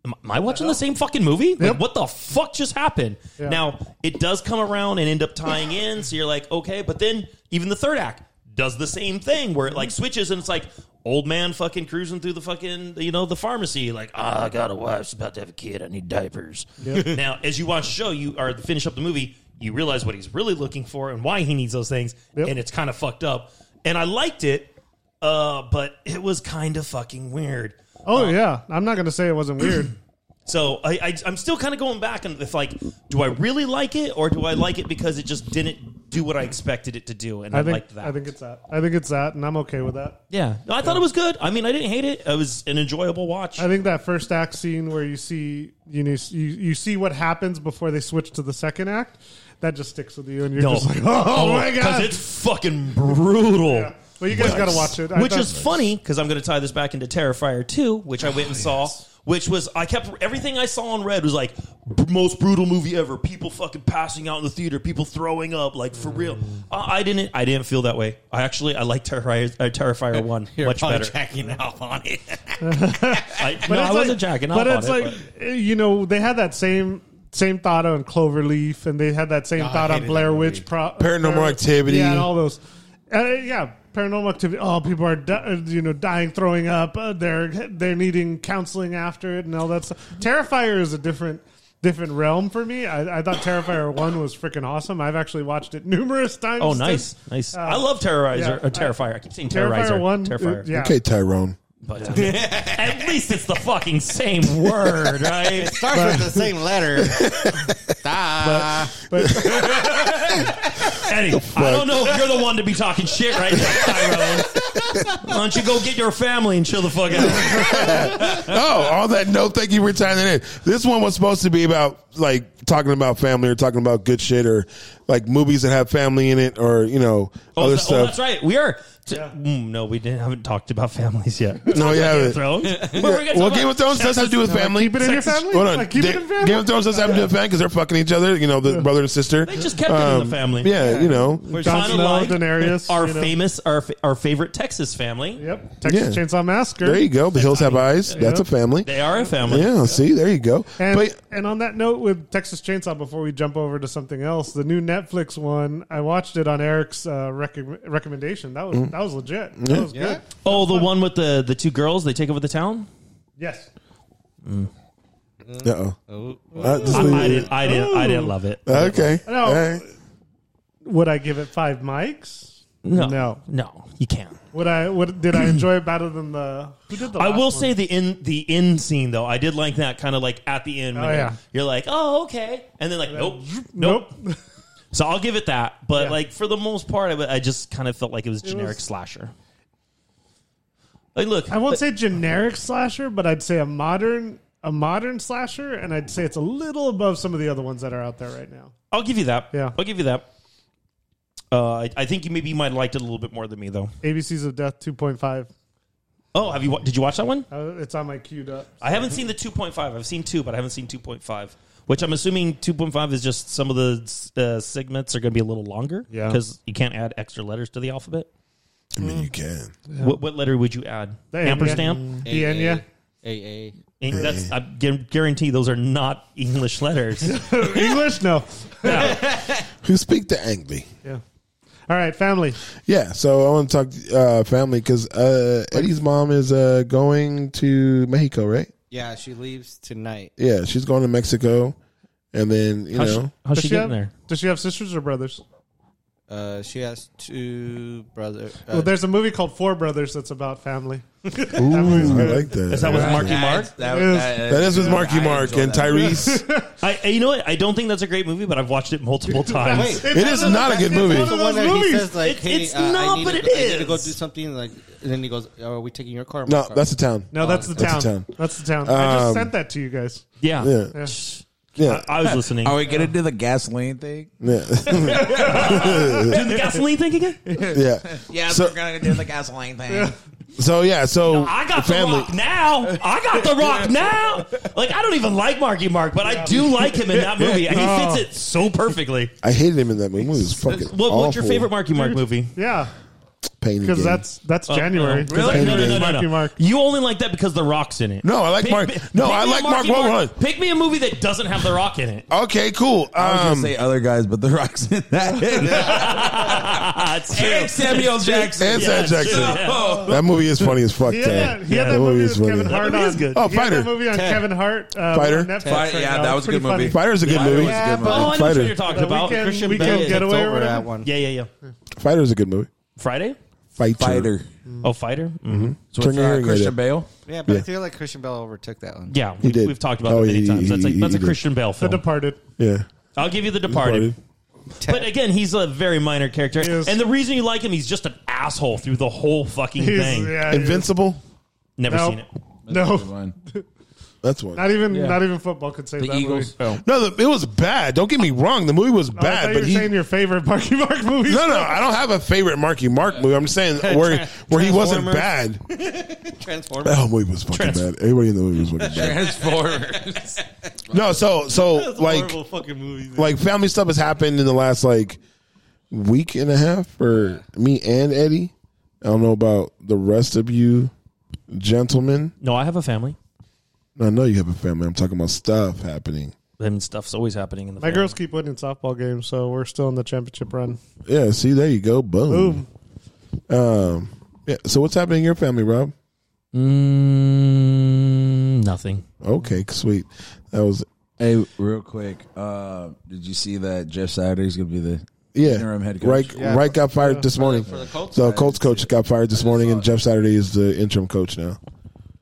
[SPEAKER 2] Am am I watching the same fucking movie? Like, What the fuck just happened? Now it does come around and end up tying in, so you're like, okay. But then even the third act does the same thing where it like switches and it's like old man fucking cruising through the fucking you know the pharmacy like ah, I got a wife, she's about to have a kid, I need diapers. now as you watch the show, you or finish up the movie, you realize what he's really looking for and why he needs those things, and it's kind of fucked up. And I liked it, uh, but it was kind of fucking weird.
[SPEAKER 4] Oh yeah, I'm not gonna say it wasn't weird.
[SPEAKER 2] So I, I, I'm still kind of going back and if like, do I really like it or do I like it because it just didn't do what I expected it to do? And I,
[SPEAKER 4] I think
[SPEAKER 2] liked that.
[SPEAKER 4] I think it's that. I think it's that, and I'm okay with that.
[SPEAKER 2] yeah, no, I thought it was good. I mean, I didn't hate it. It was an enjoyable watch.
[SPEAKER 4] I think that first act scene where you see you know, you you see what happens before they switch to the second act, that just sticks with you, and you're just like, oh, my
[SPEAKER 2] because
[SPEAKER 4] god.
[SPEAKER 2] it's fucking brutal.
[SPEAKER 4] well, you guys gotta watch it, I
[SPEAKER 2] which
[SPEAKER 4] thought-
[SPEAKER 2] is funny because I'm going to tie this back into Terrifier 2, which I
[SPEAKER 1] Oh,
[SPEAKER 2] went and saw. Which was I kept everything I saw on red was like "B- most brutal movie ever. People fucking passing out in the theater, people throwing up, like for real. I, I didn't, I didn't feel that way. I actually, I like Terrifier, uh, Terrifier one
[SPEAKER 1] You're
[SPEAKER 2] much
[SPEAKER 1] probably
[SPEAKER 2] better.
[SPEAKER 1] Jacking off on it.
[SPEAKER 2] I, no, I wasn't jacking off
[SPEAKER 4] But
[SPEAKER 2] on
[SPEAKER 4] it's
[SPEAKER 2] it,
[SPEAKER 4] like eh,
[SPEAKER 2] but-
[SPEAKER 4] you know they had that same same thought on Cloverleaf, and they had that same
[SPEAKER 1] I
[SPEAKER 4] thought on
[SPEAKER 1] hated
[SPEAKER 4] Blair
[SPEAKER 1] that
[SPEAKER 4] Witch,
[SPEAKER 1] movie.
[SPEAKER 4] Pro- uh,
[SPEAKER 3] Paranormal
[SPEAKER 4] Blair-
[SPEAKER 3] Activity.
[SPEAKER 4] yeah, and all those, uh, yeah, Paranormal Activity. Oh, people are di- uh, you know dying, throwing up. Uh, they're they're needing counseling after it, and all that stuff. Terrifier is a different. Different realm for me. I, I thought Terrifier One was freaking awesome. I've actually watched it numerous times.
[SPEAKER 2] oh,
[SPEAKER 4] since.
[SPEAKER 2] nice, nice.
[SPEAKER 4] Uh,
[SPEAKER 2] I love Terrorizer
[SPEAKER 4] yeah,
[SPEAKER 2] or Terrifier. I, keep saying
[SPEAKER 4] Terrifier
[SPEAKER 2] Terrorizer.
[SPEAKER 4] One.
[SPEAKER 2] Terrifier.
[SPEAKER 4] uh, yeah.
[SPEAKER 3] Okay, Tyrone.
[SPEAKER 2] But I mean, at least it's the fucking same word, right?
[SPEAKER 1] Starts with the same letter. da.
[SPEAKER 2] Eddie, I don't know if you're the one to be talking shit right now, Tyrone. Why don't you go get your family and chill the fuck out?
[SPEAKER 3] Oh, all that. No, thank you for chiming in. This one was supposed to be about like talking about family or talking about good shit or like movies that have family in it or you know
[SPEAKER 2] Oh,
[SPEAKER 3] other
[SPEAKER 2] so- oh,
[SPEAKER 3] stuff.
[SPEAKER 2] that's right. We are. t- mm, no, we didn't, haven't talked about families yet.
[SPEAKER 3] No, you haven't.
[SPEAKER 2] Thrones. But we're gonna talk
[SPEAKER 3] Well,
[SPEAKER 2] about-
[SPEAKER 3] Game of Thrones does have to do with family.
[SPEAKER 4] keep it in your family?
[SPEAKER 3] Hold on.
[SPEAKER 4] Like, keep it in family?
[SPEAKER 3] Game of Thrones does have to do with family because they're fucking each other. You know, the brother and sister.
[SPEAKER 2] They just kept it in the family.
[SPEAKER 3] Um, Yeah, you know.
[SPEAKER 4] Jon
[SPEAKER 2] Kinda
[SPEAKER 4] Snow,
[SPEAKER 2] like
[SPEAKER 4] Daenerys,
[SPEAKER 2] our
[SPEAKER 4] you know.
[SPEAKER 2] famous, our fa- our favorite Texas family.
[SPEAKER 4] Yep, Texas
[SPEAKER 3] Yeah.
[SPEAKER 4] Chainsaw Massacre.
[SPEAKER 3] There you go. The hills have eyes. That's a family.
[SPEAKER 2] They are a family.
[SPEAKER 3] Yeah. See, there you go.
[SPEAKER 4] And,
[SPEAKER 3] But
[SPEAKER 4] and on that note, with Texas Chainsaw, before we jump over to something else, the new Netflix one, I watched it on Eric's uh, rec- recommendation. That was that was legit. That was good.
[SPEAKER 2] Oh, the one with the the two girls. They take over the town.
[SPEAKER 4] Yes.
[SPEAKER 3] uh oh.
[SPEAKER 2] I, I didn't. I didn't. I didn't love it.
[SPEAKER 3] Okay.
[SPEAKER 4] No.
[SPEAKER 3] All right.
[SPEAKER 4] Would I give it five mics?
[SPEAKER 2] No,
[SPEAKER 4] No.
[SPEAKER 2] no. You can't.
[SPEAKER 4] Would I? Would did I enjoy it better than the? Who did the?
[SPEAKER 2] I
[SPEAKER 4] last
[SPEAKER 2] will
[SPEAKER 4] one?
[SPEAKER 2] say the in the end scene though. I did like that kind of like at the end. When
[SPEAKER 4] Oh,
[SPEAKER 2] you're,
[SPEAKER 4] yeah.
[SPEAKER 2] you're like, oh okay, and then like, nope, nope.
[SPEAKER 4] Nope.
[SPEAKER 2] So I'll give it that. But
[SPEAKER 4] Yeah.
[SPEAKER 2] like for the most part, I, I just kind of felt like it was generic
[SPEAKER 4] was-
[SPEAKER 2] slasher. Like, look,
[SPEAKER 4] I won't say generic slasher, but I'd say a modern a modern slasher, and I'd say it's a little above some of the other ones that are out there right now.
[SPEAKER 2] I'll give you that.
[SPEAKER 4] Yeah.
[SPEAKER 2] I'll give you that. Uh, I, I think you maybe you might have liked it a little bit more than me though.
[SPEAKER 4] ABCs of Death two point five.
[SPEAKER 2] Oh, have you? wa- Did you watch that one?
[SPEAKER 4] Uh, it's on my queued up.
[SPEAKER 2] I haven't seen the 2.5. I've seen two, but I haven't seen 2.5. Which I'm assuming 2.5 is just some of the uh, segments are going to be a little longer.
[SPEAKER 4] Yeah.
[SPEAKER 2] Because you can't add extra letters to the alphabet.
[SPEAKER 3] I mean, you can.
[SPEAKER 2] What, what letter would you add?
[SPEAKER 4] There,
[SPEAKER 2] Ampersand?
[SPEAKER 4] The end, yeah.
[SPEAKER 1] AA.
[SPEAKER 2] And That's, I gu- guarantee those are not English letters.
[SPEAKER 4] English? No.
[SPEAKER 3] Who speak the Angli?
[SPEAKER 4] Yeah. All right, family.
[SPEAKER 3] Yeah, so I want to talk uh, family because uh, Eddie's mom is uh, going to Mexico, right?
[SPEAKER 1] Yeah, she leaves tonight.
[SPEAKER 3] Yeah, she's going to Mexico, and then you
[SPEAKER 2] How's,
[SPEAKER 3] know,
[SPEAKER 2] how's
[SPEAKER 4] Does
[SPEAKER 2] she getting
[SPEAKER 4] have,
[SPEAKER 2] there?
[SPEAKER 4] Does she have sisters or brothers?
[SPEAKER 1] Uh, she has two uh, brothers.
[SPEAKER 4] well, there's a movie called Four Brothers that's about family.
[SPEAKER 3] ooh, I like that.
[SPEAKER 2] Is that with Marky Mark?
[SPEAKER 1] uh,
[SPEAKER 3] that is with Marky
[SPEAKER 1] I
[SPEAKER 3] Mark
[SPEAKER 1] enjoy
[SPEAKER 3] and
[SPEAKER 1] that.
[SPEAKER 3] Tyrese.
[SPEAKER 2] I, I- you know what? I don't think that's a great movie, but I've watched it multiple times.
[SPEAKER 1] Wait,
[SPEAKER 3] it is not a good
[SPEAKER 1] the
[SPEAKER 3] movie.
[SPEAKER 1] one that he
[SPEAKER 4] movies.
[SPEAKER 1] says like,
[SPEAKER 2] It-
[SPEAKER 1] "Hey,
[SPEAKER 2] it's
[SPEAKER 1] uh,
[SPEAKER 2] not,
[SPEAKER 1] I need
[SPEAKER 2] but
[SPEAKER 1] to,
[SPEAKER 2] it
[SPEAKER 1] go- I need to go
[SPEAKER 2] is.
[SPEAKER 1] do something." Like, and then he goes, oh, "Are we taking your car?" or my
[SPEAKER 3] No,
[SPEAKER 1] car?"
[SPEAKER 3] that's the town.
[SPEAKER 4] No, that's the town.
[SPEAKER 3] that's the town.
[SPEAKER 4] That's the town. I just
[SPEAKER 3] Um,
[SPEAKER 4] sent that to you guys.
[SPEAKER 2] Yeah.
[SPEAKER 3] Yeah, Oh, yeah,
[SPEAKER 2] I was listening.
[SPEAKER 5] Are we gonna do the gasoline thing?
[SPEAKER 3] yeah,
[SPEAKER 2] Did the gasoline thing again?
[SPEAKER 3] yeah.
[SPEAKER 5] Yeah,
[SPEAKER 3] So- we're
[SPEAKER 5] gonna do the gasoline thing.
[SPEAKER 3] So yeah, so
[SPEAKER 2] I got the, rock now. I got the rock now. Like I don't even like Marky Mark, but I do like him in that movie. He
[SPEAKER 3] Oh.
[SPEAKER 2] fits it so perfectly.
[SPEAKER 3] I hated him in that movie. It was fucking
[SPEAKER 2] What, what's
[SPEAKER 3] awful.
[SPEAKER 2] your favorite Marky Mark movie?
[SPEAKER 4] Yeah,
[SPEAKER 3] Pain
[SPEAKER 4] because
[SPEAKER 3] Game.
[SPEAKER 4] that's that's January.
[SPEAKER 3] Oh,
[SPEAKER 4] 'Cause
[SPEAKER 2] Uh, Really? No,
[SPEAKER 4] I
[SPEAKER 2] no,
[SPEAKER 4] hated
[SPEAKER 2] no, no,
[SPEAKER 4] Marky
[SPEAKER 2] no.
[SPEAKER 4] Mark.
[SPEAKER 2] You only like that because The Rock's in it.
[SPEAKER 3] No, I like Mark- no, I
[SPEAKER 2] me a
[SPEAKER 3] like Mark
[SPEAKER 2] Marky
[SPEAKER 3] Wahlberg.
[SPEAKER 2] Pick me a movie that doesn't have The Rock in it.
[SPEAKER 3] Okay, cool.
[SPEAKER 5] I was
[SPEAKER 3] Um,
[SPEAKER 5] gonna say other guys, but the rocks in that.
[SPEAKER 2] It's true.
[SPEAKER 5] and Samuel Jackson.
[SPEAKER 3] and Sam
[SPEAKER 2] it's true.
[SPEAKER 3] Jackson.
[SPEAKER 2] Yeah.
[SPEAKER 3] That movie is funny as fuck.
[SPEAKER 4] He
[SPEAKER 3] Ted.
[SPEAKER 4] had that, he had that movie with Kevin Hart
[SPEAKER 2] movie
[SPEAKER 4] on.
[SPEAKER 2] is good.
[SPEAKER 3] Oh,
[SPEAKER 4] he had
[SPEAKER 3] Fighter.
[SPEAKER 4] that movie on Kevin Hart. Uh,
[SPEAKER 3] Fighter.
[SPEAKER 4] On Netflix
[SPEAKER 5] Fighter,
[SPEAKER 4] right
[SPEAKER 5] yeah,
[SPEAKER 4] now.
[SPEAKER 5] that
[SPEAKER 4] It's
[SPEAKER 5] was a
[SPEAKER 4] pretty
[SPEAKER 5] good movie.
[SPEAKER 4] Funny.
[SPEAKER 3] Fighter's a good
[SPEAKER 5] Yeah,
[SPEAKER 3] movie.
[SPEAKER 5] it was a good
[SPEAKER 2] Oh, I know what
[SPEAKER 3] Fighter.
[SPEAKER 2] you're talking
[SPEAKER 4] The
[SPEAKER 2] about.
[SPEAKER 4] Weeknd-
[SPEAKER 2] Christian
[SPEAKER 4] Weeknd
[SPEAKER 2] Bale.
[SPEAKER 4] Getaway or
[SPEAKER 1] over
[SPEAKER 4] whatever.
[SPEAKER 1] that one.
[SPEAKER 2] Yeah, yeah, yeah.
[SPEAKER 3] Fighter's a good movie.
[SPEAKER 2] Friday.
[SPEAKER 3] Fighter.
[SPEAKER 5] Fighter.
[SPEAKER 2] Oh, fighter. Mm-hmm.
[SPEAKER 5] It's with
[SPEAKER 3] Turn your
[SPEAKER 5] uh,
[SPEAKER 3] hearing aid
[SPEAKER 5] Christian
[SPEAKER 3] up.
[SPEAKER 5] Bale.
[SPEAKER 1] Yeah, but
[SPEAKER 3] Yeah.
[SPEAKER 1] I feel like Christian Bell overtook that one.
[SPEAKER 2] Yeah,
[SPEAKER 3] did.
[SPEAKER 2] we, we've talked about
[SPEAKER 3] Oh,
[SPEAKER 2] it many
[SPEAKER 3] he-
[SPEAKER 2] times. That's like
[SPEAKER 3] he-
[SPEAKER 2] that's
[SPEAKER 3] he
[SPEAKER 2] a
[SPEAKER 3] did.
[SPEAKER 2] Christian Bale
[SPEAKER 4] The
[SPEAKER 2] film.
[SPEAKER 4] Departed.
[SPEAKER 3] Yeah.
[SPEAKER 2] I'll give you the Departed. But again, he's a very minor character,
[SPEAKER 4] He is.
[SPEAKER 2] and the reason you like him, he's just an asshole through the whole fucking
[SPEAKER 4] He's-
[SPEAKER 2] thing.
[SPEAKER 4] yeah, he-
[SPEAKER 3] Invincible.
[SPEAKER 2] Never
[SPEAKER 4] No.
[SPEAKER 2] seen it.
[SPEAKER 4] No,
[SPEAKER 3] That's one.
[SPEAKER 4] not even
[SPEAKER 5] Yeah.
[SPEAKER 4] not even football could say
[SPEAKER 5] The
[SPEAKER 4] that.
[SPEAKER 5] Eagles.
[SPEAKER 4] Movie.
[SPEAKER 3] No, the, it was bad. Don't get me wrong. The movie was
[SPEAKER 4] Oh, I thought
[SPEAKER 3] bad,
[SPEAKER 4] you
[SPEAKER 3] but
[SPEAKER 4] were
[SPEAKER 3] he.
[SPEAKER 4] saying your favorite Marky Mark movie.
[SPEAKER 3] no, no, I don't have a favorite Marky Mark movie. I'm just saying where where he wasn't bad.
[SPEAKER 1] Transformers.
[SPEAKER 3] That whole movie was fucking
[SPEAKER 2] Trans-
[SPEAKER 3] bad. Everybody in the movie was fucking bad.
[SPEAKER 5] Transformers.
[SPEAKER 3] No, so so like
[SPEAKER 1] horrible fucking movie. dude.
[SPEAKER 3] like family stuff has happened in the last like week and a half for me and Eddie. I don't know about the rest of you gentlemen.
[SPEAKER 2] No, I have a family,
[SPEAKER 3] I know you have a family. I'm talking about stuff happening.
[SPEAKER 2] and stuff's always happening in the.
[SPEAKER 4] My
[SPEAKER 2] family.
[SPEAKER 4] girls keep winning softball games, so we're still in the championship run.
[SPEAKER 3] Yeah, see there you go. Boom. Um yeah, so what's happening in your family, Rob?
[SPEAKER 2] Mm, nothing.
[SPEAKER 3] Okay, sweet. That was
[SPEAKER 5] hey, real quick. Uh, did you see that Jeff Saturday's going to be the
[SPEAKER 3] yeah.
[SPEAKER 5] Interim head coach.
[SPEAKER 3] Reich,
[SPEAKER 4] Yeah.
[SPEAKER 3] Reich got fired this morning.
[SPEAKER 1] For the Colts.
[SPEAKER 3] So Colts coach got fired this morning, and Jeff Saturday is the interim coach now.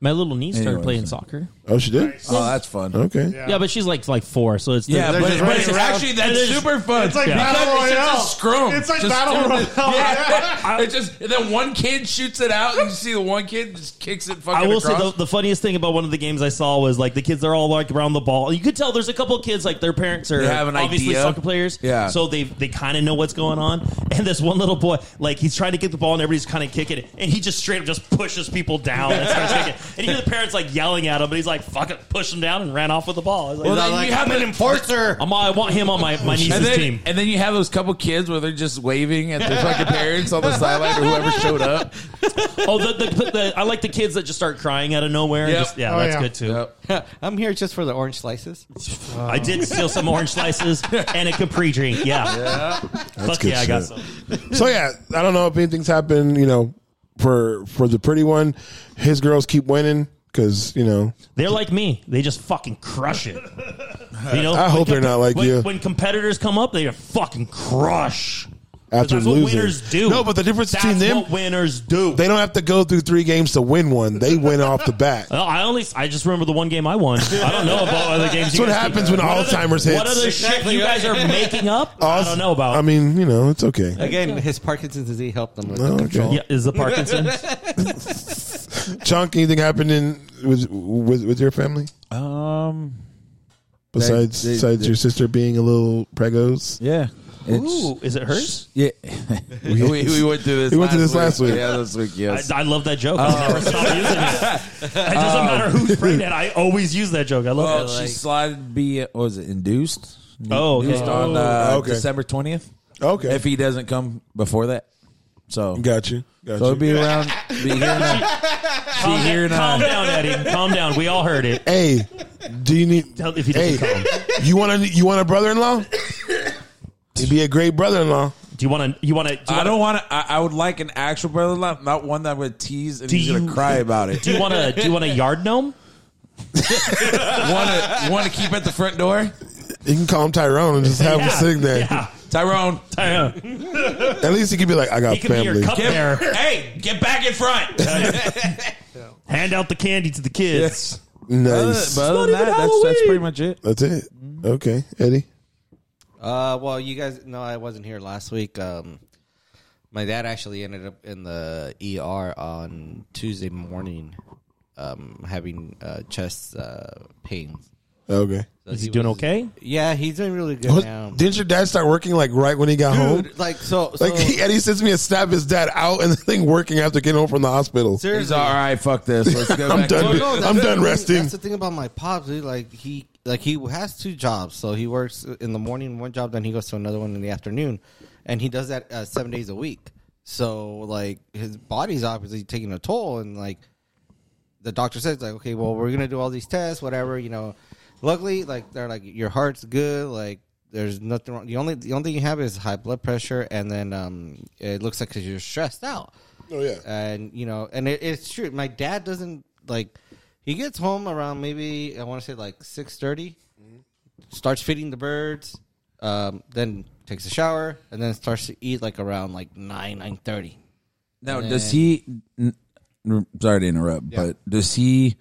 [SPEAKER 2] My little niece started
[SPEAKER 5] Anyway,
[SPEAKER 2] playing
[SPEAKER 5] so-
[SPEAKER 2] soccer.
[SPEAKER 3] Oh, she did.
[SPEAKER 5] Oh, that's fun.
[SPEAKER 3] Okay.
[SPEAKER 2] Yeah. but she's like like four, so it's
[SPEAKER 5] Yeah,
[SPEAKER 2] the-
[SPEAKER 5] but, but it's
[SPEAKER 8] Actually, that's super fun.
[SPEAKER 4] It's like
[SPEAKER 2] Yeah.
[SPEAKER 4] battle
[SPEAKER 8] Because it's
[SPEAKER 4] royale.
[SPEAKER 8] just a scrum.
[SPEAKER 4] It's like
[SPEAKER 8] Just
[SPEAKER 4] battle
[SPEAKER 8] do
[SPEAKER 4] royale.
[SPEAKER 8] it. Yeah. It just and then one kid shoots it out, and you see the one kid just kicks it fucking
[SPEAKER 2] I will
[SPEAKER 8] across.
[SPEAKER 2] say the, the funniest thing about one of the games I saw was like the kids are all like around the ball. You could tell there's a couple of kids like their parents are
[SPEAKER 5] They have an
[SPEAKER 2] obviously
[SPEAKER 5] idea.
[SPEAKER 2] soccer players,
[SPEAKER 5] Yeah.
[SPEAKER 2] So they they kind of know what's going on. And this one little boy, like he's trying to get the ball and everybody's kind of kicking it, and he just straight up just pushes people down and starts kicking. And you hear the parents like yelling at him, but he's like fuck it, push him down and ran off with the ball. I was like,
[SPEAKER 8] then
[SPEAKER 2] like,
[SPEAKER 8] you have an enforcer.
[SPEAKER 2] I'm, I want him on my my niece's
[SPEAKER 5] And then,
[SPEAKER 2] team.
[SPEAKER 5] and then you have those couple kids where they're just waving at their fucking parents on the sideline or whoever showed up.
[SPEAKER 2] Oh, the, the, the, I like the kids that just start crying out of nowhere. and
[SPEAKER 8] Yep.
[SPEAKER 2] just- yeah,
[SPEAKER 4] Oh,
[SPEAKER 2] that's
[SPEAKER 4] yeah.
[SPEAKER 2] good too.
[SPEAKER 1] I'm here just for the orange slices.
[SPEAKER 2] I did steal some orange slices and a Capri drink. Yeah. Fuck
[SPEAKER 3] good
[SPEAKER 2] yeah, I got
[SPEAKER 3] shit.
[SPEAKER 2] some.
[SPEAKER 3] So yeah, I don't know if anything's happened. You know, for for the pretty one, his girls keep winning because you know
[SPEAKER 2] They're like me. They just fucking crush it. You know,
[SPEAKER 3] I hope they're not like
[SPEAKER 2] when,
[SPEAKER 3] you.
[SPEAKER 2] When competitors come up, they fucking crush. 'Cause
[SPEAKER 3] after
[SPEAKER 2] that's
[SPEAKER 3] losing.
[SPEAKER 2] what winners do.
[SPEAKER 3] No, but the difference
[SPEAKER 2] That's
[SPEAKER 3] between them,
[SPEAKER 2] what winners do.
[SPEAKER 3] they don't have to go through three games to win one. They win off the bat.
[SPEAKER 2] Well, I only I just remember the one game I won. I don't know about other games.
[SPEAKER 3] That's
[SPEAKER 2] you
[SPEAKER 3] what
[SPEAKER 2] guys
[SPEAKER 3] happens
[SPEAKER 2] do.
[SPEAKER 3] when
[SPEAKER 2] What other-
[SPEAKER 3] Alzheimer's
[SPEAKER 2] What
[SPEAKER 3] hits.
[SPEAKER 2] other shit you guys are making up? I don't know about.
[SPEAKER 3] I mean, you know, it's okay.
[SPEAKER 1] Again, his Parkinson's disease helped him with
[SPEAKER 3] Oh,
[SPEAKER 1] the
[SPEAKER 3] okay.
[SPEAKER 1] control.
[SPEAKER 2] yeah, is the Parkinson's?
[SPEAKER 3] Chunk, anything happened in with with, with your family
[SPEAKER 5] Um,
[SPEAKER 3] besides
[SPEAKER 5] They- they-
[SPEAKER 3] besides
[SPEAKER 5] they-
[SPEAKER 3] your sister being a little pregos?
[SPEAKER 5] yeah. It's,
[SPEAKER 2] Ooh, is it hers?
[SPEAKER 5] Yeah. we, we went through this.
[SPEAKER 3] We went through this last week.
[SPEAKER 5] Yeah, this week,
[SPEAKER 2] I,
[SPEAKER 5] yes.
[SPEAKER 2] I love that joke. I'll
[SPEAKER 3] Oh.
[SPEAKER 2] never stop using it. It doesn't matter who's pregnant. I always use that joke. I
[SPEAKER 5] well,
[SPEAKER 2] love
[SPEAKER 5] she
[SPEAKER 2] it. Like,
[SPEAKER 5] slid be what was it induced?
[SPEAKER 2] Oh, okay.
[SPEAKER 5] induced on uh,
[SPEAKER 3] okay.
[SPEAKER 5] December twentieth.
[SPEAKER 3] Okay,
[SPEAKER 5] If he doesn't come before that, so
[SPEAKER 3] got you, got
[SPEAKER 5] so
[SPEAKER 3] you.
[SPEAKER 5] it'll be around. Be here and be
[SPEAKER 2] calm,
[SPEAKER 5] here
[SPEAKER 2] calm
[SPEAKER 5] and
[SPEAKER 2] down, Eddie. Calm down. We all heard it.
[SPEAKER 3] hey, do you need?
[SPEAKER 2] Tell- If he
[SPEAKER 3] Hey,
[SPEAKER 2] doesn't calm.
[SPEAKER 3] you want a you want a brother in law? He'd be a great brother in law.
[SPEAKER 2] Do you want to? You want to?
[SPEAKER 5] I don't want to. I, I would like an actual brother-in-law, not one that would tease and
[SPEAKER 2] Do
[SPEAKER 5] he's gonna
[SPEAKER 2] you-
[SPEAKER 5] cry about it.
[SPEAKER 2] Do you want to? Do you want a yard gnome?
[SPEAKER 5] want to want to keep at the front door,
[SPEAKER 3] You can call him Tyrone and just have him sitting there.
[SPEAKER 2] Yeah.
[SPEAKER 5] Tyrone?
[SPEAKER 2] Uh,
[SPEAKER 3] At least he could be like, I got
[SPEAKER 2] He could be
[SPEAKER 3] family.
[SPEAKER 2] your cup
[SPEAKER 5] Get-
[SPEAKER 2] bearer.
[SPEAKER 5] hey, get back in front.
[SPEAKER 2] Hand out the candy to the kids.
[SPEAKER 5] Yes.
[SPEAKER 3] nice.
[SPEAKER 5] But other
[SPEAKER 2] not
[SPEAKER 5] than that,
[SPEAKER 2] even
[SPEAKER 5] that's, that's
[SPEAKER 2] Halloween.
[SPEAKER 5] pretty much it. Mm-hmm.
[SPEAKER 3] That's it. Okay, Eddie.
[SPEAKER 1] Uh, well, you guys, no, I wasn't here last week. Um, my dad actually ended up in the ER on Tuesday morning, um, having uh, chest uh, pains.
[SPEAKER 3] Okay.
[SPEAKER 1] So
[SPEAKER 2] Is he, doing
[SPEAKER 1] was-
[SPEAKER 2] okay? Oh,
[SPEAKER 1] Yeah, he's doing really good
[SPEAKER 3] What-
[SPEAKER 1] now.
[SPEAKER 3] Didn't your dad start working like right when he got home?
[SPEAKER 1] Dude, like so, so
[SPEAKER 3] Like he, Eddie sends me a snap of his dad out and the thing working after getting home from the hospital.
[SPEAKER 5] He's
[SPEAKER 1] seriously,
[SPEAKER 5] all right. Fuck this. Let's go
[SPEAKER 3] I'm
[SPEAKER 5] back. to
[SPEAKER 3] done.
[SPEAKER 5] work."
[SPEAKER 1] Well, no,
[SPEAKER 3] I'm
[SPEAKER 1] that's
[SPEAKER 3] done
[SPEAKER 1] the thing-
[SPEAKER 3] resting.
[SPEAKER 1] That's the thing about my pops, dude. Like he, like he has two jobs. So he works in the morning one job, then he goes to another one in the afternoon, and he does that uh, seven days a week. So like his body's obviously taking a toll, and like the doctor says, like, okay, well, we're gonna do all these tests, whatever, you know. Luckily, like they're like your heart's good, like there's nothing wrong. The only the only thing you have is high blood pressure, and then um, it looks like because you're stressed out
[SPEAKER 3] Oh yeah.
[SPEAKER 1] and you know, and it, it's true. My dad doesn't like. He gets home around maybe I want to say like six Starts feeding the birds, um, then takes a shower, and then starts to eat like around like nine nine thirty.
[SPEAKER 5] Now, does he? n- n- Sorry to interrupt, but does he?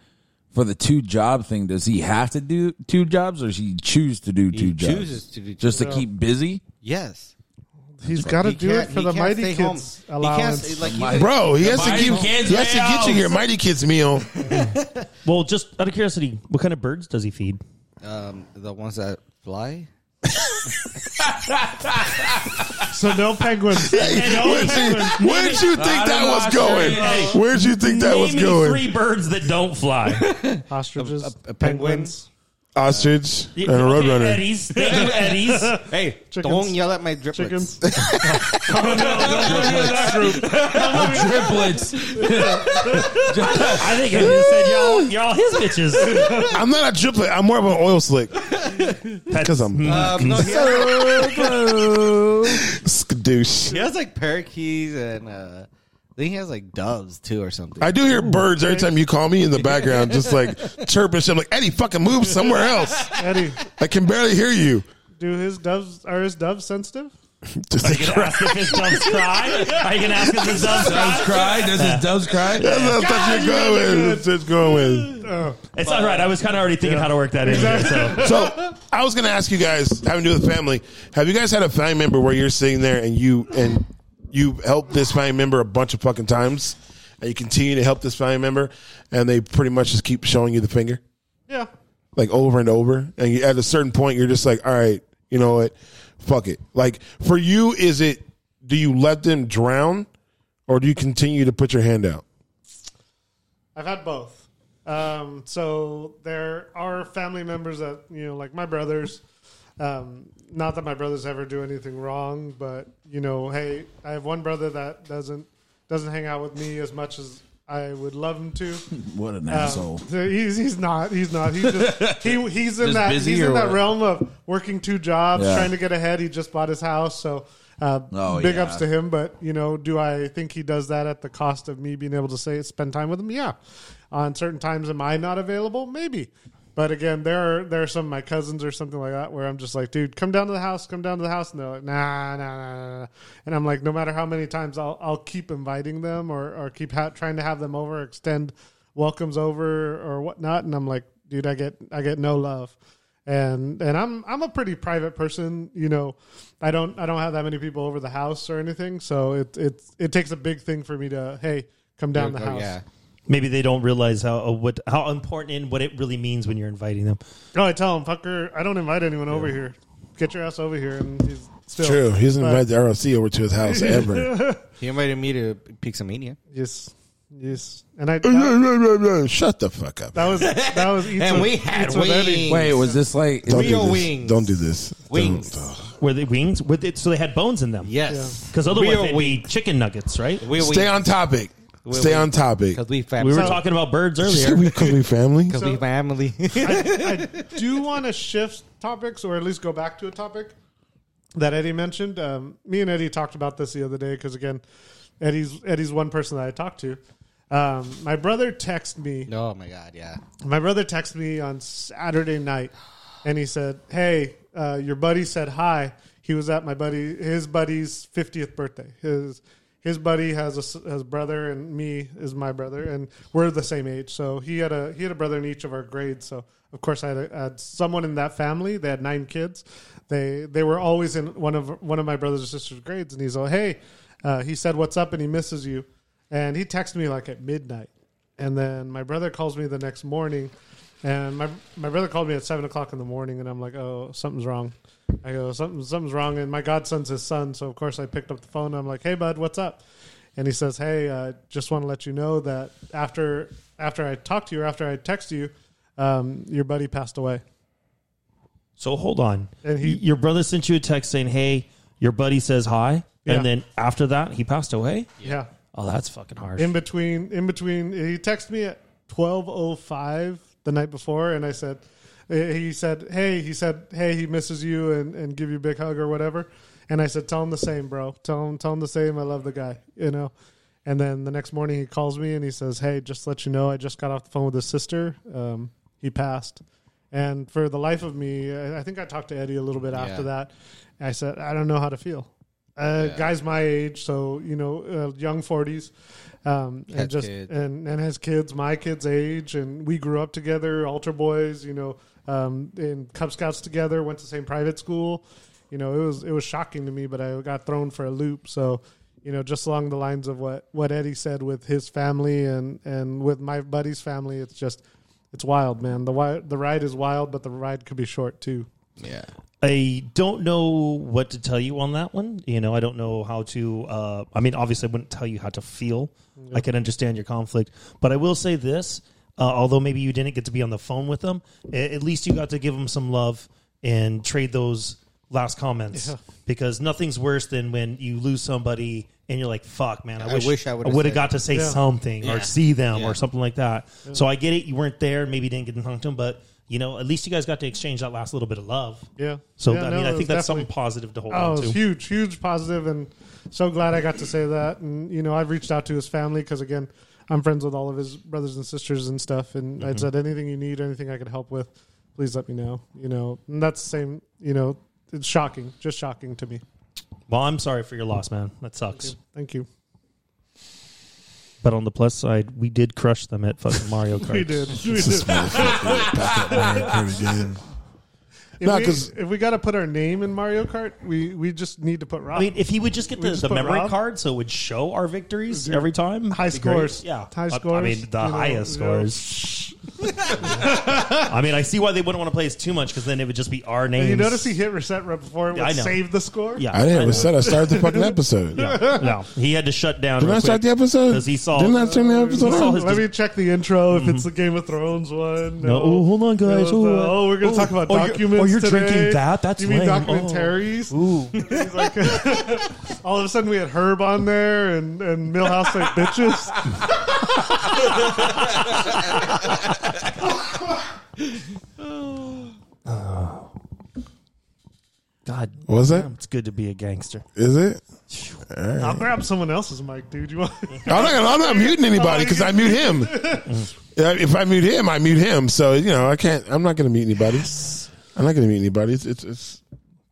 [SPEAKER 5] For the two job thing, does he have to do two jobs, or does he choose to do two jobs?
[SPEAKER 1] chooses to do two
[SPEAKER 5] just to keep busy.
[SPEAKER 1] Yes.
[SPEAKER 4] He's got to
[SPEAKER 1] He
[SPEAKER 4] do it
[SPEAKER 1] can't-
[SPEAKER 4] for
[SPEAKER 1] he
[SPEAKER 4] the
[SPEAKER 1] can't
[SPEAKER 4] mighty
[SPEAKER 1] stay
[SPEAKER 4] kids
[SPEAKER 1] home. He
[SPEAKER 4] allowance.
[SPEAKER 1] can't, like, he-
[SPEAKER 3] Uh, Bro, he has to
[SPEAKER 8] Mighty
[SPEAKER 3] keep
[SPEAKER 8] Kids
[SPEAKER 3] he has to get you your mighty kids meal.
[SPEAKER 2] Well, just out of curiosity, what kind of birds does he feed?
[SPEAKER 1] um, the ones that fly.
[SPEAKER 4] So no penguins.
[SPEAKER 3] Where'd you, where'd you think that was going? Where'd you think that was
[SPEAKER 2] Name me
[SPEAKER 3] going?
[SPEAKER 2] three birds that don't fly.
[SPEAKER 4] Ostriches,
[SPEAKER 1] a- a
[SPEAKER 4] penguins.
[SPEAKER 3] Ostrich and a
[SPEAKER 2] Okay,
[SPEAKER 3] roadrunner.
[SPEAKER 2] Eddies. Thank you, Eddies.
[SPEAKER 1] Hey,
[SPEAKER 4] Chickens.
[SPEAKER 1] don't yell at my driplets.
[SPEAKER 4] Chickens.
[SPEAKER 5] Triplets.
[SPEAKER 2] I think I just said y'all, y'all his bitches.
[SPEAKER 3] I'm not a triplet. I'm more of an oil slick. Because I'm
[SPEAKER 1] Um, no, he has,
[SPEAKER 3] skadoosh.
[SPEAKER 1] he has like parakeets and uh, I think he has like doves too or something.
[SPEAKER 3] I do hear birds every time you call me in the background, just like chirping. shit. I'm like, Eddie, fucking move somewhere else.
[SPEAKER 4] Eddie,
[SPEAKER 3] I can barely hear you.
[SPEAKER 4] do his doves are his doves sensitive?
[SPEAKER 3] Just like,
[SPEAKER 2] Ask if his doves cry. Are you gonna ask if his doves
[SPEAKER 5] doves
[SPEAKER 2] cry?
[SPEAKER 5] cry. Does his doves cry?
[SPEAKER 3] that's what you're going with. That's what you're going with.
[SPEAKER 2] It's all right. I was kind of already thinking how to work that in. There, so
[SPEAKER 3] So I was going to ask you guys, having to do with family, have you guys had a family member where you're sitting there and you and you help this family member a bunch of fucking times, and you continue to help this family member, and they pretty much just keep showing you the finger,
[SPEAKER 4] Yeah.
[SPEAKER 3] like over and over, and you, at a certain point you're just like, all right, you know what, fuck it. Like for you, is it do you let them drown, or do you continue to put your hand out?
[SPEAKER 4] I've had both. Um, so there are family members that you know, like my brothers. Um, not that my brothers ever do anything wrong, but you know, hey, I have one brother that doesn't doesn't hang out with me as much as I would love him to.
[SPEAKER 5] What an
[SPEAKER 4] Um,
[SPEAKER 5] asshole.
[SPEAKER 4] he's, he's not. He's not. He just, he, he's in
[SPEAKER 5] Just
[SPEAKER 4] that
[SPEAKER 5] busy
[SPEAKER 4] he's in
[SPEAKER 5] or
[SPEAKER 4] that
[SPEAKER 5] what?
[SPEAKER 4] realm of working two jobs,
[SPEAKER 5] Yeah.
[SPEAKER 4] trying to get ahead. He just bought his house, so uh,
[SPEAKER 5] Oh,
[SPEAKER 4] big
[SPEAKER 5] yeah.
[SPEAKER 4] ups to him. But you know, do I think he does that at the cost of me being able to say spend time with him? Yeah. On certain times, am I not available? Maybe. But again, there are there are some of my cousins or something like that where I'm just like, dude, come down to the house, come down to the house, and they're like, nah, nah, nah, nah, nah. and I'm like, no matter how many times I'll I'll keep inviting them or or keep ha- trying to have them over, extend welcomes over or whatnot, and I'm like, dude, I get I get no love, and and I'm I'm a pretty private person, you know, I don't I don't have that many people over the house or anything, so it it it takes a big thing for me to hey come down the
[SPEAKER 1] Oh,
[SPEAKER 4] house.
[SPEAKER 1] Yeah.
[SPEAKER 2] maybe they don't realize how uh, what how important and what it really means when you're inviting them.
[SPEAKER 4] No, Oh, I tell him, fucker, I don't invite anyone over here. Get your ass over here, and he's still
[SPEAKER 3] True, he doesn't invite the RLC over to his house ever.
[SPEAKER 1] He invited me to Pixamania.
[SPEAKER 4] Yes, yes, and I. That,
[SPEAKER 3] Shut the fuck up.
[SPEAKER 4] that was that was eats
[SPEAKER 1] And
[SPEAKER 4] with-
[SPEAKER 1] we had
[SPEAKER 4] eats with Eddie.
[SPEAKER 1] wings.
[SPEAKER 5] Wait, was this like?
[SPEAKER 3] Don't
[SPEAKER 1] Real
[SPEAKER 3] do this.
[SPEAKER 1] wings.
[SPEAKER 3] Don't do this. Don't-
[SPEAKER 1] Wings.
[SPEAKER 3] ugh.
[SPEAKER 2] Were they wings? With it, so they had bones in them.
[SPEAKER 1] Yes.
[SPEAKER 2] Because otherwise
[SPEAKER 1] Real
[SPEAKER 2] they'd be chicken nuggets, right?
[SPEAKER 1] We
[SPEAKER 3] Stay on topic. Stay on topic.
[SPEAKER 1] because we
[SPEAKER 2] We
[SPEAKER 1] family.
[SPEAKER 2] were talking about birds
[SPEAKER 3] See,
[SPEAKER 2] earlier.
[SPEAKER 3] we could be family.
[SPEAKER 1] Because we family.
[SPEAKER 4] Do you want to shift topics, or at least go back to a topic that Eddie mentioned? Um, me and Eddie talked about this the other day because again, Eddie's Eddie's one person that I talked to. Um, my brother texted me.
[SPEAKER 1] oh my god, yeah.
[SPEAKER 4] My brother texted me on Saturday night, and he said, "Hey, uh, your buddy said hi. He was at my buddy, his buddy's fiftieth birthday. His his buddy has a s- has a brother, and me is my brother, and we're the same age. So he had a he had a brother in each of our grades. So of course I had, a, had someone in that family. They had nine kids. They they were always in one of one of my brother's or sister's grades. And he's like, "Hey, uh, he said what's up, and he misses you." And he texted me like at midnight. And then my brother calls me the next morning, and my my brother called me at seven o'clock in the morning, and I'm like, oh, something's wrong. I go, something something's wrong, and my godson's his son, so of course I picked up the phone. And I'm like, hey, bud, what's up? And he says, hey, uh, just want to let you know that after after I talked to you, or after I text you, um, your buddy passed away.
[SPEAKER 2] so hold on.
[SPEAKER 4] And he-
[SPEAKER 2] your brother sent you a text saying, "Hey, your buddy says hi,"
[SPEAKER 4] Yeah.
[SPEAKER 2] and then after that he passed away.
[SPEAKER 4] Yeah.
[SPEAKER 2] Oh, that's fucking harsh.
[SPEAKER 4] In between, in between, he texted me at twelve oh five the night before, and I said, eh, he said, hey, he said, hey, he misses you, and and give you a big hug or whatever. And I said, tell him the same, bro. Tell him, tell him the same. I love the guy, you know. And then the next morning, he calls me and he says, hey, just to let you know, I just got off the phone with his sister. Um, he passed. And for the life of me, I I think I talked to Eddie a little bit after
[SPEAKER 1] Yeah.
[SPEAKER 4] that. I said, I don't know how to feel. uh, guys my age, so you know, uh, young forties, um,
[SPEAKER 1] Has
[SPEAKER 4] and just
[SPEAKER 1] kids.
[SPEAKER 4] and and has kids my kids' age, and we grew up together, altar boys, you know, um, in Cub Scouts together, went to the same private school, you know, it was it was shocking to me, but I got thrown for a loop, so. You know, just along the lines of what, what Eddie said with his family and, and with my buddy's family, it's just it's wild, man. The wi- the ride is wild, but the ride could be short too.
[SPEAKER 1] Yeah.
[SPEAKER 2] I don't know what to tell you on that one. You know, I don't know how to. Uh, I mean, obviously, I wouldn't tell you how to feel. I can understand your conflict, but I will say this: uh, although maybe you didn't get to be on the phone with them, a- at least you got to give them some love and trade those last comments because nothing's worse than when you lose somebody and you're like, "Fuck, man! I,
[SPEAKER 1] I
[SPEAKER 2] wish,
[SPEAKER 1] wish I
[SPEAKER 2] I
[SPEAKER 1] would've
[SPEAKER 2] would have
[SPEAKER 1] said-
[SPEAKER 2] got to say something or
[SPEAKER 1] Yeah.
[SPEAKER 2] see them
[SPEAKER 1] Yeah.
[SPEAKER 2] or something like that." So I get it; you weren't there, maybe didn't get to talk to them, but. You know, at least you guys got to exchange that last little bit of love.
[SPEAKER 4] Yeah.
[SPEAKER 2] So
[SPEAKER 4] Yeah,
[SPEAKER 2] I
[SPEAKER 4] no,
[SPEAKER 2] mean, I
[SPEAKER 4] it was
[SPEAKER 2] think that's something
[SPEAKER 4] definitely-
[SPEAKER 2] positive to hold
[SPEAKER 4] Oh,
[SPEAKER 2] on
[SPEAKER 4] it's
[SPEAKER 2] to.
[SPEAKER 4] huge, huge positive, and so glad I got to say that. And you know, I've reached out to his family because again, I'm friends with all of his brothers and sisters and stuff. And
[SPEAKER 2] Mm-hmm.
[SPEAKER 4] I said, anything you need, anything I could help with, please let me know. You know, and that's the same. You know, it's shocking, just shocking to me.
[SPEAKER 2] Well, I'm sorry for your loss, man. That sucks.
[SPEAKER 4] Thank you.
[SPEAKER 2] But on the plus side, we did crush them at fucking Mario Kart.
[SPEAKER 4] We did. We
[SPEAKER 3] This
[SPEAKER 4] did.
[SPEAKER 3] motherfucker back up Mario Kart again.
[SPEAKER 4] If,
[SPEAKER 3] Nah,
[SPEAKER 4] we,
[SPEAKER 3] 'cause-
[SPEAKER 4] if we got to put our name in Mario Kart, we we just need to put Rob.
[SPEAKER 2] I mean, if he would just get
[SPEAKER 4] We
[SPEAKER 2] the,
[SPEAKER 4] just
[SPEAKER 2] the
[SPEAKER 4] put
[SPEAKER 2] memory
[SPEAKER 4] Rob-
[SPEAKER 2] card so it would show our victories every time.
[SPEAKER 4] High
[SPEAKER 2] it'd be great.
[SPEAKER 4] scores.
[SPEAKER 2] Yeah.
[SPEAKER 4] High
[SPEAKER 2] I- I
[SPEAKER 4] scores,
[SPEAKER 2] mean, the
[SPEAKER 4] you know,
[SPEAKER 2] highest
[SPEAKER 4] you know.
[SPEAKER 2] scores. I mean, I see why they wouldn't want to play us too much because then it would just be our names.
[SPEAKER 4] you notice he hit reset right before it would
[SPEAKER 2] I know.
[SPEAKER 4] save the score.
[SPEAKER 2] Yeah.
[SPEAKER 3] I
[SPEAKER 2] know.
[SPEAKER 3] didn't reset. I started the fucking episode.
[SPEAKER 2] Yeah. No. He had to shut down.
[SPEAKER 3] Didn't
[SPEAKER 2] real
[SPEAKER 3] I start the
[SPEAKER 2] quick.
[SPEAKER 3] episode?
[SPEAKER 2] 'Cause he saw-
[SPEAKER 3] Didn't I turn the episode
[SPEAKER 2] saw
[SPEAKER 3] on?
[SPEAKER 2] his Mm-hmm.
[SPEAKER 4] Let me check the intro if it's the Game of Thrones one.
[SPEAKER 2] No, oh, hold on, guys.
[SPEAKER 4] It was, uh,
[SPEAKER 2] Oh, uh,
[SPEAKER 4] oh, we're going
[SPEAKER 2] oh,
[SPEAKER 4] to talk about
[SPEAKER 2] oh, you're-
[SPEAKER 4] documents.
[SPEAKER 2] oh, you're
[SPEAKER 4] today.
[SPEAKER 2] drinking that? That's
[SPEAKER 4] you mean
[SPEAKER 2] lame. Oh.
[SPEAKER 4] documentaries? He's like, all of a sudden we had Herb on there and and Millhouse like bitches.
[SPEAKER 2] God,
[SPEAKER 3] Was it?
[SPEAKER 2] damn, it's good to be a gangster.
[SPEAKER 3] Is it?
[SPEAKER 4] I'll grab someone else's mic, dude. You want?
[SPEAKER 3] I'm not, I'm not muting anybody because I mute him. Yeah, if I mute him, I mute him. So you know, I can't. I'm not going to mute anybody. I'm not going to mute anybody. It's, it's it's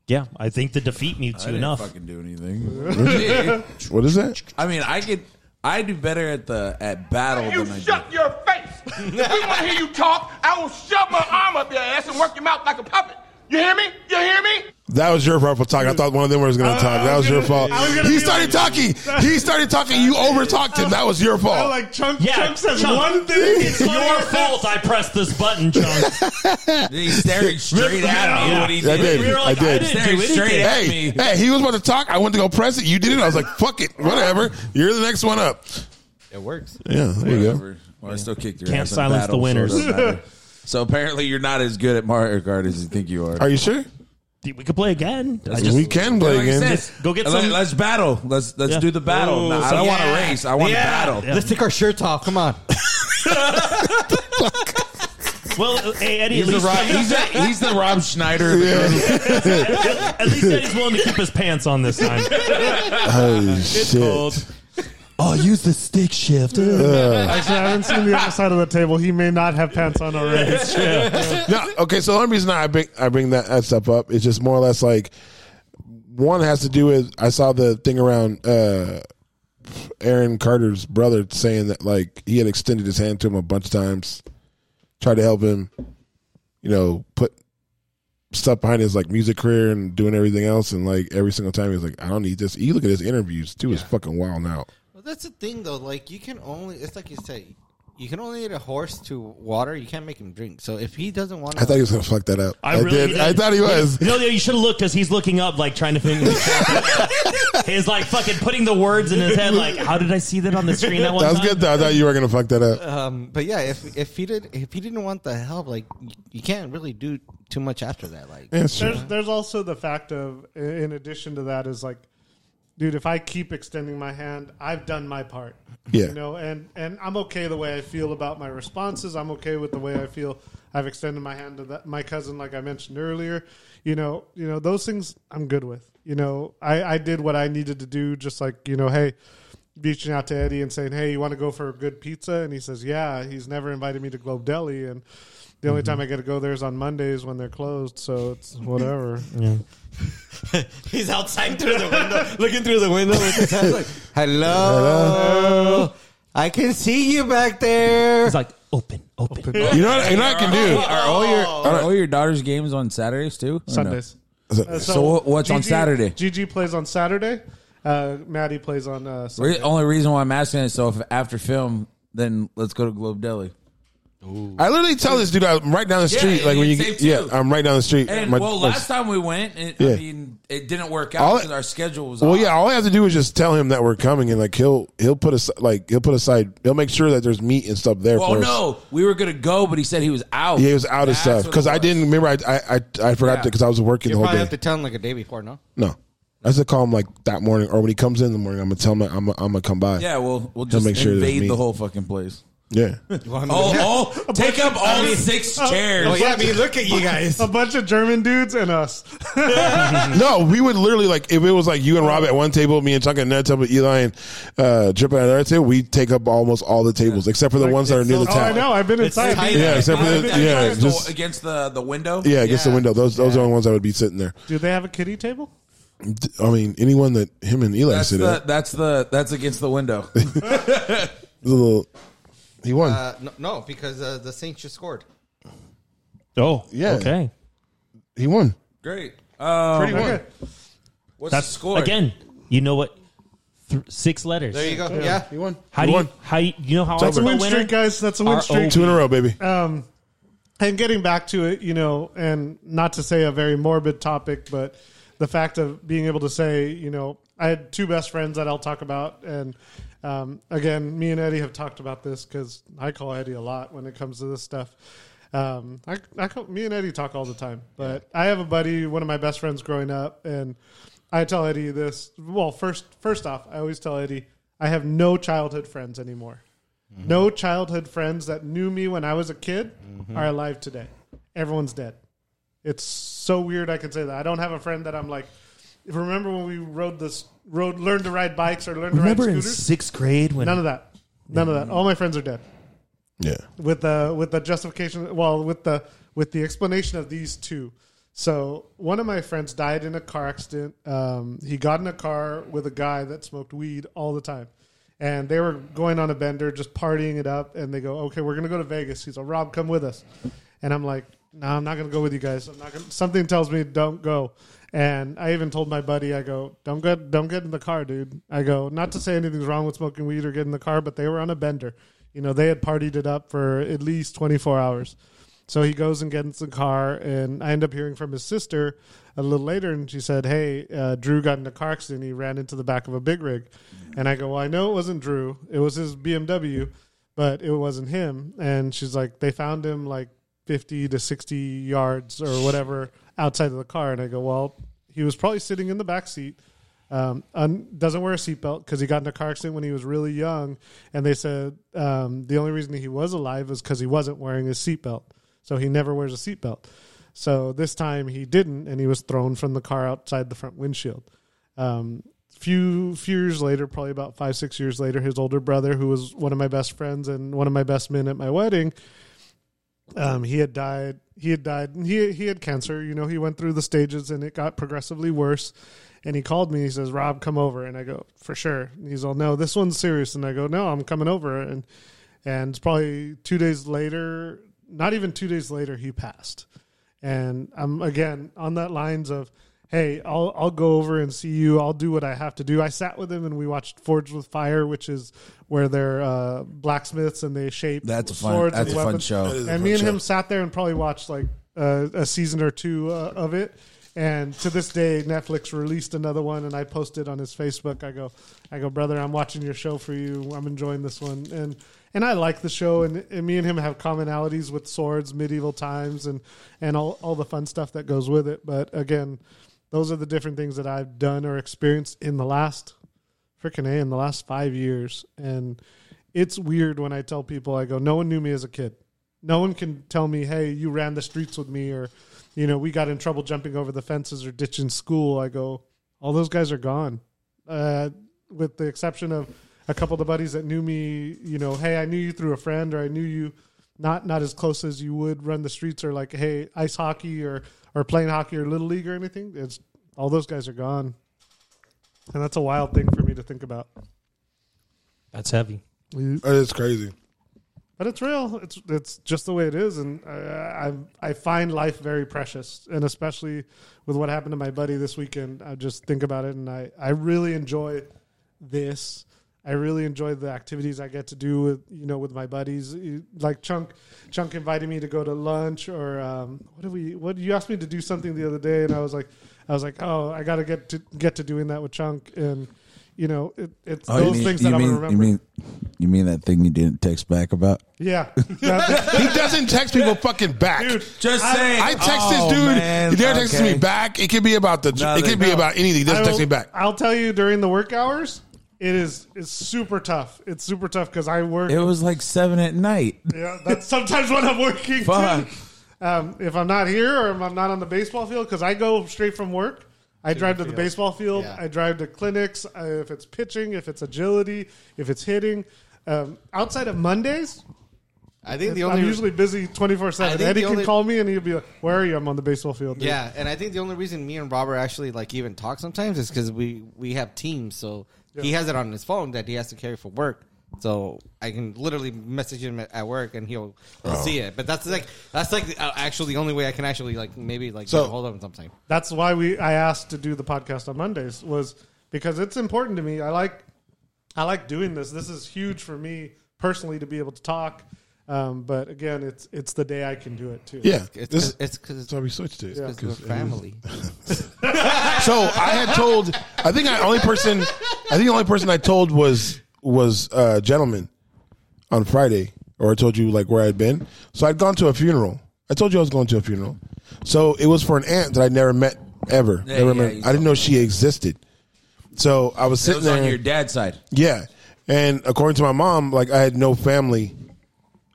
[SPEAKER 2] Yeah, I think the defeat mutes
[SPEAKER 5] I
[SPEAKER 2] you
[SPEAKER 5] didn't
[SPEAKER 2] enough.
[SPEAKER 5] fucking do anything.
[SPEAKER 3] what is that?
[SPEAKER 5] I mean, I could. I do better at the at battle
[SPEAKER 9] You
[SPEAKER 5] than I
[SPEAKER 9] shut
[SPEAKER 5] do.
[SPEAKER 9] your face. if we want to hear you talk, I will shove my arm up your ass and work your mouth like a puppet. You hear me? You hear me?
[SPEAKER 3] That was your fault for talking. I thought one of them was going to talk. That was your fault.
[SPEAKER 4] Uh, I was gonna
[SPEAKER 3] He
[SPEAKER 4] be
[SPEAKER 3] started talking. He started talking. You overtalked him. That was your
[SPEAKER 4] I
[SPEAKER 3] fault.
[SPEAKER 4] like Chunk.
[SPEAKER 2] Yeah,
[SPEAKER 4] Chunk says
[SPEAKER 2] Chunk.
[SPEAKER 4] one thing.
[SPEAKER 2] It's your fault I pressed this button, Chunk.
[SPEAKER 5] He's staring straight at me.
[SPEAKER 2] Yeah.
[SPEAKER 5] What he
[SPEAKER 3] I
[SPEAKER 5] did.
[SPEAKER 3] did.
[SPEAKER 2] We were like,
[SPEAKER 3] I did.
[SPEAKER 2] I didn't
[SPEAKER 5] Staring
[SPEAKER 2] do
[SPEAKER 5] straight
[SPEAKER 2] anything.
[SPEAKER 5] at-
[SPEAKER 3] Hey, hey, he was about to talk. I went to go press it. You did it. I was like, fuck it, whatever. You're the next one up.
[SPEAKER 1] It works.
[SPEAKER 3] Yeah, there you go.
[SPEAKER 5] Whatever. Well, I still kicked your
[SPEAKER 2] Can't
[SPEAKER 5] ass in
[SPEAKER 2] silence
[SPEAKER 5] battle,
[SPEAKER 2] the winners.
[SPEAKER 5] So, it doesn't matter. So apparently, you're not as good at Mario Kart as you think you are.
[SPEAKER 3] Are you sure?
[SPEAKER 2] We could play again. I just-
[SPEAKER 3] we can play
[SPEAKER 5] Like I
[SPEAKER 3] again.
[SPEAKER 5] said,
[SPEAKER 2] Go get
[SPEAKER 5] Uh, let-
[SPEAKER 2] some-
[SPEAKER 5] Let's battle. Let's let's
[SPEAKER 2] Yeah.
[SPEAKER 5] do the battle.
[SPEAKER 2] Ooh,
[SPEAKER 5] No, I
[SPEAKER 2] so-
[SPEAKER 5] don't want to
[SPEAKER 2] yeah.
[SPEAKER 5] race. I want to
[SPEAKER 2] Yeah.
[SPEAKER 5] battle.
[SPEAKER 2] Yeah.
[SPEAKER 1] Let's take our shirts off. Come on.
[SPEAKER 2] well, uh, hey, Eddie, at
[SPEAKER 5] He's the,
[SPEAKER 2] least,
[SPEAKER 5] Rob, he's, the, he's the Rob Schneider. of the group.
[SPEAKER 2] at least Eddie's willing to keep his pants on this time.
[SPEAKER 3] Oh shit!
[SPEAKER 2] I'll use the stick shift.
[SPEAKER 4] Actually, I haven't seen the other side of the table. He may not have pants on already.
[SPEAKER 3] No, okay. So the only reason I bring I bring that, that stuff up is just more or less like one has to do with I saw the thing around uh, Aaron Carter's brother saying that like he had extended his hand to him a bunch of times, tried to help him, you know, put stuff behind his like music career and doing everything else, and like every single time he was like, I don't need this. You look at his interviews too; is fucking wild out.
[SPEAKER 1] Well, that's the thing, though. Like, you can only, it's like you said, you can only lead a horse to water. You can't make him drink. So if he doesn't want to.
[SPEAKER 3] I thought he was gonna fuck that up. I, did.
[SPEAKER 2] he
[SPEAKER 3] I thought he was.
[SPEAKER 2] No, no, you should have looked because he's looking up, like trying to figure. he's like fucking putting the words in his head. Like, how did I see that on the screen? That one
[SPEAKER 3] That was
[SPEAKER 2] time?
[SPEAKER 3] good though. I thought you were gonna fuck that up.
[SPEAKER 1] Um, but yeah, if if he did if he didn't want the help, like you, you can't really do too much after that. Like
[SPEAKER 3] Yeah, it's true.
[SPEAKER 4] there's there's also the fact of in addition to that is like dude if i keep extending my hand i've done my part
[SPEAKER 3] Yeah.
[SPEAKER 4] you know and and i'm okay the way i feel about my responses i'm okay with the way i feel i've extended my hand to that, my cousin like i mentioned earlier you know you know those things i'm good with you know i i did what i needed to do just like you know hey reaching out to Eddie and saying, "Hey, you want to go for a good pizza?" And he says, "Yeah." He's never invited me to Globe Deli, and the only time I get to go there is on Mondays when they're closed. So it's whatever.
[SPEAKER 1] He's outside through the window, looking through the window with his hands like, "Hello, I can see you back there."
[SPEAKER 2] It's like open, open.
[SPEAKER 3] You know what, you know what I can do?
[SPEAKER 5] Are all your are all your daughter's games on Saturdays too? Or no?
[SPEAKER 4] Sundays. Uh,
[SPEAKER 5] So what- what's on Saturday?
[SPEAKER 4] Gigi plays on Saturday. Uh, Maddie plays on uh, Sunday.
[SPEAKER 5] Re- only reason why I'm asking is so if after film, then let's go to Globe Deli.
[SPEAKER 3] I literally tell this dude I'm right down the
[SPEAKER 5] Yeah,
[SPEAKER 3] street. like when you, get,
[SPEAKER 5] same
[SPEAKER 3] yeah,
[SPEAKER 5] too.
[SPEAKER 3] I'm right down the street.
[SPEAKER 5] And
[SPEAKER 3] My-
[SPEAKER 5] well,
[SPEAKER 3] my-
[SPEAKER 5] last time we went, it,
[SPEAKER 3] Yeah.
[SPEAKER 5] I mean, it didn't work
[SPEAKER 3] All-
[SPEAKER 5] out because our schedule was.
[SPEAKER 3] well,
[SPEAKER 5] off.
[SPEAKER 3] yeah. All I have to do is just tell him that we're coming, and like he'll he'll put us like he'll put aside. He'll make sure that there's meat and stuff there.
[SPEAKER 5] Well,
[SPEAKER 3] for us.
[SPEAKER 5] no, we were gonna go, but he said he was out.
[SPEAKER 3] Yeah, he was out of
[SPEAKER 5] That's
[SPEAKER 3] stuff
[SPEAKER 5] what
[SPEAKER 3] because
[SPEAKER 5] it
[SPEAKER 3] I
[SPEAKER 5] was.
[SPEAKER 3] didn't remember. I I I, I forgot
[SPEAKER 5] Yeah.
[SPEAKER 3] because I was working
[SPEAKER 1] You
[SPEAKER 3] the whole
[SPEAKER 1] probably
[SPEAKER 3] day.
[SPEAKER 1] have to tell him like a day before, no?
[SPEAKER 3] no, I have to call him like that morning, or when he comes in the morning, I'm gonna tell him I'm I'm gonna come by.
[SPEAKER 5] Yeah, well,
[SPEAKER 3] He'll
[SPEAKER 5] we'll just
[SPEAKER 3] make sure there's
[SPEAKER 5] invade the
[SPEAKER 3] meat.
[SPEAKER 5] whole fucking place.
[SPEAKER 3] yeah.
[SPEAKER 5] Oh, oh take up all six chairs.
[SPEAKER 1] Oh yeah, I mean, look at you guys.
[SPEAKER 4] A bunch of German dudes and us.
[SPEAKER 3] no, we would literally like if it was like you and Rob at one table, me and Chuck at another table, Eli and uh, Drip at another table. We take up almost all the tables except for the ones that are near the
[SPEAKER 4] oh, I
[SPEAKER 3] table.
[SPEAKER 4] know. I've been inside.
[SPEAKER 1] tight.
[SPEAKER 3] Yeah, except for the,
[SPEAKER 5] Against the-
[SPEAKER 3] yeah,
[SPEAKER 5] against,
[SPEAKER 3] just
[SPEAKER 5] the, against the the window.
[SPEAKER 3] yeah, against the window. Those those are the only ones that would be sitting there.
[SPEAKER 4] Do they have a kiddie table?
[SPEAKER 3] D- I mean, anyone that him and Eli
[SPEAKER 5] that's
[SPEAKER 3] sit
[SPEAKER 5] the
[SPEAKER 3] at,
[SPEAKER 5] that's the that's against the window.
[SPEAKER 3] the little, he won.
[SPEAKER 1] Uh, no, no, because uh, the Saints just scored.
[SPEAKER 6] Oh,
[SPEAKER 3] Yeah.
[SPEAKER 6] Okay.
[SPEAKER 3] he won.
[SPEAKER 5] Great. Um,
[SPEAKER 3] Pretty
[SPEAKER 4] Okay.
[SPEAKER 5] what's
[SPEAKER 6] That's
[SPEAKER 5] the score
[SPEAKER 6] Again, you know what? Th- six letters.
[SPEAKER 1] There you go. Yeah,
[SPEAKER 3] He won.
[SPEAKER 6] How
[SPEAKER 3] he
[SPEAKER 6] do you,
[SPEAKER 3] won.
[SPEAKER 6] how you, you know how I
[SPEAKER 4] That's a
[SPEAKER 6] spell
[SPEAKER 4] win
[SPEAKER 6] winner?
[SPEAKER 4] streak, guys. That's a win streak.
[SPEAKER 3] Two in a row, baby.
[SPEAKER 4] and getting back to it, you know, and not to say a very morbid topic, but the fact of being able to say, you know, I had two best friends that I'll talk about, and um, again, me and Eddie have talked about this because I call Eddie a lot when it comes to this stuff. Um, I, I call, me and Eddie talk all the time, but I have a buddy, one of my best friends growing up, and I tell Eddie this. Well, first, first off, I always tell Eddie I have no childhood friends anymore. Mm-hmm. No childhood friends that knew me when I was a kid
[SPEAKER 2] Mm-hmm.
[SPEAKER 4] are alive today. Everyone's dead. It's so weird I can say that. I don't have a friend that I'm like remember when we rode this rode learned to ride bikes or learned
[SPEAKER 2] Remember
[SPEAKER 4] to
[SPEAKER 6] in
[SPEAKER 4] ride scooters?
[SPEAKER 2] sixth grade when
[SPEAKER 4] None of that. None of that. All my friends are dead
[SPEAKER 3] Yeah.
[SPEAKER 4] with the with the justification well with the with the explanation of these two so one of my friends died in a car accident um, he got in a car with a guy that smoked weed all the time and they were going on a bender just partying it up and they go okay we're gonna go to vegas he's like rob come with us and i'm like no i'm not gonna go with you guys i'm not gonna something tells me don't go and I even told my buddy, I go, don't get, don't get in the car, dude. I go, not to say anything's wrong with smoking weed or getting in the car, but they were on a bender. You know, they had partied it up for at least 24 hours. So he goes and gets in the car, and I end up hearing from his sister a little later, and she said, "Hey, uh, Drew got in a car accident. He ran into the back of a big rig." And I go, "Well, I know it wasn't Drew. It was his BMW, but it wasn't him." And she's like, "They found him like 50 to 60 yards or whatever outside of the car." And I go, "Well, he was probably sitting in the back seat." um, un, doesn't wear a seatbelt because he got in a car accident when he was really young. And they said um, the only reason he was alive was because he wasn't wearing his seatbelt. So he never wears a seatbelt. So this time he didn't, and he was thrown from the car outside the front windshield. Um, few few years later, probably about five six years later, his older brother, who was one of my best friends and one of my best men at my wedding, um, he had died. He had died. and He he had cancer. You know, he went through the stages, and it got progressively worse. And he called me. He says, "Rob, come over." And I go, "For sure." And he's all, "No, this one's serious." And I go, "No, I'm coming over." And and it's probably two days later, not even two days later, he passed. And I'm again on that lines of, "Hey, I'll I'll go over and see you. I'll do what I have to do." I sat with him, and we watched Forged with Fire, which is where they're uh, blacksmiths and they shape
[SPEAKER 5] That's a fun-
[SPEAKER 4] swords
[SPEAKER 5] that's
[SPEAKER 4] and
[SPEAKER 5] a fun
[SPEAKER 4] weapons
[SPEAKER 5] show. That is
[SPEAKER 4] and me and him sat there and probably watched like uh, a season or two uh, of it. And to this day, Netflix released another one, and I posted on his Facebook. I go, I go, brother, I'm watching your show for you. I'm enjoying this one, and and I like the show. And, and me and him have commonalities with swords, medieval times, and and all all the fun stuff that goes with it. But again, those are the different things that I've done or experienced in the last freaking a in the last five years and it's weird when i tell people i go no one knew me as a kid no one can tell me hey you ran the streets with me or you know we got in trouble jumping over the fences or ditching school i go all those guys are gone uh, with the exception of a couple of the buddies that knew me, you know, hey, I knew you through a friend, or I knew you not not as close as you would run the streets, or like, hey, ice hockey, or or playing hockey, or little league, or anything. It's all those guys are gone, and that's a wild thing for me to think about.
[SPEAKER 2] That's heavy.
[SPEAKER 3] It's crazy.
[SPEAKER 4] But it's real. It's it's just the way it is, and I I, I find life very precious, and especially with what happened to my buddy this weekend. I just think about it, and I I really enjoy this. I really enjoy the activities I get to do with you know with my buddies. You- Like Chunk, Chunk invited me to go to lunch, or um, what did we? What you asked me to do something the other day, and I was like, I was like, oh, I got to get to get to doing that with Chunk, and you know, it, it's
[SPEAKER 5] Oh, you
[SPEAKER 4] those
[SPEAKER 5] mean-
[SPEAKER 4] things
[SPEAKER 5] you
[SPEAKER 4] that I'm
[SPEAKER 5] mean-
[SPEAKER 4] gonna remember.
[SPEAKER 5] You mean, you mean that thing you didn't text back about?
[SPEAKER 4] yeah. That's-
[SPEAKER 3] He doesn't text people fucking back.
[SPEAKER 4] Dude,
[SPEAKER 5] Just saying.
[SPEAKER 3] I text
[SPEAKER 5] Oh,
[SPEAKER 3] this dude. he never texts me back. It could be about the. it could be
[SPEAKER 5] Nothing.
[SPEAKER 3] about anything. He doesn't
[SPEAKER 4] I
[SPEAKER 3] text me
[SPEAKER 4] will-
[SPEAKER 3] back.
[SPEAKER 4] I'll tell you during the work hours, it is it's super tough. It's super tough because I work.
[SPEAKER 5] It was like seven at night.
[SPEAKER 4] yeah, that's sometimes when I'm working. too.
[SPEAKER 5] Fuck.
[SPEAKER 4] Um, if I'm not here or if I'm not on the baseball field, because I go straight from work. I drive to the baseball field.
[SPEAKER 1] Yeah.
[SPEAKER 4] I drive to clinics. Uh, if it's pitching, if it's agility, if it's hitting. Um, outside of Mondays,
[SPEAKER 1] I think the only
[SPEAKER 4] I'm usually busy 24
[SPEAKER 1] I
[SPEAKER 4] 7.
[SPEAKER 1] think
[SPEAKER 4] Eddie
[SPEAKER 1] the
[SPEAKER 4] can
[SPEAKER 1] only-
[SPEAKER 4] call me and he'll be like, Where are you? I'm on the baseball field. dude."
[SPEAKER 1] yeah, and I think the only reason me and Robert actually like even talk sometimes is because we we have teams. So he has it on his phone that he has to carry for work. So I can literally message him at- at work and he'll, he'll
[SPEAKER 3] Oh.
[SPEAKER 1] see it. But that's like that's like uh, actually the only way I can actually like maybe like
[SPEAKER 3] So-
[SPEAKER 1] get hold of him sometime.
[SPEAKER 4] that's why we I asked to do the podcast on Mondays was because it's important to me. I like I like doing this. This is huge for me personally to be able to talk. Um, but again, it's it's the day I can do it too.
[SPEAKER 3] Yeah,
[SPEAKER 1] It's
[SPEAKER 3] this,
[SPEAKER 1] cause, it's because it's,
[SPEAKER 3] that's why we switched it.
[SPEAKER 1] because we're family.
[SPEAKER 3] So I had told. I think I only person. I think the only person I told was was uh, gentleman on Friday, or I told you like where I'd been. So I'd gone to a funeral. I told you I was going to a funeral. So it was for an aunt that I never met ever. never
[SPEAKER 5] yeah,
[SPEAKER 3] met.
[SPEAKER 5] you
[SPEAKER 3] I didn't know she existed. So I was
[SPEAKER 5] It
[SPEAKER 3] sitting
[SPEAKER 5] was
[SPEAKER 3] there.
[SPEAKER 5] on your dad's side.
[SPEAKER 3] Yeah. And according to my mom, like I had no family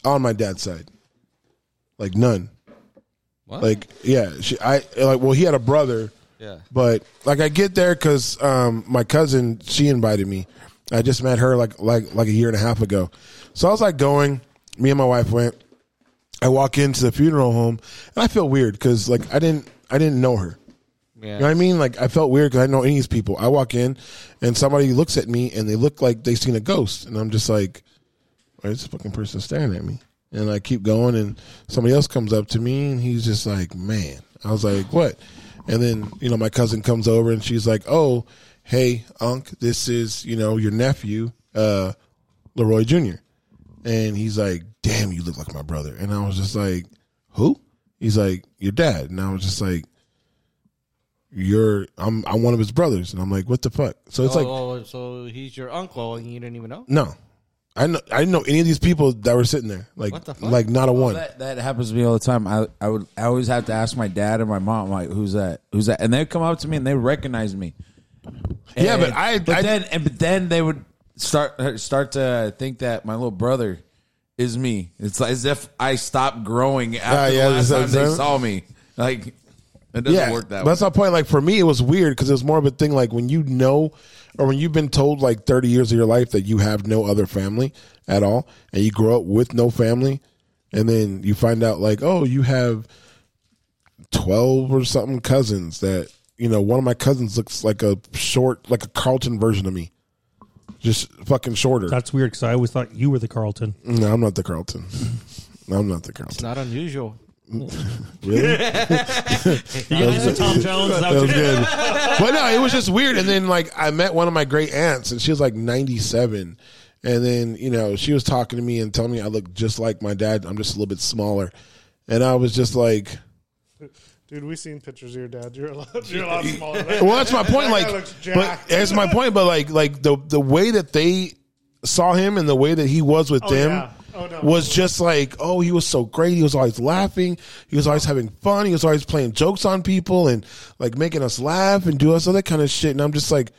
[SPEAKER 3] on my dad's side. Like none. Like yeah, she I like well he had a brother.
[SPEAKER 1] Yeah.
[SPEAKER 3] But like I get there cuz um my cousin she invited me. I just met her like like like a year and a half ago. So I was like going, me and my wife went. I walk into the funeral home and I feel weird cuz like I didn't I didn't know her.
[SPEAKER 1] Yeah.
[SPEAKER 3] You know what I mean? Like I felt weird because I didn't know any of these people. I walk in and somebody looks at me and they look like they seen a ghost, and I'm just like, "Why is this fucking person staring at me?" And I keep going, and somebody else comes up to me, and he's just like, "Man," I was like, "What?" And then you know my cousin comes over and she's like, "Oh, hey, Unc, this is you know your nephew, uh, Leroy Jr." And he's like, "Damn, you look like my brother." And I was just like, "Who?" He's like, "Your dad." And I was just like you're I'm I'm one of his brothers, and I'm like, what the fuck? So it's
[SPEAKER 1] oh,
[SPEAKER 3] like,
[SPEAKER 1] oh, so he's your uncle and you didn't even know.
[SPEAKER 3] no, I know I didn't know any of these people that were sitting there, like,
[SPEAKER 1] What the fuck?
[SPEAKER 3] like not a one.
[SPEAKER 5] That, that happens to me all the time. I, I would I always have to ask my dad or my mom like who's that who's that and they would come up to me and they recognize me.
[SPEAKER 3] Yeah, but
[SPEAKER 5] And-
[SPEAKER 3] I-
[SPEAKER 5] but
[SPEAKER 3] I-
[SPEAKER 5] then and but then they would start start to think that my little brother is me. It's like, as if I stopped growing after
[SPEAKER 3] yeah,
[SPEAKER 5] the last
[SPEAKER 3] that's-
[SPEAKER 5] time they
[SPEAKER 3] that's-
[SPEAKER 5] saw me. Like it doesn't
[SPEAKER 3] yeah,
[SPEAKER 5] work that
[SPEAKER 3] but that's
[SPEAKER 5] way.
[SPEAKER 3] my point. Like for me, it was weird because it was more of a thing like when you know, or when you've been told like 30 years of your life that you have no other family at all, and you grow up with no family, and then you find out like, oh, you have 12 or something cousins that you know. One of my cousins looks like a short, like a Carlton version of me. Just fucking shorter.
[SPEAKER 6] That's weird because I always thought you were the Carlton.
[SPEAKER 3] No, I'm not the Carlton. I'm not the Carlton.
[SPEAKER 1] Not unusual.
[SPEAKER 3] Really?
[SPEAKER 6] Tom Jones.
[SPEAKER 3] That was good. But no, it was just weird. And then like I met one of my great aunts, and she was like 97. And then you know she was talking to me and telling me I look just like my dad. I'm just a little bit smaller, and I was just like,
[SPEAKER 4] Dude, we seen pictures of your dad. You're a lot, you're a lot smaller.
[SPEAKER 3] well, that's my point.
[SPEAKER 4] That guy
[SPEAKER 3] Like,
[SPEAKER 4] looks
[SPEAKER 3] but
[SPEAKER 4] jacked.
[SPEAKER 3] that's my point. But like, like the the way that they saw him and the way that he was with them
[SPEAKER 4] yeah. Oh, no.
[SPEAKER 3] was just like, oh, he was so great. He was always laughing. He was always having fun. He was always playing jokes on people and like making us laugh and do us all that kind of shit. And I'm just like,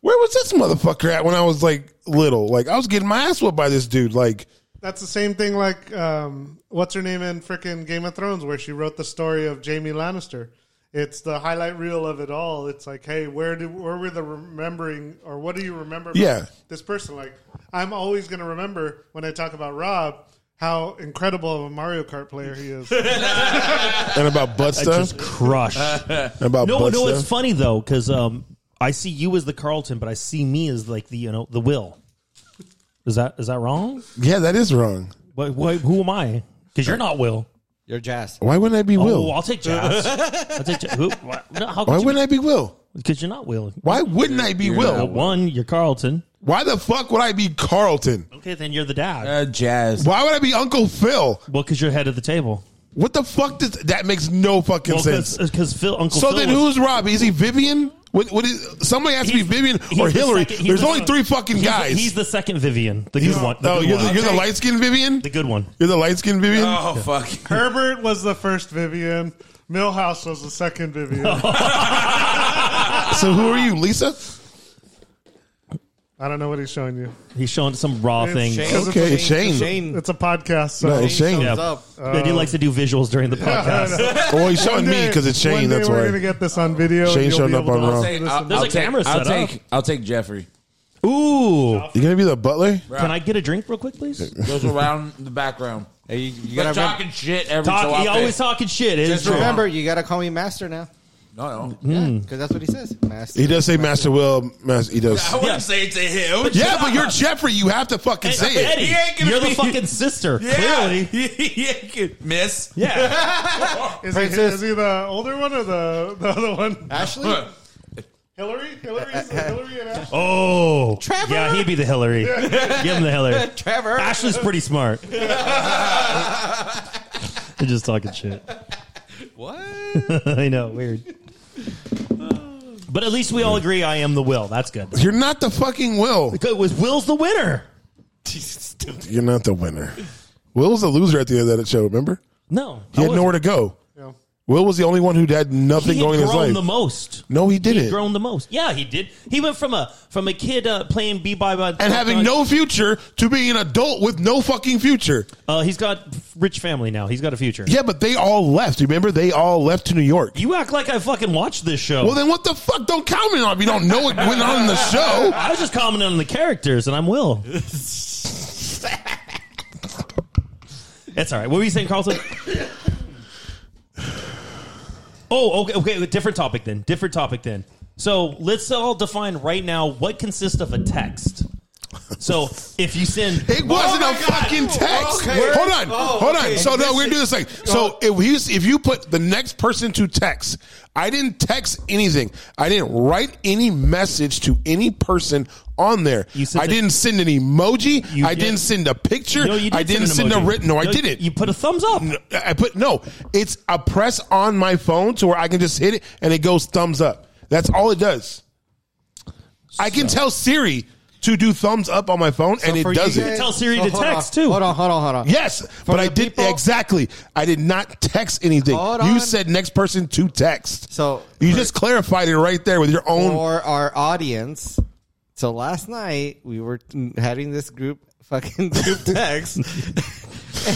[SPEAKER 3] where was this motherfucker at when I was like little? Like I was getting my ass whooped by this dude. Like
[SPEAKER 4] That's the same thing like um, what's her name in frickin' Game of Thrones, where she wrote the story of Jamie Lannister. It's the highlight reel of it all. It's like, hey, where did where were the remembering or what do you remember? about
[SPEAKER 3] Yeah.
[SPEAKER 4] this person. Like, I'm always going to remember when I talk about Rob how incredible of a Mario Kart player he is.
[SPEAKER 3] And about butt stuff.
[SPEAKER 2] Just crush.
[SPEAKER 3] about
[SPEAKER 2] No,
[SPEAKER 3] butt
[SPEAKER 2] no, it's
[SPEAKER 3] stuff.
[SPEAKER 2] funny though because um, I see you as the Carlton, but I see me as like the you know the Will. Is that is that wrong?
[SPEAKER 3] yeah, that is wrong.
[SPEAKER 2] What, what, who am I? Because you're not Will.
[SPEAKER 1] You're Jazz.
[SPEAKER 3] Why wouldn't I be
[SPEAKER 2] Oh,
[SPEAKER 3] Will?
[SPEAKER 2] I'll take Jazz. I'll take Jazz. Who, why, no, how
[SPEAKER 3] Why
[SPEAKER 2] could
[SPEAKER 3] wouldn't I be Will?
[SPEAKER 2] Because you're not Will.
[SPEAKER 3] Why wouldn't I be
[SPEAKER 2] Well,
[SPEAKER 3] Will?
[SPEAKER 2] one, you're Carlton.
[SPEAKER 3] Why the fuck would I be Carlton?
[SPEAKER 2] Okay, then you're the dad.
[SPEAKER 5] Uh, jazz.
[SPEAKER 3] Why would I be Uncle Phil?
[SPEAKER 2] well, because you're head of the table.
[SPEAKER 3] What the fuck does that makes no fucking
[SPEAKER 2] Well,
[SPEAKER 3] sense?
[SPEAKER 2] because Phil, Uncle
[SPEAKER 3] So
[SPEAKER 2] Phil.
[SPEAKER 3] then,
[SPEAKER 2] was-
[SPEAKER 3] who's Rob? Is he Vivian? What, what is somebody has to be
[SPEAKER 2] He's-
[SPEAKER 3] Vivian
[SPEAKER 2] he's
[SPEAKER 3] or
[SPEAKER 2] the
[SPEAKER 3] Hillary?
[SPEAKER 2] second- he's
[SPEAKER 3] There's
[SPEAKER 2] the
[SPEAKER 3] only
[SPEAKER 2] second-
[SPEAKER 3] three fucking
[SPEAKER 2] he's the-
[SPEAKER 3] guys.
[SPEAKER 2] he's the second Vivian, the good one. The
[SPEAKER 3] no, Oh,
[SPEAKER 2] good
[SPEAKER 3] you're,
[SPEAKER 2] one.
[SPEAKER 3] the, you're the light skinned Vivian.
[SPEAKER 2] the good one.
[SPEAKER 3] You're the light skinned Vivian.
[SPEAKER 5] Oh fuck.
[SPEAKER 4] Herbert was the first Vivian. Millhouse was the second Vivian.
[SPEAKER 3] So who are you, Lisa?
[SPEAKER 4] I don't know what he's showing you.
[SPEAKER 2] He's showing some raw
[SPEAKER 4] It's
[SPEAKER 2] thing.
[SPEAKER 4] Shane.
[SPEAKER 1] Because
[SPEAKER 3] Okay,
[SPEAKER 1] it's
[SPEAKER 3] Shane.
[SPEAKER 1] Shane.
[SPEAKER 4] It's a podcast, so
[SPEAKER 3] No, it's Shane.
[SPEAKER 1] Thumbs
[SPEAKER 2] Yeah.
[SPEAKER 1] up.
[SPEAKER 2] But he likes to do visuals during the podcast.
[SPEAKER 3] Oh, he's showing
[SPEAKER 4] One
[SPEAKER 3] me
[SPEAKER 4] day-
[SPEAKER 3] because it's
[SPEAKER 4] one
[SPEAKER 3] Shane.
[SPEAKER 4] day
[SPEAKER 3] That's
[SPEAKER 4] we're gonna
[SPEAKER 3] why.
[SPEAKER 4] get this on video.
[SPEAKER 3] Shane
[SPEAKER 4] and you'll
[SPEAKER 3] showed
[SPEAKER 4] be
[SPEAKER 3] up
[SPEAKER 4] able to
[SPEAKER 3] on Raw.
[SPEAKER 4] listen
[SPEAKER 5] I'll,
[SPEAKER 4] to
[SPEAKER 5] I'll,
[SPEAKER 2] There's a
[SPEAKER 5] take,
[SPEAKER 2] camera
[SPEAKER 5] I'll
[SPEAKER 2] set up.
[SPEAKER 5] take. I'll take Jeffrey.
[SPEAKER 2] Ooh.
[SPEAKER 3] You gonna be the butler?
[SPEAKER 2] Can I get a drink real quick, please?
[SPEAKER 5] Goes around the background.
[SPEAKER 1] Hey, you, you
[SPEAKER 5] But
[SPEAKER 1] gotta remember,
[SPEAKER 5] talking shit every so
[SPEAKER 2] Talk, he
[SPEAKER 5] often.
[SPEAKER 2] always talking shit. It is
[SPEAKER 5] Just
[SPEAKER 2] true.
[SPEAKER 5] remember-
[SPEAKER 1] remember, you gotta call me master now.
[SPEAKER 5] No,
[SPEAKER 3] Hmm.
[SPEAKER 5] no.
[SPEAKER 1] Yeah, because that's what he says. Master.
[SPEAKER 3] He does say Master Will. Master, he does.
[SPEAKER 8] I wouldn't say it to him.
[SPEAKER 3] Yeah, but you're Jeffrey. You have to fucking say
[SPEAKER 2] Hey,
[SPEAKER 3] it.
[SPEAKER 2] Eddie,
[SPEAKER 8] He ain't gonna
[SPEAKER 2] you're the
[SPEAKER 8] be-
[SPEAKER 2] fucking sister. Clearly.
[SPEAKER 8] yeah, good. miss.
[SPEAKER 2] Yeah.
[SPEAKER 4] Is he,
[SPEAKER 1] Princess.
[SPEAKER 4] is he the older one or the, the other one?
[SPEAKER 1] Ashley.
[SPEAKER 8] Huh.
[SPEAKER 4] Hillary? Hillary's Hillary and Ashley?
[SPEAKER 2] Oh.
[SPEAKER 1] Trevor?
[SPEAKER 2] Yeah, he'd be the Hillary. Give him the Hillary.
[SPEAKER 1] Trevor.
[SPEAKER 2] Ashley's pretty smart. They're just talking shit.
[SPEAKER 1] What?
[SPEAKER 2] I know, weird. But at least we all agree I am the Will. That's good.
[SPEAKER 3] You're not the fucking Will.
[SPEAKER 2] Good was Will's the winner.
[SPEAKER 3] You're not the winner. Will was a loser at the end of that show. Remember,
[SPEAKER 2] No.
[SPEAKER 3] he had nowhere to go.
[SPEAKER 4] Yeah.
[SPEAKER 3] Will was the only one who had nothing
[SPEAKER 2] he had
[SPEAKER 3] going in his
[SPEAKER 2] grown
[SPEAKER 3] life.
[SPEAKER 2] the most.
[SPEAKER 3] no, he
[SPEAKER 2] He
[SPEAKER 3] didn't.
[SPEAKER 2] grown the most. Yeah, he did. He went from a from a kid uh, playing b by by
[SPEAKER 3] and having no future to being an adult with no fucking future.
[SPEAKER 2] Uh, he's got rich family now. He's got a future.
[SPEAKER 3] Yeah, but they all left. Remember, they all left to New York.
[SPEAKER 2] You act like I fucking watched this show.
[SPEAKER 3] Well, then what the fuck? Don't count it on if you don't know what went on in the show.
[SPEAKER 2] I was just commenting on the characters, and I'm Will. That's all right. What were you saying, Carlton? oh, okay, okay. a Different topic then. Different topic then. So let's all define right now what consists of a text. So if you send,
[SPEAKER 3] It wasn't
[SPEAKER 1] my
[SPEAKER 3] a
[SPEAKER 1] God.
[SPEAKER 3] fucking text.
[SPEAKER 1] Okay.
[SPEAKER 3] Hold on,
[SPEAKER 1] Oh,
[SPEAKER 3] hold on.
[SPEAKER 1] okay.
[SPEAKER 3] So no, we're doing this like so. If you if you put the next person to text, I didn't text anything. I didn't write any message to any person on there.
[SPEAKER 2] You sent
[SPEAKER 3] I
[SPEAKER 2] a-
[SPEAKER 3] didn't send an emoji.
[SPEAKER 2] You
[SPEAKER 3] I
[SPEAKER 2] did.
[SPEAKER 3] did. not send a picture.
[SPEAKER 2] no, you did
[SPEAKER 3] I didn't send,
[SPEAKER 2] an
[SPEAKER 3] a
[SPEAKER 2] emoji.
[SPEAKER 3] written. No, I
[SPEAKER 2] you-
[SPEAKER 3] didn't.
[SPEAKER 2] You put a thumbs up.
[SPEAKER 3] I put no. It's a press on my phone to where I can just hit it and it goes thumbs up. That's all it does. I can tell Siri to do thumbs up on my phone and it
[SPEAKER 1] For
[SPEAKER 3] does
[SPEAKER 1] you
[SPEAKER 3] it.
[SPEAKER 1] guys-
[SPEAKER 2] Tell Siri to
[SPEAKER 1] hold
[SPEAKER 2] text,
[SPEAKER 1] on.
[SPEAKER 2] too.
[SPEAKER 1] Hold on, hold on, hold on.
[SPEAKER 3] Yes, but I
[SPEAKER 1] the
[SPEAKER 3] did
[SPEAKER 1] people-
[SPEAKER 3] exactly. I did not text anything.
[SPEAKER 1] Hold
[SPEAKER 3] you
[SPEAKER 1] on.
[SPEAKER 3] said next person to text.
[SPEAKER 1] So
[SPEAKER 3] you just clarified it right there with your own.
[SPEAKER 1] for our audience. So last night we were t- having this group fucking group text.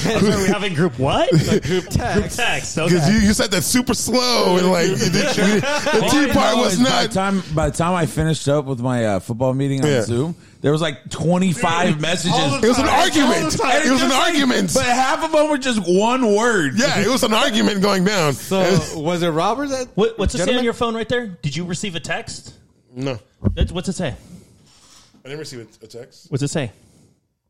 [SPEAKER 2] Are we having group what?
[SPEAKER 1] group
[SPEAKER 2] Group
[SPEAKER 1] text.
[SPEAKER 2] text.
[SPEAKER 3] Because
[SPEAKER 2] Okay.
[SPEAKER 3] you, you said that super slow and like you did, you- the
[SPEAKER 5] All
[SPEAKER 3] tea
[SPEAKER 5] I
[SPEAKER 3] part
[SPEAKER 5] know
[SPEAKER 3] was
[SPEAKER 5] is By the
[SPEAKER 3] not.
[SPEAKER 5] time by the time I finished up with my uh, football meeting on
[SPEAKER 3] Yeah.
[SPEAKER 5] Zoom, there was like twenty five messages.
[SPEAKER 3] It was an argument.
[SPEAKER 5] And
[SPEAKER 3] It was an
[SPEAKER 5] just like-
[SPEAKER 3] argument.
[SPEAKER 5] But half of them were just one word.
[SPEAKER 3] Yeah, it was an argument going down.
[SPEAKER 1] So was it Robert that?
[SPEAKER 2] What, what's it say on
[SPEAKER 1] Gentlemen?
[SPEAKER 2] your phone right there? Did you receive a text?
[SPEAKER 3] no,
[SPEAKER 2] That's, what's it say?
[SPEAKER 3] I didn't receive a text.
[SPEAKER 2] What's it say?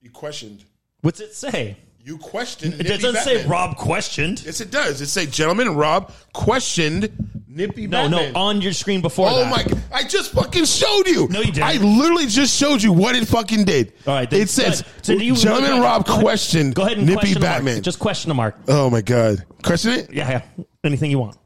[SPEAKER 3] You questioned.
[SPEAKER 2] What's it say?
[SPEAKER 3] You questioned.
[SPEAKER 2] It doesn't say Rob questioned.
[SPEAKER 3] Yes, it does. It say, "Gentlemen, Rob questioned Nippy."
[SPEAKER 2] No, no, on your screen before
[SPEAKER 3] Oh
[SPEAKER 2] that.
[SPEAKER 3] my! g- I just fucking showed you.
[SPEAKER 2] No, you didn't.
[SPEAKER 3] I literally just showed you what it fucking did.
[SPEAKER 2] All right, then-
[SPEAKER 3] it says,
[SPEAKER 2] good. So do you-
[SPEAKER 3] "Gentleman
[SPEAKER 2] go ahead-
[SPEAKER 3] Rob
[SPEAKER 2] go ahead-
[SPEAKER 3] questioned
[SPEAKER 2] Go ahead and
[SPEAKER 3] Nippy
[SPEAKER 2] question the
[SPEAKER 3] Batman."
[SPEAKER 2] mark. Just question the mark.
[SPEAKER 3] oh my god, question it.
[SPEAKER 2] Yeah, yeah. Anything you want.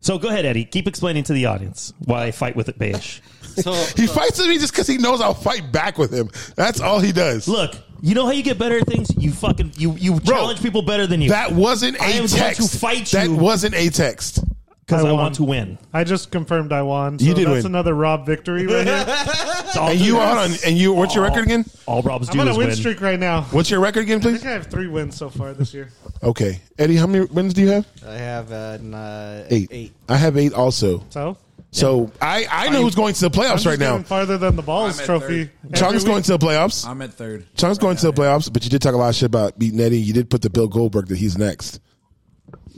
[SPEAKER 2] So go ahead, Eddie. Keep explaining to the audience why I fight with it, beige.
[SPEAKER 1] So
[SPEAKER 3] He fights with me just because he knows I'll fight back with him. That's all he does.
[SPEAKER 2] Look, you know how you get better at things? You fucking you you challenge people better than you.
[SPEAKER 3] that wasn't a
[SPEAKER 2] I am going
[SPEAKER 3] text.
[SPEAKER 2] to fight
[SPEAKER 3] That
[SPEAKER 2] you.
[SPEAKER 3] wasn't a text.
[SPEAKER 2] because I,
[SPEAKER 4] won.
[SPEAKER 2] want to win.
[SPEAKER 4] I just confirmed I won. So
[SPEAKER 3] You did
[SPEAKER 4] that's
[SPEAKER 3] win.
[SPEAKER 4] another Rob victory right here.
[SPEAKER 3] And you hold on. And you, what's your record again?
[SPEAKER 2] All Rob's
[SPEAKER 4] I'm
[SPEAKER 2] do
[SPEAKER 4] on a
[SPEAKER 2] is
[SPEAKER 4] win,
[SPEAKER 2] win.
[SPEAKER 4] streak right now. I
[SPEAKER 3] What's your record again, please?
[SPEAKER 4] think I have three wins so far this year.
[SPEAKER 3] Okay, Eddie, how many wins do you have?
[SPEAKER 1] I have an, uh,
[SPEAKER 3] Eight. I have eight also.
[SPEAKER 4] So
[SPEAKER 3] So I I know who's going to the
[SPEAKER 4] I'm
[SPEAKER 3] playoffs
[SPEAKER 4] just
[SPEAKER 3] right now.
[SPEAKER 4] getting farther than the balls
[SPEAKER 8] I'm at
[SPEAKER 4] trophy.
[SPEAKER 8] third.
[SPEAKER 4] Every
[SPEAKER 3] Chung's
[SPEAKER 4] week.
[SPEAKER 3] going to the playoffs.
[SPEAKER 5] I'm at third.
[SPEAKER 3] Chung's going to the playoffs, but you did talk a lot of shit about beating Eddie. You did put the Bill Goldberg that he's next.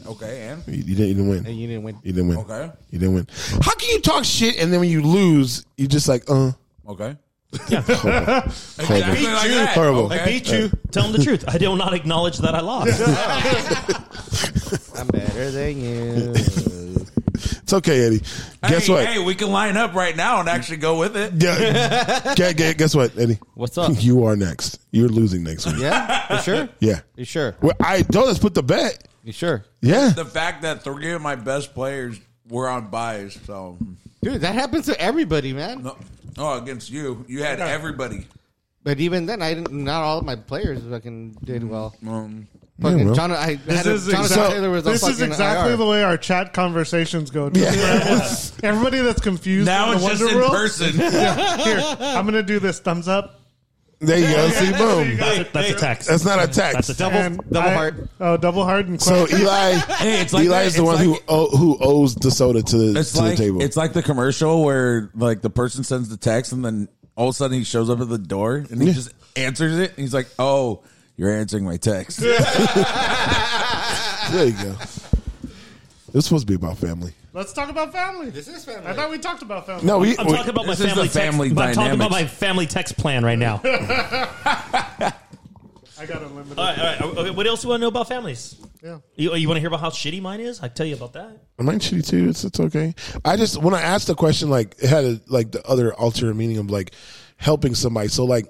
[SPEAKER 5] Okay, and
[SPEAKER 3] You, you didn't, you didn't win.
[SPEAKER 1] you didn't win.
[SPEAKER 3] You didn't win.
[SPEAKER 5] Okay.
[SPEAKER 3] You didn't win. How can you talk shit and then when you lose, you just like, uh,
[SPEAKER 5] okay.
[SPEAKER 8] Exactly like that.
[SPEAKER 3] horrible.
[SPEAKER 8] Okay.
[SPEAKER 2] Beat you. Tell him the truth. I do not acknowledge that I lost.
[SPEAKER 1] I'm better than you.
[SPEAKER 3] It's okay, Eddie. Guess
[SPEAKER 5] hey,
[SPEAKER 3] what?
[SPEAKER 5] Hey, we can line up right now and actually go with it.
[SPEAKER 3] Yeah. Gu- gu- guess what, Eddie?
[SPEAKER 1] What's up?
[SPEAKER 3] You are next. You're losing next week.
[SPEAKER 1] yeah, you sure?
[SPEAKER 3] Yeah.
[SPEAKER 1] You sure?
[SPEAKER 3] Well, I told us put the bet.
[SPEAKER 1] You sure?
[SPEAKER 3] Yeah.
[SPEAKER 5] The fact that three of my best players were on buys, so
[SPEAKER 1] Dude, that happens to everybody, man.
[SPEAKER 5] no, oh, against you, you had everybody.
[SPEAKER 1] But even then, I didn't. Not all of my players fucking did well.
[SPEAKER 5] Um,
[SPEAKER 1] Fucking
[SPEAKER 3] well.
[SPEAKER 1] John, I
[SPEAKER 4] This
[SPEAKER 1] had a,
[SPEAKER 4] is
[SPEAKER 1] Jonathan
[SPEAKER 4] exactly,
[SPEAKER 1] Taylor was a
[SPEAKER 4] this is
[SPEAKER 1] fucking
[SPEAKER 4] exactly
[SPEAKER 1] IR.
[SPEAKER 4] the way our chat conversations go. Everybody that's confused
[SPEAKER 5] now
[SPEAKER 4] on
[SPEAKER 5] it's
[SPEAKER 4] the
[SPEAKER 5] just
[SPEAKER 4] Wonder
[SPEAKER 5] in
[SPEAKER 4] World,
[SPEAKER 5] person.
[SPEAKER 4] Here, I'm going to do this thumbs up.
[SPEAKER 3] There you go. See,
[SPEAKER 4] There you
[SPEAKER 3] boom.
[SPEAKER 4] go.
[SPEAKER 2] That's a tax.
[SPEAKER 3] That's not a
[SPEAKER 2] That's
[SPEAKER 3] tax.
[SPEAKER 2] a tax.
[SPEAKER 4] And
[SPEAKER 1] double
[SPEAKER 4] I-
[SPEAKER 1] heart.
[SPEAKER 4] Oh, double heart and
[SPEAKER 3] So
[SPEAKER 4] so,
[SPEAKER 3] Eli,
[SPEAKER 5] it's like
[SPEAKER 3] Eli
[SPEAKER 5] that-
[SPEAKER 3] is the
[SPEAKER 5] it's
[SPEAKER 3] one who
[SPEAKER 5] like-
[SPEAKER 3] o- who owes the soda to the
[SPEAKER 5] It's
[SPEAKER 3] to
[SPEAKER 5] like
[SPEAKER 3] the table.
[SPEAKER 5] it's like the commercial where like the person sends the text and then all of a sudden he shows up at the door and he just answers it and he's like, "Oh, you're answering my text."
[SPEAKER 3] there you go. It's supposed to be about family.
[SPEAKER 4] let's talk about family. This
[SPEAKER 1] is family.
[SPEAKER 4] I thought we talked about family.
[SPEAKER 3] No, we.
[SPEAKER 2] I'm
[SPEAKER 3] we-
[SPEAKER 2] talking about my
[SPEAKER 5] This is the
[SPEAKER 2] family,
[SPEAKER 5] family
[SPEAKER 2] text. I'm talking about my
[SPEAKER 5] dynamics.
[SPEAKER 2] family text plan right now. all
[SPEAKER 4] I got unlimited.
[SPEAKER 2] right, all right. Okay, what else do you want to know about families?
[SPEAKER 4] Yeah.
[SPEAKER 2] You, you want to hear about how shitty mine is? I can tell you about that.
[SPEAKER 3] Am I shitty too? It's it's okay. I just when I asked the question, like it had a, like the other alternate meaning of like helping somebody. So like,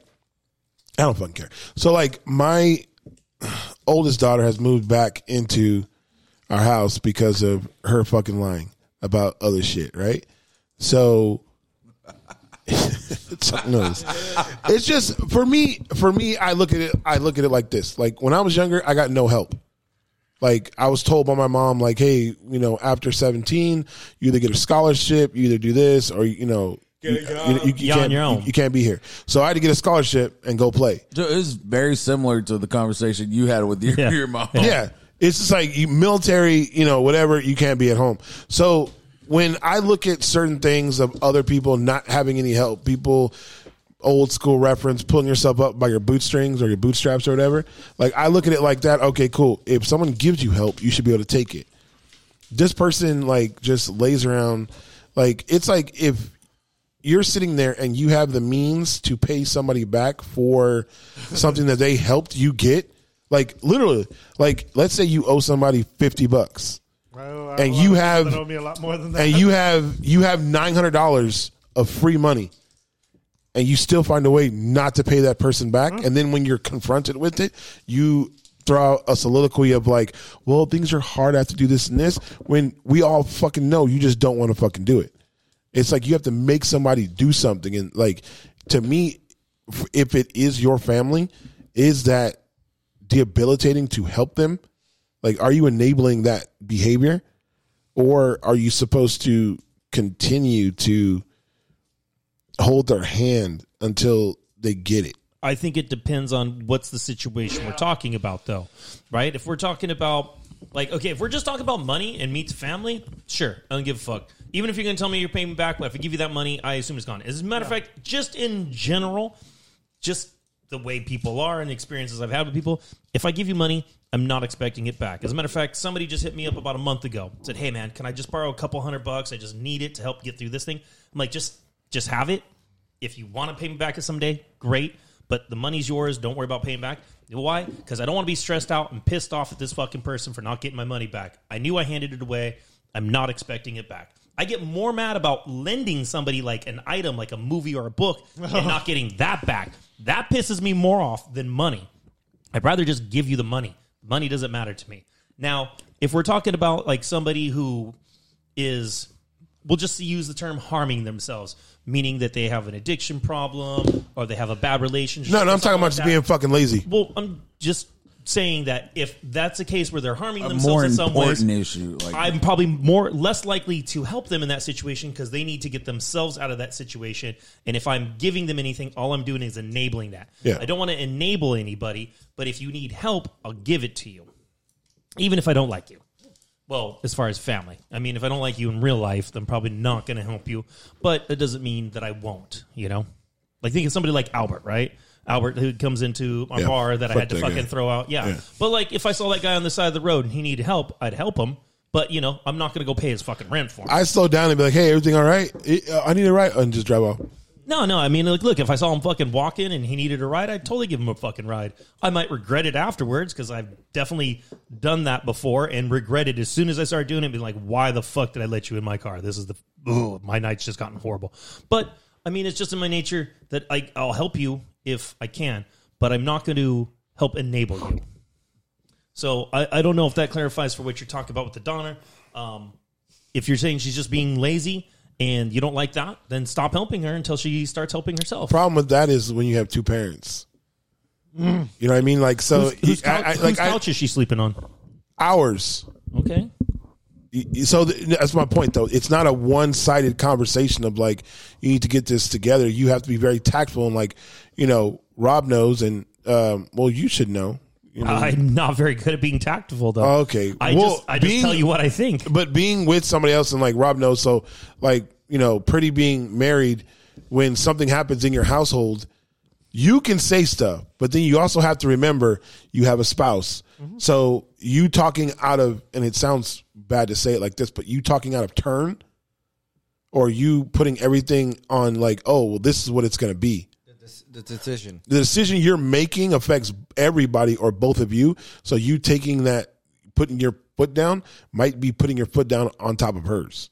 [SPEAKER 3] I don't fucking care. So like my oldest daughter has moved back into our house because of her fucking lying about other shit, right? So. Chuck knows. It's just for me. For me, I look at it. I look at it like this. Like when I was younger, I got no help like I was told by my mom, like, hey, you know, after seventeen, you either get a scholarship, you either do this, or you know, you, you, you,
[SPEAKER 2] You're on
[SPEAKER 3] can't,
[SPEAKER 2] your own.
[SPEAKER 3] You, you can't be here. So I had to get a scholarship and go play.
[SPEAKER 5] So it was very similar to the conversation you had with your,
[SPEAKER 2] Yeah.
[SPEAKER 5] your mom.
[SPEAKER 3] Yeah, it's just like you, military, you know, whatever. You can't be at home. So when I look at certain things of other people not having any help, people old school reference pulling yourself up by your bootstrings or your bootstraps or whatever. Like I look at it like that. Okay, cool. If someone gives you help, you should be able to take it. this person like just lays around like it's like if you're sitting there and you have the means to pay somebody back for something that they helped you get like literally like let's say you owe somebody 50 bucks
[SPEAKER 4] Well, I
[SPEAKER 3] And
[SPEAKER 4] owe a
[SPEAKER 3] you
[SPEAKER 4] lot-
[SPEAKER 3] have-
[SPEAKER 4] that owe me a lot more than that.
[SPEAKER 3] and you have you have $900 of free money and you still find a way not to pay that person back and then when you're confronted with it you throw out a soliloquy of like well things are hard i have to do this and this when we all fucking know you just don't want to fucking do it it's like you have to make somebody do something and like to me f- if it is your family is that debilitating to help them like are you enabling that behavior or are you supposed to continue to hold their hand until they get it?
[SPEAKER 2] I think it depends on what's the situation we're talking about, though, right? If we're talking about like, okay, if we're just talking about money and meets family, sure, I don't give a fuck. Even if you're going to tell me you're paying me back, but if I give you that money, I assume it's gone. As a matter of fact, just in general, just the way people are and the experiences I've had with people, if I give you money, I'm not expecting it back. As a matter of fact, somebody just hit me up about a month ago. Said, "Hey man, can I just borrow a couple hundred bucks? I just need it to help get through this thing." I'm like, "Just just have it. If you want to pay me back it someday, great, but the money's yours. Don't worry about paying back." Why? Because I don't want to be stressed out and pissed off at this fucking person for not getting my money back. I knew I handed it away. I'm not expecting it back. I get more mad about lending somebody like an item, like a movie or a book, and not getting that back. That pisses me more off than money. I'd rather just give you the money. Money doesn't matter to me. Now, if we're talking about like somebody who is, we'll just use the term harming themselves, meaning that they have an addiction problem or they have a bad relationship.
[SPEAKER 3] No, no,
[SPEAKER 2] or
[SPEAKER 3] I'm
[SPEAKER 2] something
[SPEAKER 3] talking about
[SPEAKER 2] like
[SPEAKER 3] just
[SPEAKER 2] that.
[SPEAKER 3] being fucking lazy.
[SPEAKER 2] Well, I'm just saying that if that's a case where they're harming
[SPEAKER 5] A
[SPEAKER 2] themselves
[SPEAKER 5] more
[SPEAKER 2] in some ways,
[SPEAKER 5] important issue. Like
[SPEAKER 2] I'm probably more less likely to help them in that situation because they need to get themselves out of that situation. And if I'm giving them anything, all I'm doing is enabling that.
[SPEAKER 3] Yeah.
[SPEAKER 2] I don't want to enable anybody, but if you need help, I'll give it to you, even if I don't like you. Well, as far as family, I mean, if I don't like you in real life, then I'm probably not going to help you. But it doesn't mean that I won't. You know, like think of somebody like Albert, right? Albert who comes into my
[SPEAKER 3] Yeah.
[SPEAKER 2] bar that I
[SPEAKER 3] Fuck
[SPEAKER 2] had to
[SPEAKER 3] that
[SPEAKER 2] fucking
[SPEAKER 3] guy.
[SPEAKER 2] throw out. Yeah.
[SPEAKER 3] Yeah.
[SPEAKER 2] But like if I saw that guy on the side of the road and he needed help, I'd help him. But you know, I'm not gonna go pay his fucking rent for him.
[SPEAKER 3] I slow down and be like, "Hey, everything all right? Eh, uh, I need a ride," and just drive off.
[SPEAKER 2] no, no, I mean like look, if I saw him fucking walking and he needed a ride, I'd totally give him a fucking ride. I might regret it afterwards because I've definitely done that before and regretted as soon as I started doing it, being like, Why the fuck did I let you in my car? This is the ugh, my night's just gotten horrible. But I mean it's just in my nature that I I'll help you if I can, but I'm not gonna help enable you. So I, I don't know if that clarifies for what you're talking about with the Donner. Um, if you're saying she's just being lazy and you don't like that, then stop helping her until she starts helping herself.
[SPEAKER 3] Problem with that is when you have two parents. You know what I mean? Like so,
[SPEAKER 2] whose whose,
[SPEAKER 3] I- I-
[SPEAKER 2] couch, whose
[SPEAKER 3] like I-
[SPEAKER 2] couch is she sleeping on?
[SPEAKER 3] hours.
[SPEAKER 2] Okay.
[SPEAKER 3] Y- y- So th- that's my point, though. It's not a one-sided conversation of like you need to get this together. You have to be very tactful and like you know Rob knows, and um, well, you should know. You know?
[SPEAKER 2] I'm not very good at being tactful, though.
[SPEAKER 3] Okay.
[SPEAKER 2] I
[SPEAKER 3] Oh, Well,
[SPEAKER 2] just I just
[SPEAKER 3] being-
[SPEAKER 2] tell you what I think.
[SPEAKER 3] but being with somebody else and like Rob knows, so like you know, pretty being married, when something happens in your household, you can say stuff, but then you also have to remember you have a spouse. So you talking out of, and it sounds bad to say it like this, but you talking out of turn, or you putting everything on like, oh, well, this is what it's going to be
[SPEAKER 1] The decision.
[SPEAKER 3] the decision you're making affects everybody or both of you. So you taking that, putting your foot down, might be putting your foot down on top of hers.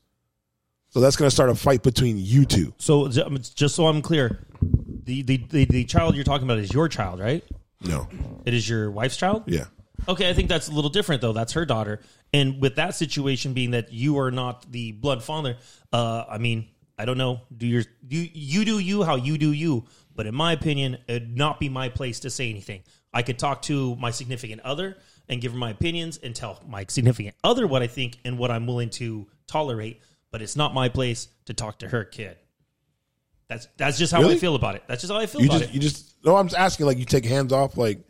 [SPEAKER 3] So that's going to start a fight between you two.
[SPEAKER 2] So j- just so I'm clear, the, the, the, the child you're talking about is your child, right?
[SPEAKER 3] No,
[SPEAKER 2] It is your wife's child?
[SPEAKER 3] yeah,
[SPEAKER 2] Okay, I think that's a little different though. That's her daughter, and with that situation being that you are not the blood father, uh, I mean, I don't know. Do your you you do you how you do you? But in my opinion, it'd not be my place to say anything. I could talk to my significant other and give her my opinions and tell my significant other what I think and what I'm willing to tolerate. But it's not my place to talk to her kid. That's that's just how I
[SPEAKER 3] Really?
[SPEAKER 2] feel about it. That's just how I feel
[SPEAKER 3] you
[SPEAKER 2] about
[SPEAKER 3] just
[SPEAKER 2] it.
[SPEAKER 3] you just no. I'm just asking like you take hands off like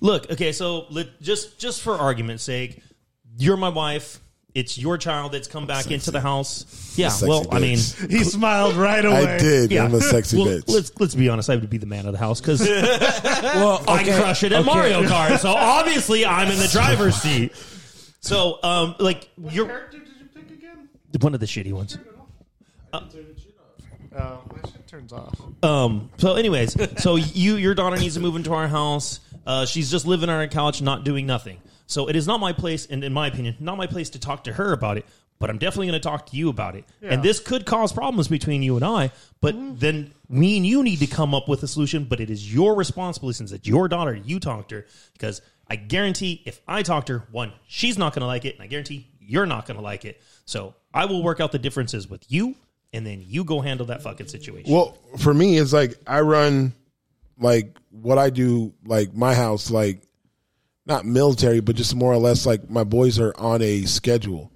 [SPEAKER 2] Look, okay, so let, just just for argument's sake, you're my wife. It's your child that's come back into the house. Yeah,
[SPEAKER 3] sexy
[SPEAKER 2] well, I mean,
[SPEAKER 3] bitch.
[SPEAKER 4] He smiled right away.
[SPEAKER 3] I did.
[SPEAKER 2] yeah,
[SPEAKER 3] I'm a sexy
[SPEAKER 2] well,
[SPEAKER 3] bitch.
[SPEAKER 2] Let's let's be honest. I would be the man of the house because
[SPEAKER 5] well,
[SPEAKER 2] I
[SPEAKER 5] okay,
[SPEAKER 2] crush it at
[SPEAKER 5] okay.
[SPEAKER 2] Mario Kart. So obviously, I'm in the driver's seat. So, um, like, you're
[SPEAKER 4] character did you pick again?
[SPEAKER 2] one of the shitty ones.
[SPEAKER 4] Oh, my shit turns off.
[SPEAKER 2] Um. So, anyways, so you your daughter needs to move into our house. Uh, she's just living on our couch, not doing nothing. So it is not my place, and in my opinion, not my place to talk to her about it. But I'm definitely going to talk to you about it. And this could cause problems between you and I. But then me and you need to come up with a solution. But it is your responsibility since it's your daughter. You talked to her because I guarantee if I talk to her, one, she's not going to like it, and I guarantee you're not going to like it. So I will work out the differences with you, and then you go handle that fucking situation.
[SPEAKER 3] Well, for me, it's like I run like what I do, like my house, like not military, but just more or less like my boys are on a schedule.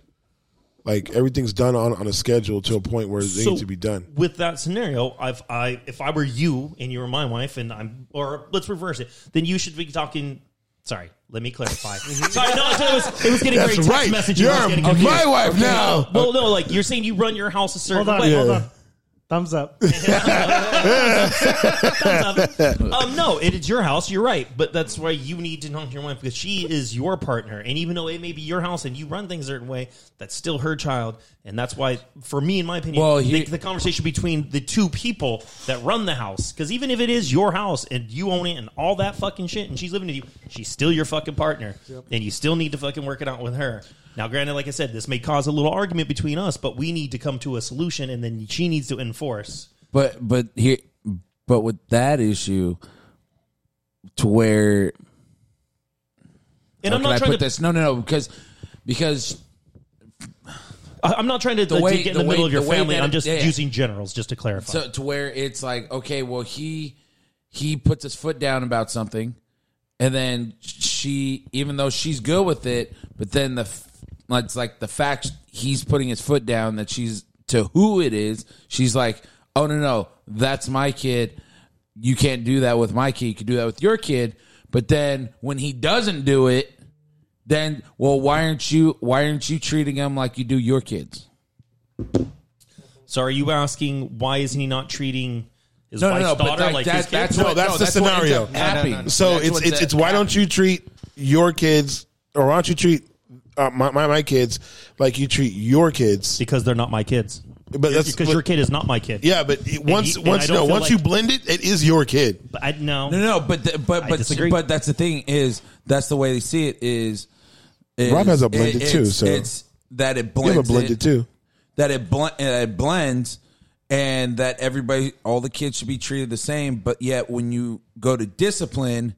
[SPEAKER 3] Like everything's done on, on a schedule to a point where they need to be done.
[SPEAKER 2] With that scenario, I've, I if I were you and you were my wife and I'm, or let's reverse it, then you should be talking. Sorry, let me clarify. sorry, no, so it was, it was getting
[SPEAKER 3] That's
[SPEAKER 2] very text
[SPEAKER 3] right.
[SPEAKER 2] messaging.
[SPEAKER 3] You're
[SPEAKER 2] I was getting
[SPEAKER 3] my
[SPEAKER 2] confused.
[SPEAKER 3] wife now.
[SPEAKER 2] Well, no, like you're saying you run your house a certain
[SPEAKER 4] Hold on,
[SPEAKER 2] way.
[SPEAKER 4] hold on. Thumbs up.
[SPEAKER 2] Um, no, it is your house. You're right, but that's why you need to talk to your wife because she is your partner, and even though it may be your house and you run things a certain way, that's still her child, and that's why, for me, in my opinion,
[SPEAKER 5] Well,
[SPEAKER 2] well,
[SPEAKER 5] he-
[SPEAKER 2] the, the conversation between the two people that run the house, because even if it is your house and you own it and all that fucking shit, and she's living with you, she's still your fucking partner, and you still need to fucking work it out with her. Now, granted, like I said, this may cause a little argument between us, but we need to come to a solution, and then she needs to enforce.
[SPEAKER 5] But but here, but with that issue, to where
[SPEAKER 2] And I'm not
[SPEAKER 5] How can I
[SPEAKER 2] trying
[SPEAKER 5] put
[SPEAKER 2] to
[SPEAKER 5] this? No, no, no, because because
[SPEAKER 2] I- I'm not trying to, like,
[SPEAKER 5] way-
[SPEAKER 2] to get in
[SPEAKER 5] the
[SPEAKER 2] the, middle
[SPEAKER 5] way-
[SPEAKER 2] of your
[SPEAKER 5] the way
[SPEAKER 2] family.
[SPEAKER 5] that
[SPEAKER 2] I'm
[SPEAKER 5] it-
[SPEAKER 2] just
[SPEAKER 5] yeah.
[SPEAKER 2] using generals just to clarify.
[SPEAKER 5] to, to where it's like okay well he he puts his foot down about something and then she, even though she's good with it, but then the f- it's like the fact he's putting his foot down that she's to who it is. She's like, oh no no, that's my kid. You can't do that with my kid. You can do that with your kid. But then when he doesn't do it, then well, why aren't you why aren't you treating him like you do your kids?
[SPEAKER 2] So are you asking why isn't he not treating his
[SPEAKER 5] No, no,
[SPEAKER 2] wife's
[SPEAKER 5] no, but
[SPEAKER 2] daughter
[SPEAKER 5] like
[SPEAKER 2] like
[SPEAKER 5] that-
[SPEAKER 2] his kid?
[SPEAKER 5] that's
[SPEAKER 3] No,
[SPEAKER 5] what-
[SPEAKER 3] that's
[SPEAKER 5] no,
[SPEAKER 3] the
[SPEAKER 5] that's what ends
[SPEAKER 3] scenario.
[SPEAKER 5] up happening.
[SPEAKER 1] No, no, no.
[SPEAKER 3] So
[SPEAKER 5] That's
[SPEAKER 3] it's
[SPEAKER 5] what
[SPEAKER 3] it's
[SPEAKER 5] the-
[SPEAKER 3] it's why don't you treat your kids or why don't you treat uh, my, my my kids like you treat your kids?
[SPEAKER 2] because they're not my kids.
[SPEAKER 3] But that's
[SPEAKER 2] because
[SPEAKER 3] but-
[SPEAKER 2] your kid is not my kid.
[SPEAKER 3] Yeah, but it- once
[SPEAKER 2] you- and I
[SPEAKER 3] once
[SPEAKER 2] don't
[SPEAKER 3] no
[SPEAKER 2] feel
[SPEAKER 3] once
[SPEAKER 2] like-
[SPEAKER 3] you blend it, it is your kid.
[SPEAKER 2] But I no.
[SPEAKER 5] No, no, but the, but
[SPEAKER 2] I
[SPEAKER 5] but
[SPEAKER 2] disagree.
[SPEAKER 5] but that's the thing is that's the way they see it is. is-
[SPEAKER 3] Rob has a blended too,
[SPEAKER 5] it's-
[SPEAKER 3] so-
[SPEAKER 5] it's that it
[SPEAKER 3] You
[SPEAKER 5] blends.
[SPEAKER 3] have a blended
[SPEAKER 5] it,
[SPEAKER 3] too.
[SPEAKER 5] That it, bl- uh, it blends, and that everybody, all the kids should be treated the same. But yet, when you go to discipline,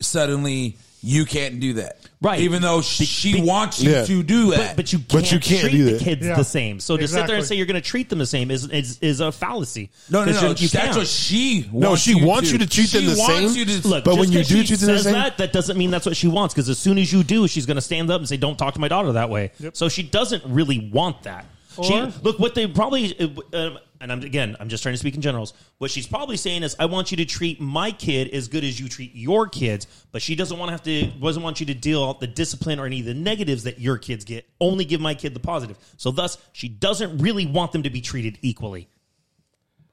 [SPEAKER 5] suddenly you can't do that,
[SPEAKER 2] Right.
[SPEAKER 5] Even though she,
[SPEAKER 2] be-
[SPEAKER 5] wants you
[SPEAKER 3] Yeah.
[SPEAKER 5] to do
[SPEAKER 2] But,
[SPEAKER 5] that,
[SPEAKER 2] but you can't,
[SPEAKER 3] But you can't
[SPEAKER 2] treat
[SPEAKER 3] do
[SPEAKER 2] the
[SPEAKER 3] that.
[SPEAKER 2] kids
[SPEAKER 4] Yeah.
[SPEAKER 2] the same. So to sit there and
[SPEAKER 4] Exactly.
[SPEAKER 2] say you're going to treat them the same is is, is a fallacy.
[SPEAKER 5] no, no,
[SPEAKER 2] 'Cause
[SPEAKER 5] no.
[SPEAKER 2] you- you
[SPEAKER 5] that's
[SPEAKER 2] can't.
[SPEAKER 5] what she. Wants
[SPEAKER 3] No, she wants you to treat them
[SPEAKER 5] She
[SPEAKER 3] the
[SPEAKER 5] wants
[SPEAKER 3] same.
[SPEAKER 5] you to-
[SPEAKER 2] Look,
[SPEAKER 3] but when
[SPEAKER 2] just
[SPEAKER 3] you
[SPEAKER 2] 'cause
[SPEAKER 3] do
[SPEAKER 2] she
[SPEAKER 3] treat them the
[SPEAKER 2] says
[SPEAKER 3] same-
[SPEAKER 2] that, that doesn't mean that's what she wants. Because as soon as you do, she's going to stand up and say, "Don't talk to my daughter that way." So she doesn't really want that. she,
[SPEAKER 4] Or-
[SPEAKER 2] look, what they probably, uh, um, and I'm again, I'm just trying to speak in generals. What she's probably saying is, "I want you to treat my kid as good as you treat your kids," but she doesn't want to have to, doesn't want you to deal out the discipline or any of the negatives that your kids get. Only give my kid the positive. So thus, she doesn't really want them to be treated equally.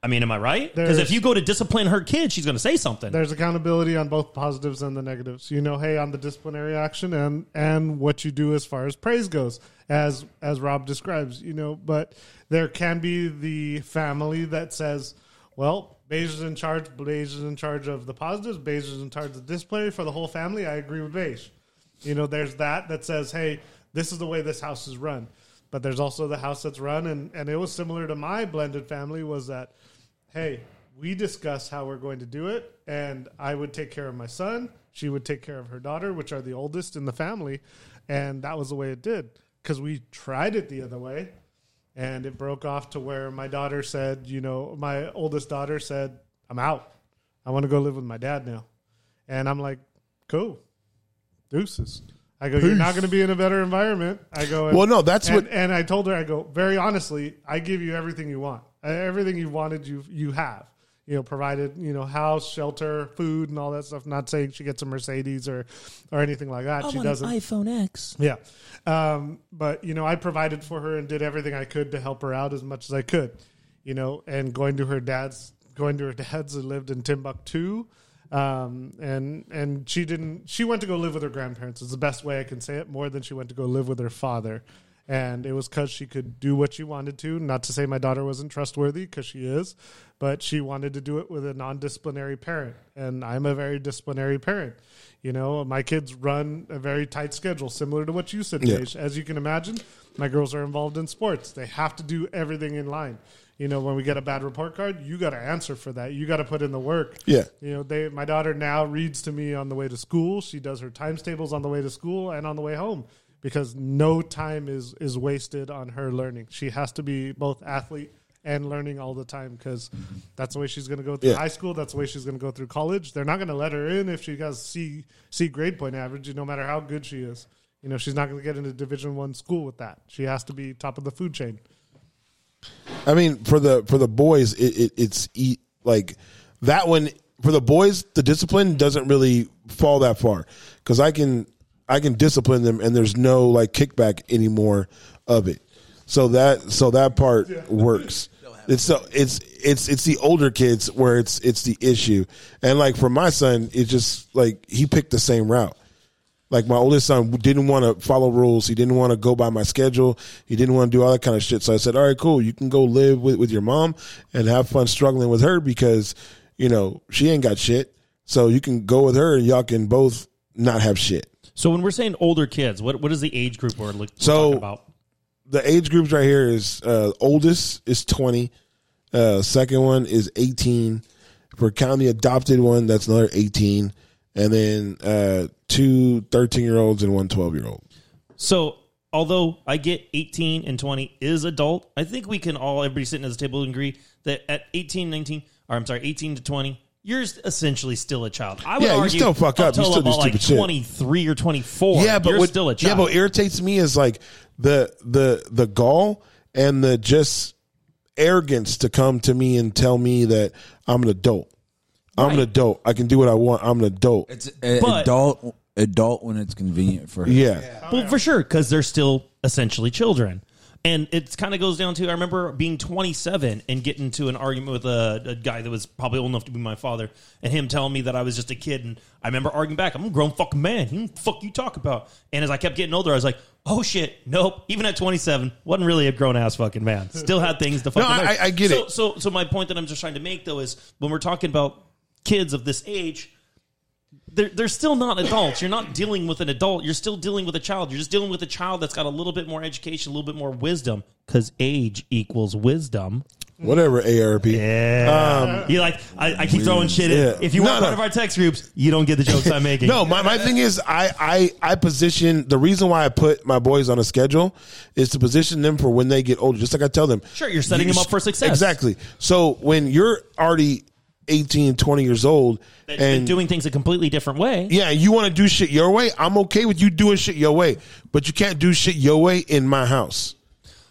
[SPEAKER 2] I mean, am I right? Because
[SPEAKER 4] There's-
[SPEAKER 2] if you go to discipline her kid, she's going to say something.
[SPEAKER 4] There's accountability on both positives and the negatives. You know, hey, on the disciplinary action and and what you do as far as praise goes, as as Rob describes, you know, but there can be the family that says, Well, Beige is in charge, Beige is in charge of the positives, Beige is in charge of the disciplinary for the whole family. I agree with Beige. You know, there's that that says, hey, this is the way this house is run. But there's also the house that's run, and, and it was similar to my blended family was that, hey, we discuss how we're going to do it, and I would take care of my son, she would take care of her daughter, which are the oldest in the family, and that was the way it did because we tried it the other way, and it broke off to where my daughter said, you know, my oldest daughter said, I'm out, I want to go live with my dad now, and I'm like, cool, deuces. I go, you're not going to be in a better environment. I go, and,
[SPEAKER 3] Well, no, that's
[SPEAKER 4] and-
[SPEAKER 3] what-
[SPEAKER 4] And I told her, I go, very honestly, I give you everything you want, Uh, everything you wanted, you you have. You know, provided you know house, shelter, food, and all that stuff. Not saying she gets a Mercedes or or anything like that. she doesn't.
[SPEAKER 2] iPhone X.
[SPEAKER 4] Yeah. Um, but, you know, I provided for her and did everything I could to help her out as much as I could, you know, and going to her dad's, going to her dad's who lived in Timbuktu. Um, and, and she didn't, she went to go live with her grandparents is the best way I can say it more than she went to go live with her father. And it was cause she could do what she wanted to, not to say my daughter wasn't trustworthy cause she is, but she wanted to do it with a non-disciplinary parent. And I'm a very disciplinary parent. You know, my kids run a very tight schedule, similar to what you said,
[SPEAKER 3] Yeah.
[SPEAKER 4] Paige. As you can imagine, my girls are involved in sports. They have to do everything in line. You know, when we get a bad report card, you got to answer for that. You got to put in the work.
[SPEAKER 3] Yeah.
[SPEAKER 4] You know, they my daughter now reads to me on the way to school. She does her times tables on the way to school and on the way home because no time is is wasted on her learning. She has to be both athlete and learning all the time because that's the way she's going to go through
[SPEAKER 3] Yeah.
[SPEAKER 4] high school. That's the way she's going to go through college. They're not going to let her in if she has C C grade point average, no matter how good she is. You know, she's not going to get into Division One school with that. She has to be top of the food chain.
[SPEAKER 3] I mean, for the for the boys, it, it it's e- like that one for the boys. The discipline doesn't really fall that far because I can I can discipline them, and there's no like kickback anymore of it. So that so that part works. It's so it's it's it's the older kids where it's it's the issue, and like for my son, it just like he picked the same route like my oldest son didn't want to follow rules. He didn't want to go by my schedule. He didn't want to do all that kind of shit. So I said, all right, cool. You can go live with, with your mom and have fun struggling with her because, you know, she ain't got shit. So you can go with her and y'all can both not have shit.
[SPEAKER 2] So when we're saying older kids, what what is the age group we're, look, we're
[SPEAKER 3] So-
[SPEAKER 2] talking about?
[SPEAKER 3] The age groups right here is, uh, oldest is 20. Uh, second one is 18. For counting the adopted one, that's another 18. And then, uh, two 13 year olds and one 12 year old.
[SPEAKER 2] So although I get 18 and 20 is adult, I think we can all everybody sitting at this table agree that at 18, 19, or I'm sorry, 18 to 20, you're essentially still a child. I would
[SPEAKER 3] Yeah, you
[SPEAKER 2] argue
[SPEAKER 3] still fuck up. You
[SPEAKER 2] until
[SPEAKER 3] still do
[SPEAKER 2] about like
[SPEAKER 3] stupid shit.
[SPEAKER 2] 23 or 24.
[SPEAKER 3] yeah, but
[SPEAKER 2] you're
[SPEAKER 3] what,
[SPEAKER 2] still a
[SPEAKER 3] yeah,
[SPEAKER 2] child.
[SPEAKER 3] but what irritates me is like the the the gall and the just arrogance to come to me and tell me that I'm an adult. I'm an
[SPEAKER 2] Right.
[SPEAKER 3] adult. I can do what I want. I'm an adult.
[SPEAKER 5] It's a,
[SPEAKER 2] But-
[SPEAKER 5] adult adult when it's convenient for her.
[SPEAKER 3] Oh, yeah.
[SPEAKER 2] Well, for sure, because they're still essentially children. And it kind of goes down to I remember being 27 and getting into an argument with a, a guy that was probably old enough to be my father, and him telling me that I was just a kid. And I remember arguing back, "I'm a grown fucking man. You fuck you talk about." And as I kept getting older, I was like, "Oh shit, nope." Even at 27, wasn't really a grown ass fucking man. Still had things to fucking.
[SPEAKER 3] I-
[SPEAKER 2] learn.
[SPEAKER 3] I- I get
[SPEAKER 2] so,
[SPEAKER 3] it.
[SPEAKER 2] So, so my point that I'm just trying to make though is when we're talking about kids of this age, they're, they're still not adults. You're not dealing with an adult. You're still dealing with a child. You're just dealing with a child that's got a little bit more education, a little bit more wisdom, because age equals wisdom.
[SPEAKER 3] Whatever ARP.
[SPEAKER 2] Yeah. you like, I, I keep throwing shit in.
[SPEAKER 3] Um, Yeah.
[SPEAKER 2] If you
[SPEAKER 3] No,
[SPEAKER 2] weren't part
[SPEAKER 3] no.
[SPEAKER 2] of our text groups, you don't get the jokes I'm making.
[SPEAKER 3] No, my, my thing is I, I I position the reason why I put my boys on a schedule is to position them for when they get older. Just like I tell them.
[SPEAKER 2] Sure, you're setting them up for success.
[SPEAKER 3] Exactly. So when you're already 18, 20 years old
[SPEAKER 2] They've been
[SPEAKER 3] and
[SPEAKER 2] doing things a completely different way.
[SPEAKER 3] yeah, you want to do shit your way, I'm okay with you doing shit your way, but you can't do shit your way in my house.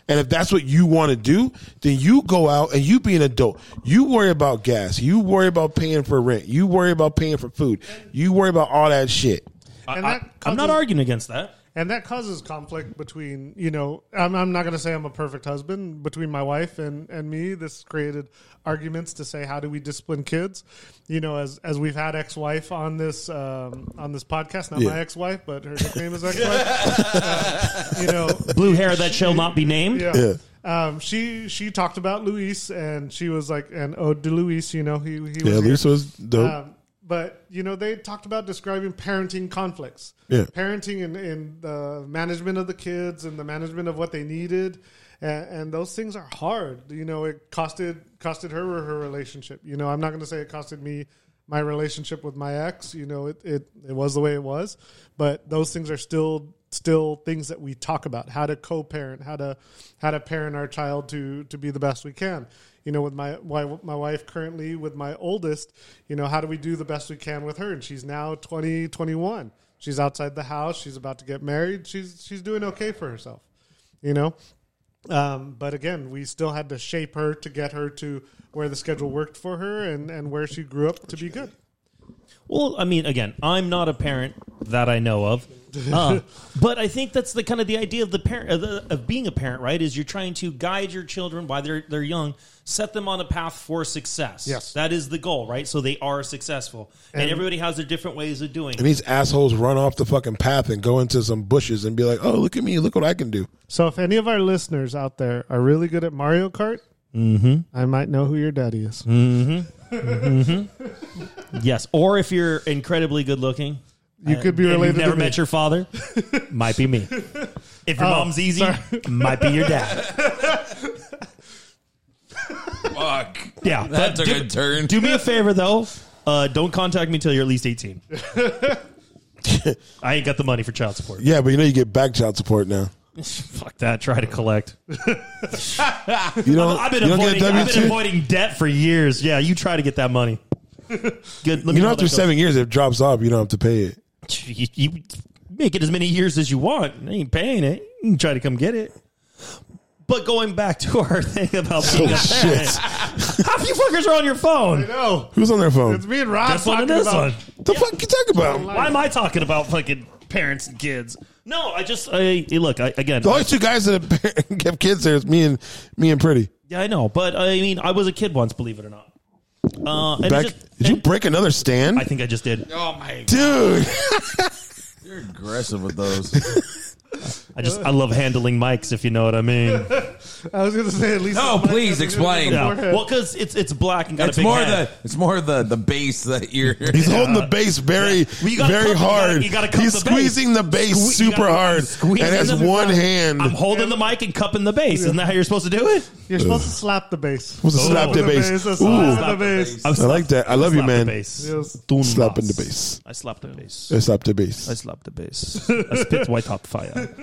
[SPEAKER 3] And if that's what you want to do, then you go out and you be an adult. You worry about gas. You worry about paying for rent. You worry about paying for food. You worry about all that shit.
[SPEAKER 2] I,
[SPEAKER 4] And
[SPEAKER 2] I,
[SPEAKER 4] that
[SPEAKER 2] I'm not
[SPEAKER 4] causes-
[SPEAKER 2] arguing against that.
[SPEAKER 4] and that causes conflict between you know i'm, I'm not going to say i'm a perfect husband between my wife and, and me this created arguments to say how do we discipline kids you know as as we've had ex-wife on this um, on this podcast not
[SPEAKER 3] Yeah.
[SPEAKER 4] my ex-wife but her nickname is ex-wife Uh, you know
[SPEAKER 2] Blue hair that shall not be named.
[SPEAKER 4] yeah. Um, she she talked about Luis and she was like an ode to Luis. You know, he he was
[SPEAKER 3] Yeah,
[SPEAKER 4] here.
[SPEAKER 3] Luis was dope.
[SPEAKER 4] Um, but you know, they talked about describing parenting conflicts,
[SPEAKER 3] Yeah.
[SPEAKER 4] parenting and, and the management of the kids and the management of what they needed, and, and those things are hard. You know, it costed costed her her relationship. You know, I'm not going to say it costed me my relationship with my ex. You know, it, it it was the way it was, but those things are still still things that we talk about how to co-parent how to how to parent our child to to be the best we can you know with my my, my wife currently with my oldest you know how do we do the best we can with her and she's now 20 21 she's outside the house she's about to get married she's she's doing okay for herself you know um, but again we still had to shape her to get her to where the schedule worked for her and and where she grew up to be good
[SPEAKER 2] Well, I mean, again, I'm not a parent that I know of, Uh, but I think that's the kind of the idea of the parent of, the, of being a parent, right? Is you're trying to guide your children while they're they're young, set them on a path for success.
[SPEAKER 4] Yes.
[SPEAKER 2] that is the goal, right? So they are successful, and, everybody has their different ways of doing.
[SPEAKER 3] And
[SPEAKER 2] it.
[SPEAKER 3] these assholes run off the fucking path and go into some bushes and be like, "Oh, look at me! Look what I can do!"
[SPEAKER 4] so if any of our listeners out there are really good at mario kart
[SPEAKER 2] Mm-hmm.
[SPEAKER 4] i might know who your daddy is
[SPEAKER 2] Yes, or if you're incredibly good looking,
[SPEAKER 4] you could be
[SPEAKER 2] and
[SPEAKER 4] related
[SPEAKER 2] You've never
[SPEAKER 4] to me.
[SPEAKER 2] met your father, might be me. If your mom's easy, might be your dad.
[SPEAKER 8] Fuck.
[SPEAKER 2] Yeah, but
[SPEAKER 8] That took
[SPEAKER 2] do-
[SPEAKER 8] a turn.
[SPEAKER 2] Do me a favor though. Uh, don't contact me till you're at least 18. I ain't got the money for child support.
[SPEAKER 3] Yeah, but you know you get back child support now.
[SPEAKER 2] Fuck that. Try to collect.
[SPEAKER 3] You don't.
[SPEAKER 2] I've been,
[SPEAKER 3] you don't get
[SPEAKER 2] avoiding,
[SPEAKER 3] a
[SPEAKER 2] I've
[SPEAKER 3] W
[SPEAKER 2] been
[SPEAKER 3] two.
[SPEAKER 2] avoiding debt for years. Yeah, you try to get that money. Good. Let me
[SPEAKER 3] You know,
[SPEAKER 2] how
[SPEAKER 3] after
[SPEAKER 2] that
[SPEAKER 3] seven years, if it drops off, you don't have to pay it.
[SPEAKER 2] goes. You, you make it as many years as you want. I ain't paying it. You can try to come get it. But going back to our thing about
[SPEAKER 3] Oh,
[SPEAKER 2] being a parent, half you fuckers are on your phone.
[SPEAKER 4] no
[SPEAKER 3] Who's on their phone?
[SPEAKER 4] it's me and rob
[SPEAKER 2] That's one
[SPEAKER 4] talking
[SPEAKER 2] and this one.
[SPEAKER 4] about
[SPEAKER 3] The fuck you talking about?
[SPEAKER 2] Why am I talking about fucking parents and kids? No, I just I look I, again.
[SPEAKER 3] The only two guys that have have kids there is me and me and Pretty.
[SPEAKER 2] yeah, I know, but I mean, I was a kid once, believe it or not. Uh, and it
[SPEAKER 3] Back,
[SPEAKER 2] just-
[SPEAKER 3] did you
[SPEAKER 2] and-
[SPEAKER 3] break another stand,
[SPEAKER 2] I think I just did.
[SPEAKER 8] Oh my
[SPEAKER 3] dude?
[SPEAKER 5] You're aggressive with those.
[SPEAKER 2] I just I love handling mics, if you know what I mean.
[SPEAKER 4] I was going to say at least.
[SPEAKER 8] No,
[SPEAKER 4] the mic
[SPEAKER 8] please
[SPEAKER 4] has a good
[SPEAKER 8] explain.
[SPEAKER 2] Yeah.
[SPEAKER 4] forehead.
[SPEAKER 2] Well, because it's it's black and got a
[SPEAKER 5] it's
[SPEAKER 2] big
[SPEAKER 5] more
[SPEAKER 2] head.
[SPEAKER 5] the it's more the the base that you're
[SPEAKER 3] He's holding the bass very,
[SPEAKER 2] Well, you gotta
[SPEAKER 3] very
[SPEAKER 2] cup- you gotta-
[SPEAKER 3] hard.
[SPEAKER 2] you gotta cup
[SPEAKER 3] He's
[SPEAKER 2] the bass.
[SPEAKER 3] squeezing the bass
[SPEAKER 2] Sque- you
[SPEAKER 3] super
[SPEAKER 2] gotta-
[SPEAKER 3] hard and
[SPEAKER 2] squeeze
[SPEAKER 3] has
[SPEAKER 2] another
[SPEAKER 3] one
[SPEAKER 2] time.
[SPEAKER 3] hand.
[SPEAKER 2] I'm holding the mic and cupping the bass. Isn't that how you're supposed to do it?
[SPEAKER 4] You're supposed to slap the bass.
[SPEAKER 3] Supposed to slap the bass.
[SPEAKER 4] That's
[SPEAKER 3] Ooh.
[SPEAKER 4] slap the
[SPEAKER 2] Slap the
[SPEAKER 4] bass.
[SPEAKER 2] I'm
[SPEAKER 3] I like that. I love you, man.
[SPEAKER 4] Yes.
[SPEAKER 3] Slapping the bass.
[SPEAKER 2] I slapped the bass.
[SPEAKER 3] Slap the bass.
[SPEAKER 2] slapped the bass. I spit white hot fire.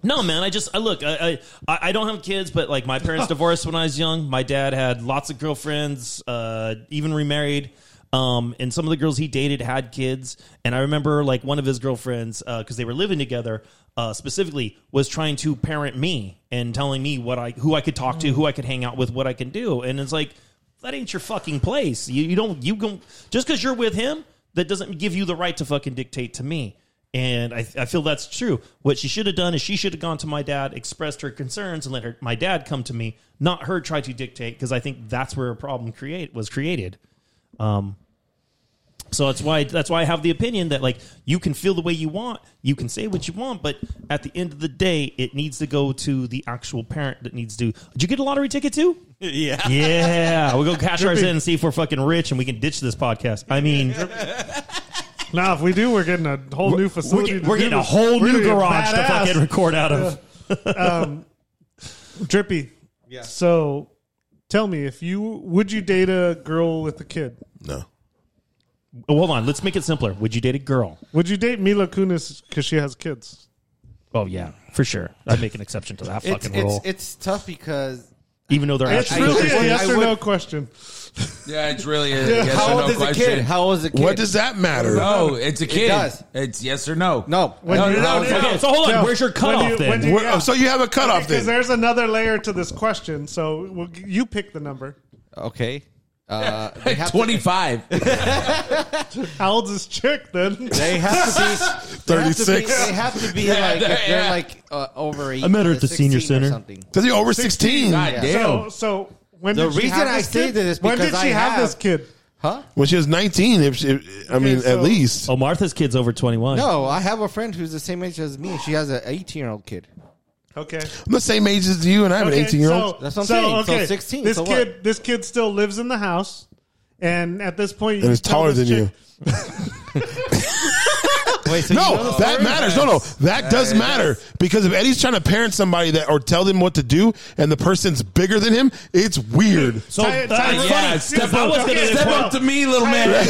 [SPEAKER 2] No, man. I just I look. I, I I don't have kids, but like my parents divorced when I was young. My dad had lots of girlfriends, uh, even remarried. Um, and some of the girls he dated had kids. And I remember like one of his girlfriends because they were living together. Uh, specifically, was trying to parent me and telling me what I who I could talk
[SPEAKER 3] Mm.
[SPEAKER 2] to, who I could hang out with, what I can do. And it's like that ain't your fucking place. You you don't you go just because you're with him that doesn't give you the right to fucking dictate to me. And I, I feel that's true. What she should have done is she should have gone to my dad, expressed her concerns, and let her my dad come to me, not her try to dictate. Because I think that's where a problem create was created. Um, so that's why that's why I have the opinion that like you can feel the way you want, you can say what you want, but at the end of the day, it needs to go to the actual parent that needs to. Did you get a lottery ticket too?
[SPEAKER 1] yeah.
[SPEAKER 2] Yeah, we'll go cash ours in and see if we're fucking rich and we can ditch this podcast. I mean,
[SPEAKER 4] Now, if we do, we're getting a whole new
[SPEAKER 2] we're,
[SPEAKER 4] facility.
[SPEAKER 2] get-
[SPEAKER 4] to
[SPEAKER 2] we're
[SPEAKER 4] do
[SPEAKER 2] getting a
[SPEAKER 4] this.
[SPEAKER 2] whole
[SPEAKER 4] We're
[SPEAKER 2] new
[SPEAKER 4] gonna get
[SPEAKER 2] garage to
[SPEAKER 4] badass.
[SPEAKER 2] fucking record out of.
[SPEAKER 4] Drippy. Yeah. So, tell me if you would you date a girl with a kid?
[SPEAKER 3] No.
[SPEAKER 2] Oh, hold on, let's make it simpler. Would you date a girl?
[SPEAKER 4] Would you date Mila Kunis because she has kids?
[SPEAKER 2] Oh yeah, for sure. I'd make an exception to that
[SPEAKER 1] It's
[SPEAKER 2] fucking
[SPEAKER 1] it's,
[SPEAKER 2] rule,
[SPEAKER 1] it's tough because
[SPEAKER 2] even though they're
[SPEAKER 4] It's
[SPEAKER 2] actually.
[SPEAKER 4] really
[SPEAKER 1] would-
[SPEAKER 4] a yes
[SPEAKER 1] I
[SPEAKER 4] or
[SPEAKER 1] would-
[SPEAKER 4] no question.
[SPEAKER 5] Yeah, it's really a yes
[SPEAKER 1] how
[SPEAKER 5] or no
[SPEAKER 1] old is
[SPEAKER 5] question.
[SPEAKER 1] a kid? How old is a kid?
[SPEAKER 3] What does that matter?
[SPEAKER 5] No, it's a kid.
[SPEAKER 1] does.
[SPEAKER 5] It's yes or no.
[SPEAKER 1] no?
[SPEAKER 4] When you-
[SPEAKER 5] no,
[SPEAKER 2] Okay, so hold on.
[SPEAKER 4] No.
[SPEAKER 2] Where's your
[SPEAKER 4] When do
[SPEAKER 2] cutoff
[SPEAKER 4] you- when
[SPEAKER 2] then?
[SPEAKER 4] do you-
[SPEAKER 3] We're-
[SPEAKER 4] yeah.
[SPEAKER 3] oh, so you have a cutoff
[SPEAKER 4] Because
[SPEAKER 3] then.
[SPEAKER 4] there's another layer to this question, so we'll, you pick the number.
[SPEAKER 1] Okay. Uh, they have to,
[SPEAKER 5] 25.
[SPEAKER 4] How old's this chick then?
[SPEAKER 1] they have to be They have to be-
[SPEAKER 3] 36.
[SPEAKER 1] They have to be like
[SPEAKER 5] they're-
[SPEAKER 1] if they're
[SPEAKER 5] yeah.
[SPEAKER 1] like uh, over.
[SPEAKER 6] I met her at the senior center.
[SPEAKER 1] Something.
[SPEAKER 3] Because you're over 16.
[SPEAKER 5] God
[SPEAKER 1] Yeah.
[SPEAKER 5] damn.
[SPEAKER 4] So, so when
[SPEAKER 1] The
[SPEAKER 4] did she
[SPEAKER 1] reason
[SPEAKER 4] have
[SPEAKER 1] I
[SPEAKER 4] this
[SPEAKER 1] say
[SPEAKER 4] kid?
[SPEAKER 1] that is
[SPEAKER 4] when did she
[SPEAKER 1] because I
[SPEAKER 4] have,
[SPEAKER 1] have-
[SPEAKER 4] this kid?
[SPEAKER 1] Huh?
[SPEAKER 3] When she was 19, if she, I mean,
[SPEAKER 4] so-
[SPEAKER 3] at least.
[SPEAKER 2] Oh, Martha's kid's over twenty-one.
[SPEAKER 1] No, I have a friend who's the same age as me. She has an 18 year old kid.
[SPEAKER 4] Okay.
[SPEAKER 3] I'm the same age as you, and I have
[SPEAKER 4] Okay,
[SPEAKER 3] an 18 year old.
[SPEAKER 1] That's what I'm
[SPEAKER 4] so,
[SPEAKER 1] saying. So
[SPEAKER 4] Okay,
[SPEAKER 1] 16,
[SPEAKER 4] This
[SPEAKER 1] so what?
[SPEAKER 4] kid, this kid still lives in the house, and at this point,
[SPEAKER 3] and is taller than you.
[SPEAKER 1] Wait, so
[SPEAKER 3] no, that matters. No, no, that does matter because if Eddie's trying to parent somebody that or tell them what to do, and the person's bigger than him, it's weird.
[SPEAKER 2] So
[SPEAKER 4] Ty-
[SPEAKER 2] that's
[SPEAKER 4] Ty-
[SPEAKER 2] funny.
[SPEAKER 4] yeah,
[SPEAKER 2] Step
[SPEAKER 4] dude,
[SPEAKER 2] up.
[SPEAKER 4] okay,
[SPEAKER 2] Step
[SPEAKER 5] Step up to me, little man.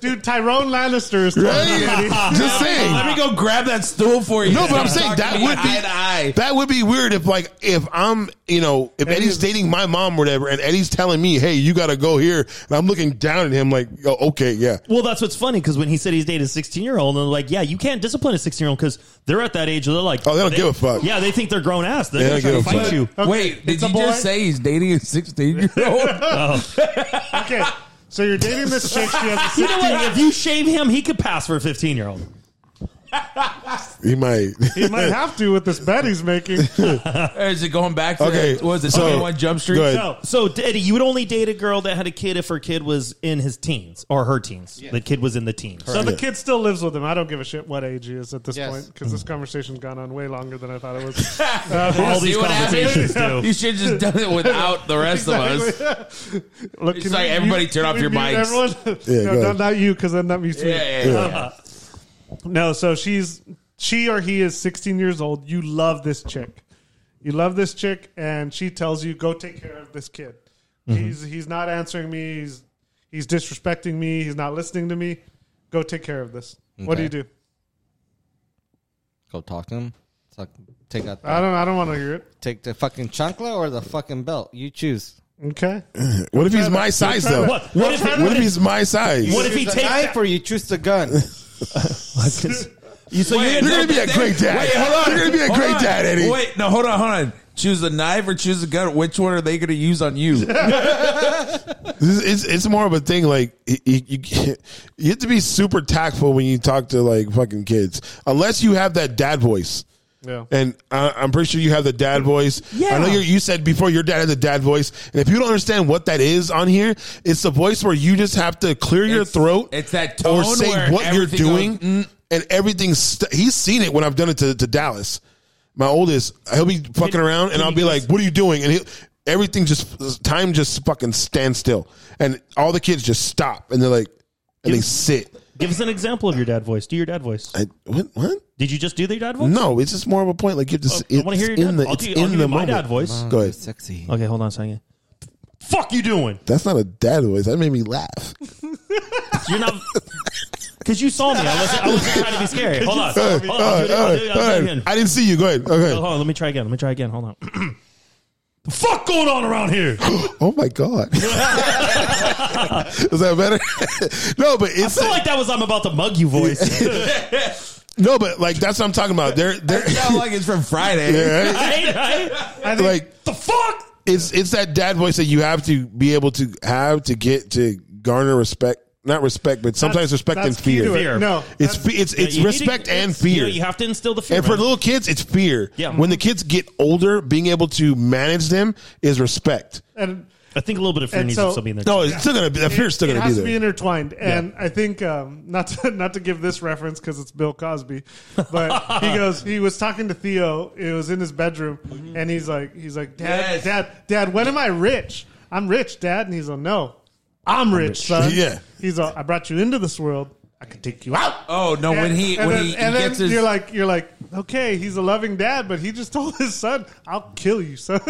[SPEAKER 4] dude. Tyrone Lannister is taller than you.
[SPEAKER 3] Right? Just
[SPEAKER 5] Let
[SPEAKER 3] saying.
[SPEAKER 5] me go grab that stool for you.
[SPEAKER 3] No, but I'm saying
[SPEAKER 5] Talk
[SPEAKER 3] that
[SPEAKER 5] to me
[SPEAKER 3] would be
[SPEAKER 5] eye to eye.
[SPEAKER 3] that would be weird if like if I'm you know if Eddie's dating my mom or whatever, and Eddie's telling me, hey, you got to go here, and I'm looking down at him like, oh, okay, yeah.
[SPEAKER 2] Well, that's what's funny because when he said he's dated a 16 year old, and they're like, yeah, you can't discipline a 16 year old because they're at that age where they're like,
[SPEAKER 3] Oh, they don't give a fuck.
[SPEAKER 2] Yeah, they think they're grown ass. They're
[SPEAKER 3] They don't
[SPEAKER 2] going to try to
[SPEAKER 3] give a
[SPEAKER 2] fight
[SPEAKER 3] fuck.
[SPEAKER 2] you.
[SPEAKER 5] Wait, did
[SPEAKER 4] It's a
[SPEAKER 5] you just
[SPEAKER 4] boy.
[SPEAKER 5] say he's dating a 16 year old?
[SPEAKER 4] Okay, so you're dating this chick. She has a
[SPEAKER 2] You know what?
[SPEAKER 4] 16.
[SPEAKER 2] If you shave him, he could pass for a 15 year old.
[SPEAKER 3] He might.
[SPEAKER 4] He might have to with this bet he's making.
[SPEAKER 5] is it going back to
[SPEAKER 3] Okay,
[SPEAKER 5] okay. that, what was it,
[SPEAKER 3] so-
[SPEAKER 5] 21 Jump Street?
[SPEAKER 3] go ahead.
[SPEAKER 2] No. So, Eddie, you would only date a girl that had a kid if her kid was in his teens or her teens. The kid was in the teens.
[SPEAKER 4] So the kid still lives with him. I don't give a shit what age he is at this
[SPEAKER 1] Yes.
[SPEAKER 4] point because this conversation's gone on way longer than I thought it was.
[SPEAKER 2] all
[SPEAKER 5] See
[SPEAKER 2] these
[SPEAKER 5] what
[SPEAKER 2] conversations
[SPEAKER 5] happened?
[SPEAKER 2] do.
[SPEAKER 5] You should have just done it without the rest of us.
[SPEAKER 4] Look,
[SPEAKER 5] It's
[SPEAKER 4] can
[SPEAKER 5] like
[SPEAKER 4] we
[SPEAKER 5] everybody
[SPEAKER 4] mute-
[SPEAKER 5] turn
[SPEAKER 4] can
[SPEAKER 5] off
[SPEAKER 4] we
[SPEAKER 5] your
[SPEAKER 4] mute
[SPEAKER 5] mics.
[SPEAKER 4] Everyone,
[SPEAKER 3] Yeah, go
[SPEAKER 4] no, not,
[SPEAKER 3] ahead.
[SPEAKER 4] not you, because then that mutes me.
[SPEAKER 5] Yeah, yeah, yeah.
[SPEAKER 4] No, so she's she or he is 16 years old. You love this chick. You love this chick, and she tells you, "Go take care of this kid."
[SPEAKER 3] Mm-hmm.
[SPEAKER 4] He's he's not answering me. He's he's disrespecting me. He's not listening to me. Go take care of this. What do you
[SPEAKER 1] Okay.
[SPEAKER 4] do?
[SPEAKER 1] Go talk to him. Suck, take out.
[SPEAKER 4] I don't I don't want to hear it.
[SPEAKER 1] take the fucking chancla or the fucking belt. You choose.
[SPEAKER 4] Okay.
[SPEAKER 3] What if he's my size though?
[SPEAKER 2] What, what, if,
[SPEAKER 3] What if he's my size?
[SPEAKER 2] what if he
[SPEAKER 1] Choose
[SPEAKER 2] takes
[SPEAKER 1] the knife
[SPEAKER 2] that?
[SPEAKER 1] or you choose the gun.
[SPEAKER 2] You, so you're
[SPEAKER 3] You're gonna
[SPEAKER 5] no,
[SPEAKER 3] be a
[SPEAKER 5] but
[SPEAKER 3] great
[SPEAKER 5] then-
[SPEAKER 3] dad. You're gonna be a
[SPEAKER 5] hold
[SPEAKER 3] great
[SPEAKER 5] on.
[SPEAKER 3] dad, Eddie.
[SPEAKER 5] Wait, no, hold on, hold on. Choose a knife or choose a gun. Which one are they going to use on you?
[SPEAKER 3] This is- It's, it's more of a thing like you, you, you- you have to be super tactful when you talk to like fucking kids, unless you have that dad voice.
[SPEAKER 4] Yeah.
[SPEAKER 3] And I, I'm pretty sure you have the dad voice. Yeah. I know you you said before your dad has a dad voice, and if you don't understand what that is on here, it's the voice where you just have to clear your
[SPEAKER 5] It's-
[SPEAKER 3] throat.
[SPEAKER 5] it's that
[SPEAKER 3] or
[SPEAKER 5] tone
[SPEAKER 3] say
[SPEAKER 5] where
[SPEAKER 3] what you're
[SPEAKER 5] everything
[SPEAKER 3] doing,
[SPEAKER 5] goes, mm.
[SPEAKER 3] and everything's. St- he's seen it when I've done it to, to Dallas, my oldest. He'll be fucking around, and I'll be like, "What are you doing?" And he, everything just time just fucking stands still, and all the kids just stop, and they're like, and they sit.
[SPEAKER 2] Give us an example of your dad voice. Do your dad voice.
[SPEAKER 3] I, what? What?
[SPEAKER 2] Did you just do the dad voice?
[SPEAKER 3] No, it's just more of a point. Like you're just
[SPEAKER 2] Oh, I
[SPEAKER 3] it's
[SPEAKER 2] want to hear your
[SPEAKER 3] in
[SPEAKER 2] dad.
[SPEAKER 3] the
[SPEAKER 2] I'll
[SPEAKER 3] it's
[SPEAKER 2] do, I'll
[SPEAKER 3] in
[SPEAKER 2] do
[SPEAKER 3] the
[SPEAKER 2] my
[SPEAKER 3] moment.
[SPEAKER 2] dad voice.
[SPEAKER 3] Go ahead.
[SPEAKER 1] Sexy.
[SPEAKER 2] Okay, hold on a second. Fuck you doing?
[SPEAKER 3] That's not a dad voice. That made me laugh.
[SPEAKER 2] You're not. Because you saw me. I wasn't, I wasn't trying to be scary. Hold on. Hold on. I'll do it- I'll do it- I'll do it again.
[SPEAKER 3] I didn't see you. Go ahead.
[SPEAKER 2] Hold
[SPEAKER 3] Okay.
[SPEAKER 2] on. Let me try again. Let me try again. Hold on. the fuck going on around here?
[SPEAKER 3] Oh my god. Is that better? no, but
[SPEAKER 2] I
[SPEAKER 3] it's
[SPEAKER 2] feel like that was I'm about to mug you voice.
[SPEAKER 3] no, but like that's what I'm talking about. They're they're
[SPEAKER 5] Sound like it's from Friday.
[SPEAKER 3] yeah, right?
[SPEAKER 2] right? Right?
[SPEAKER 4] I think
[SPEAKER 3] like
[SPEAKER 2] The fuck?
[SPEAKER 3] it's it's that dad voice that you have to be able to have to get to garner respect. Not respect, but sometimes
[SPEAKER 4] That's-
[SPEAKER 3] respect and
[SPEAKER 4] that's key
[SPEAKER 3] fear.
[SPEAKER 4] to it.
[SPEAKER 2] Fear.
[SPEAKER 4] No,
[SPEAKER 3] It's fe- it's it's
[SPEAKER 2] You need to-
[SPEAKER 3] respect and
[SPEAKER 2] it's- yeah,
[SPEAKER 3] fear.
[SPEAKER 2] You have to instill the fear.
[SPEAKER 3] and for
[SPEAKER 2] man.
[SPEAKER 3] little kids, it's fear.
[SPEAKER 2] Yeah.
[SPEAKER 3] When the kids get older, being able to manage them is respect.
[SPEAKER 4] and
[SPEAKER 2] I think a little bit of fear
[SPEAKER 4] And
[SPEAKER 2] needs
[SPEAKER 4] so-
[SPEAKER 2] to be in there.
[SPEAKER 3] No, it's still gonna be that fear's still
[SPEAKER 4] it
[SPEAKER 3] gonna be
[SPEAKER 4] has
[SPEAKER 3] there.
[SPEAKER 4] to be intertwined. And I think um, not to, not to give this reference because it's Bill Cosby, but he goes he was talking to Theo. It was in his bedroom, and he's like he's like Dad,
[SPEAKER 8] Yes.
[SPEAKER 4] Dad, Dad, when am I rich? I'm rich, Dad, and he's like No, I'm rich, son.
[SPEAKER 3] Yeah.
[SPEAKER 4] he's like I brought you into this world. I can take you out.
[SPEAKER 5] Oh no! when
[SPEAKER 4] And-
[SPEAKER 5] he
[SPEAKER 4] and
[SPEAKER 5] when
[SPEAKER 4] then,
[SPEAKER 5] he, he
[SPEAKER 4] and then
[SPEAKER 5] gets his
[SPEAKER 4] you're like you're like okay, he's a loving dad, but he just told his son, "I'll kill you, son."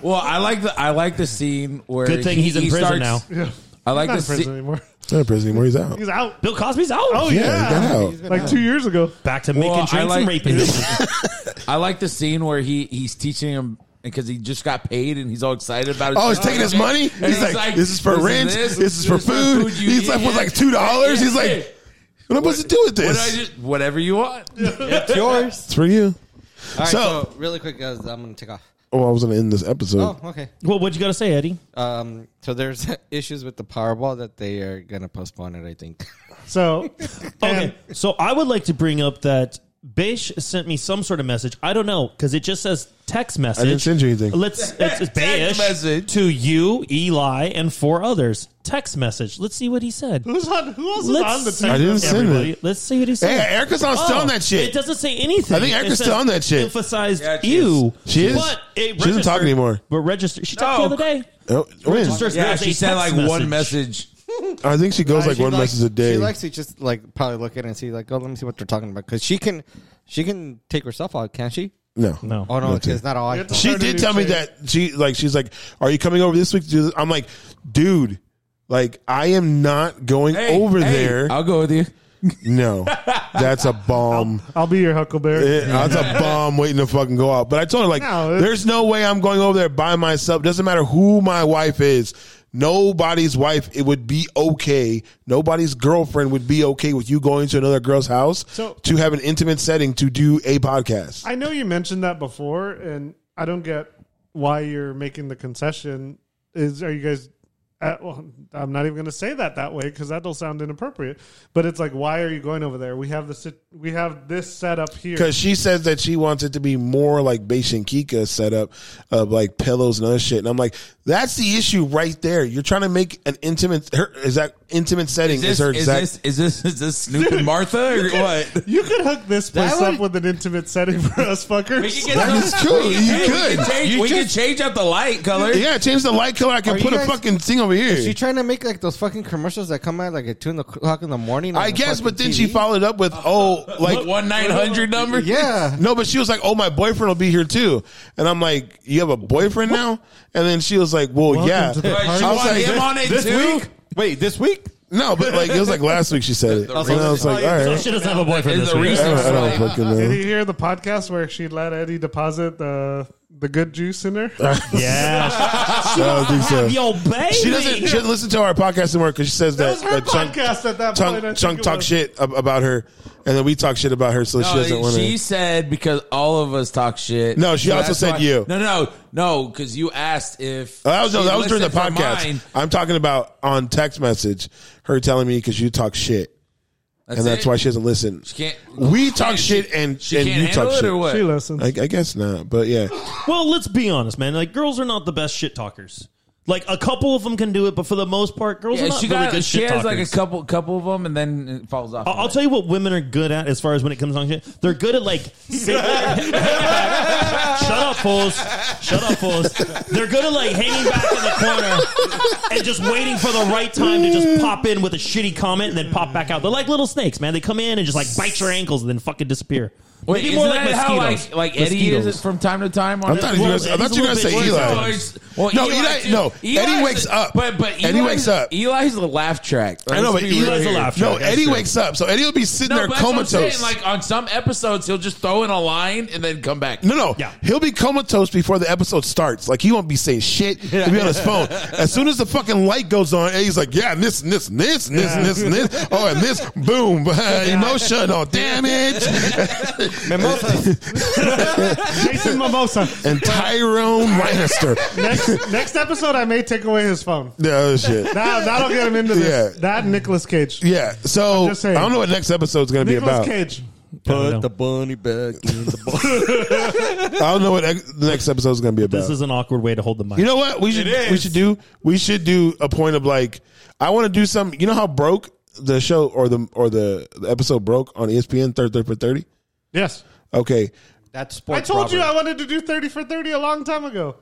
[SPEAKER 5] well, I like the I like the scene where
[SPEAKER 2] Good thing
[SPEAKER 5] he-
[SPEAKER 2] he's in
[SPEAKER 5] he
[SPEAKER 2] prison
[SPEAKER 5] starts-
[SPEAKER 2] now.
[SPEAKER 5] I like
[SPEAKER 4] not
[SPEAKER 5] the
[SPEAKER 4] in prison
[SPEAKER 5] scene.
[SPEAKER 4] anymore.
[SPEAKER 3] He's not in prison anymore. He's out.
[SPEAKER 4] He's out.
[SPEAKER 2] Bill Cosby's out.
[SPEAKER 4] Oh
[SPEAKER 3] yeah,
[SPEAKER 4] yeah,
[SPEAKER 3] he got out.
[SPEAKER 4] like two years ago.
[SPEAKER 2] Back to making
[SPEAKER 5] Well, I
[SPEAKER 2] drinks and
[SPEAKER 5] like-
[SPEAKER 2] raping.
[SPEAKER 5] I like the scene where he he's teaching him because he just got paid and he's all excited about it.
[SPEAKER 3] Oh, he's taking his money.
[SPEAKER 5] And
[SPEAKER 3] He's like, "This is for rent. This, is for food."
[SPEAKER 5] you
[SPEAKER 3] He's left
[SPEAKER 5] eat.
[SPEAKER 3] with like two dollars. He's like, "What am I supposed to do with
[SPEAKER 5] What I
[SPEAKER 3] this?"
[SPEAKER 5] just, whatever you want.
[SPEAKER 1] It's yours.
[SPEAKER 3] It's for you.
[SPEAKER 1] All right,
[SPEAKER 3] So-
[SPEAKER 1] so, really quick, guys, I'm gonna take off.
[SPEAKER 3] Oh, I was gonna end this episode.
[SPEAKER 1] Oh, okay.
[SPEAKER 2] well, what you got to say, Eddie?
[SPEAKER 1] Um, so there's issues with the Powerball that they are gonna postpone it. I think.
[SPEAKER 4] So
[SPEAKER 2] Okay. So I would like to bring up that Beish sent me some sort of message. I don't know because it just says text message.
[SPEAKER 3] send you anything.
[SPEAKER 2] Let's it's, it's Beish
[SPEAKER 5] message.
[SPEAKER 2] to you, Eli, and four others. Text message. Let's see what he said.
[SPEAKER 4] Who's on? Who else
[SPEAKER 2] Let's
[SPEAKER 4] is on the
[SPEAKER 2] see,
[SPEAKER 4] team?
[SPEAKER 3] I didn't send
[SPEAKER 2] everybody.
[SPEAKER 3] it.
[SPEAKER 2] Let's see what he said.
[SPEAKER 3] Hey, Erica's on still on that shit.
[SPEAKER 2] Oh, It doesn't say anything.
[SPEAKER 3] I think
[SPEAKER 2] It
[SPEAKER 3] Erica's
[SPEAKER 2] says
[SPEAKER 3] still on that shit.
[SPEAKER 2] Emphasized
[SPEAKER 5] Yeah, she
[SPEAKER 2] you.
[SPEAKER 5] is.
[SPEAKER 3] She is.
[SPEAKER 2] But it
[SPEAKER 3] She doesn't talk
[SPEAKER 2] registered-
[SPEAKER 3] anymore.
[SPEAKER 2] But registered. She talked
[SPEAKER 5] No.
[SPEAKER 2] the other day.
[SPEAKER 3] Oh, when?
[SPEAKER 2] Registered
[SPEAKER 5] Yeah,
[SPEAKER 2] as a
[SPEAKER 5] she sent like
[SPEAKER 2] text
[SPEAKER 5] one message.
[SPEAKER 3] I think she goes like
[SPEAKER 1] Uh, She
[SPEAKER 3] one
[SPEAKER 1] likes-
[SPEAKER 3] message a day.
[SPEAKER 1] She likes to just like probably look at it and see like, oh, let me see what they're talking about because she can, she can take herself out, can't she?
[SPEAKER 3] no,
[SPEAKER 2] No.
[SPEAKER 1] Oh no,
[SPEAKER 3] Not too.
[SPEAKER 1] it's not all. I
[SPEAKER 4] It's-
[SPEAKER 3] She
[SPEAKER 4] Started a
[SPEAKER 3] did
[SPEAKER 4] new
[SPEAKER 3] tell me
[SPEAKER 4] trade.
[SPEAKER 3] that she like she's like, "Are you coming over this week to do this?" I'm like, "Dude, like I am not going
[SPEAKER 5] Hey,
[SPEAKER 3] over
[SPEAKER 5] hey,
[SPEAKER 3] there."
[SPEAKER 5] I'll go with you.
[SPEAKER 3] no, that's a bomb.
[SPEAKER 4] I'll be your Huckleberry.
[SPEAKER 3] It- that's a bomb waiting to fucking go out. But I told her like,
[SPEAKER 4] No, it's-
[SPEAKER 3] there's no way I'm going over there by myself. Doesn't matter who my wife is. Nobody's wife, it would be okay. Nobody's girlfriend would be okay with you going to another girl's house
[SPEAKER 4] So-
[SPEAKER 3] to have an intimate setting to do a podcast.
[SPEAKER 4] I know you mentioned that before, and I don't get why you're making the concession. Is are you guys? At, well, I'm not even going to say that that way because that'll sound inappropriate. But it's like, why are you going over there? We have the sit- we have this set up here.
[SPEAKER 3] Because she says that she wants it to be more like Bashin Kika setup of like pillows and other shit. And I'm like, that's the issue right there. You're trying to make an intimate, her, is that intimate setting?
[SPEAKER 5] Is
[SPEAKER 3] Is,
[SPEAKER 5] this,
[SPEAKER 3] her
[SPEAKER 5] is
[SPEAKER 3] exact.
[SPEAKER 5] this is this is this Snoop and Martha or what?
[SPEAKER 4] You could hook this place
[SPEAKER 1] would-
[SPEAKER 4] up with an intimate setting for us fuckers.
[SPEAKER 8] We could get
[SPEAKER 3] that is true. You
[SPEAKER 5] We
[SPEAKER 3] could.
[SPEAKER 5] can change,
[SPEAKER 3] You
[SPEAKER 5] we can
[SPEAKER 3] just-
[SPEAKER 5] change out the light color.
[SPEAKER 3] Yeah, change the light color. I can
[SPEAKER 1] Are
[SPEAKER 3] put
[SPEAKER 1] you
[SPEAKER 3] a
[SPEAKER 1] guys-
[SPEAKER 3] fucking thing over
[SPEAKER 1] Is
[SPEAKER 3] here.
[SPEAKER 1] she trying to make like those fucking commercials that come out like at two in the o'clock in the morning? on
[SPEAKER 3] I
[SPEAKER 1] the
[SPEAKER 3] guess,
[SPEAKER 1] fucking
[SPEAKER 3] but then she
[SPEAKER 1] TV?
[SPEAKER 3] followed up with, oh, like.
[SPEAKER 5] Uh, One nine hundred number.
[SPEAKER 1] Yeah,
[SPEAKER 3] No, but she was like, "Oh, my boyfriend will be here too," and I'm like, "You have a boyfriend now?" And then she was like, "Well, yeah."
[SPEAKER 4] to the
[SPEAKER 5] Wait,
[SPEAKER 3] I
[SPEAKER 5] she
[SPEAKER 3] was
[SPEAKER 5] want
[SPEAKER 3] like,
[SPEAKER 5] him on it too.
[SPEAKER 1] wait, this week?
[SPEAKER 3] "No," but like it was like last week she said it, and I was like, "All
[SPEAKER 2] So
[SPEAKER 3] right."
[SPEAKER 2] she doesn't have a boyfriend.
[SPEAKER 5] Is
[SPEAKER 2] This
[SPEAKER 5] the
[SPEAKER 2] week.
[SPEAKER 3] I
[SPEAKER 5] reason-
[SPEAKER 3] don't, I don't fucking know.
[SPEAKER 4] Did you hear the podcast where she let Eddie deposit the the good juice in her?
[SPEAKER 2] Yeah.
[SPEAKER 3] I don't think so.
[SPEAKER 2] Yo, baby.
[SPEAKER 3] She doesn't. She doesn't listen to our podcast anymore because she says
[SPEAKER 4] That
[SPEAKER 3] that,
[SPEAKER 4] was her
[SPEAKER 3] that Chunk,
[SPEAKER 4] podcast at that point, I
[SPEAKER 3] Chunk,
[SPEAKER 4] think
[SPEAKER 3] Chunk
[SPEAKER 4] it
[SPEAKER 3] talks
[SPEAKER 4] was.
[SPEAKER 3] shit ab- about her, and then we talk shit about her, so she doesn't want
[SPEAKER 5] she
[SPEAKER 3] to.
[SPEAKER 5] said because all of us talk shit.
[SPEAKER 3] No, she also
[SPEAKER 5] that's
[SPEAKER 3] said
[SPEAKER 5] why-
[SPEAKER 3] you. Oh,
[SPEAKER 5] No, no, no, because you asked if
[SPEAKER 3] That was, no,
[SPEAKER 5] she
[SPEAKER 3] that was during the
[SPEAKER 5] listened for
[SPEAKER 3] podcast.
[SPEAKER 5] mine.
[SPEAKER 3] I'm talking about on text message, her telling me because you talk shit, and that's
[SPEAKER 5] it?
[SPEAKER 3] why she doesn't listen.
[SPEAKER 5] She can't.
[SPEAKER 3] we talk
[SPEAKER 5] can't-
[SPEAKER 3] shit and
[SPEAKER 5] She
[SPEAKER 3] and
[SPEAKER 5] can't
[SPEAKER 3] you
[SPEAKER 5] handle
[SPEAKER 3] talk
[SPEAKER 5] it
[SPEAKER 3] shit.
[SPEAKER 5] or what?
[SPEAKER 4] She listens.
[SPEAKER 3] I, I guess not, but yeah,
[SPEAKER 2] Well, let's be honest, man. Like, girls are not the best shit talkers. Like, a couple of them can do it, but for the most part, girls are
[SPEAKER 5] Yeah,
[SPEAKER 2] not
[SPEAKER 5] she
[SPEAKER 2] really
[SPEAKER 5] got.
[SPEAKER 2] good
[SPEAKER 5] she
[SPEAKER 2] shit
[SPEAKER 5] has
[SPEAKER 2] talkers.
[SPEAKER 5] like a couple, couple of them, and then it falls off.
[SPEAKER 2] I'll I'll tell you what women are good at as far as when it comes on shit. They're good at like. sit- Shut up, fools. Shut up, fools. They're good at like hanging back in the corner and just waiting for the right time to just pop in with a shitty comment and then pop back out. They're like little snakes, man. They come in and just like bite your ankles and then fucking disappear.
[SPEAKER 5] Wait,
[SPEAKER 2] Maybe
[SPEAKER 5] isn't
[SPEAKER 2] more
[SPEAKER 5] that
[SPEAKER 2] like
[SPEAKER 5] how
[SPEAKER 2] mosquitoes.
[SPEAKER 5] like like Eddie is
[SPEAKER 2] Mosquitoes.
[SPEAKER 5] it from time to time on
[SPEAKER 3] I
[SPEAKER 5] it?
[SPEAKER 3] thought, you guys, I
[SPEAKER 2] Well,
[SPEAKER 3] thought you were going to say
[SPEAKER 2] it's a little bit
[SPEAKER 3] Eli.
[SPEAKER 2] worse.
[SPEAKER 5] Well,
[SPEAKER 3] no,
[SPEAKER 5] Eli
[SPEAKER 3] Eli,
[SPEAKER 5] too.
[SPEAKER 3] no. Eddie
[SPEAKER 5] Eli's-
[SPEAKER 3] wakes up.
[SPEAKER 5] But but
[SPEAKER 3] Eddie
[SPEAKER 5] Eli's-
[SPEAKER 3] wakes up.
[SPEAKER 5] Eli's the laugh track.
[SPEAKER 3] I know, but
[SPEAKER 5] Let's be
[SPEAKER 3] Eli's
[SPEAKER 5] real
[SPEAKER 2] a
[SPEAKER 5] here.
[SPEAKER 2] laugh
[SPEAKER 3] No,
[SPEAKER 2] track, that's
[SPEAKER 3] Eddie
[SPEAKER 2] true.
[SPEAKER 3] wakes up, so Eddie will be sitting
[SPEAKER 5] No,
[SPEAKER 3] there
[SPEAKER 5] but that's what I'm saying.
[SPEAKER 3] comatose.
[SPEAKER 5] Like on some episodes, he'll just throw in a line and then come back.
[SPEAKER 3] No, no.
[SPEAKER 2] Yeah.
[SPEAKER 3] He'll be comatose before the episode starts. Like, he won't be saying shit. He'll be on his phone. As soon as the fucking light goes on, he's like, yeah, and this, and this, and this, and this, and this, and this. Oh, and this, boom, emotional damage.
[SPEAKER 4] Jason Mimosa.
[SPEAKER 3] And Tyrone Lannister.
[SPEAKER 4] Next, next episode, I may take away his phone.
[SPEAKER 3] Yeah, oh, shit.
[SPEAKER 4] That, that'll get him into this.
[SPEAKER 3] Yeah.
[SPEAKER 4] That Nicholas Cage.
[SPEAKER 3] Yeah, so I
[SPEAKER 4] just saying.
[SPEAKER 3] don't know what next episode's going to be
[SPEAKER 4] Nicholas
[SPEAKER 3] about.
[SPEAKER 4] Cage.
[SPEAKER 1] Put the bunny back in the box.
[SPEAKER 3] I don't know what ex- the next episode's going to be about.
[SPEAKER 2] This is an awkward way to hold the mic.
[SPEAKER 3] You know what we should we should do? We should do a point of like I want to do some. You know how broke the show or the or the, the episode broke on E ESPN third third for thirty.
[SPEAKER 4] Yes.
[SPEAKER 3] Okay,
[SPEAKER 1] That's
[SPEAKER 4] I
[SPEAKER 1] sports.
[SPEAKER 4] told you I
[SPEAKER 1] Robert.
[SPEAKER 4] wanted to do 30 for 30 a long time ago.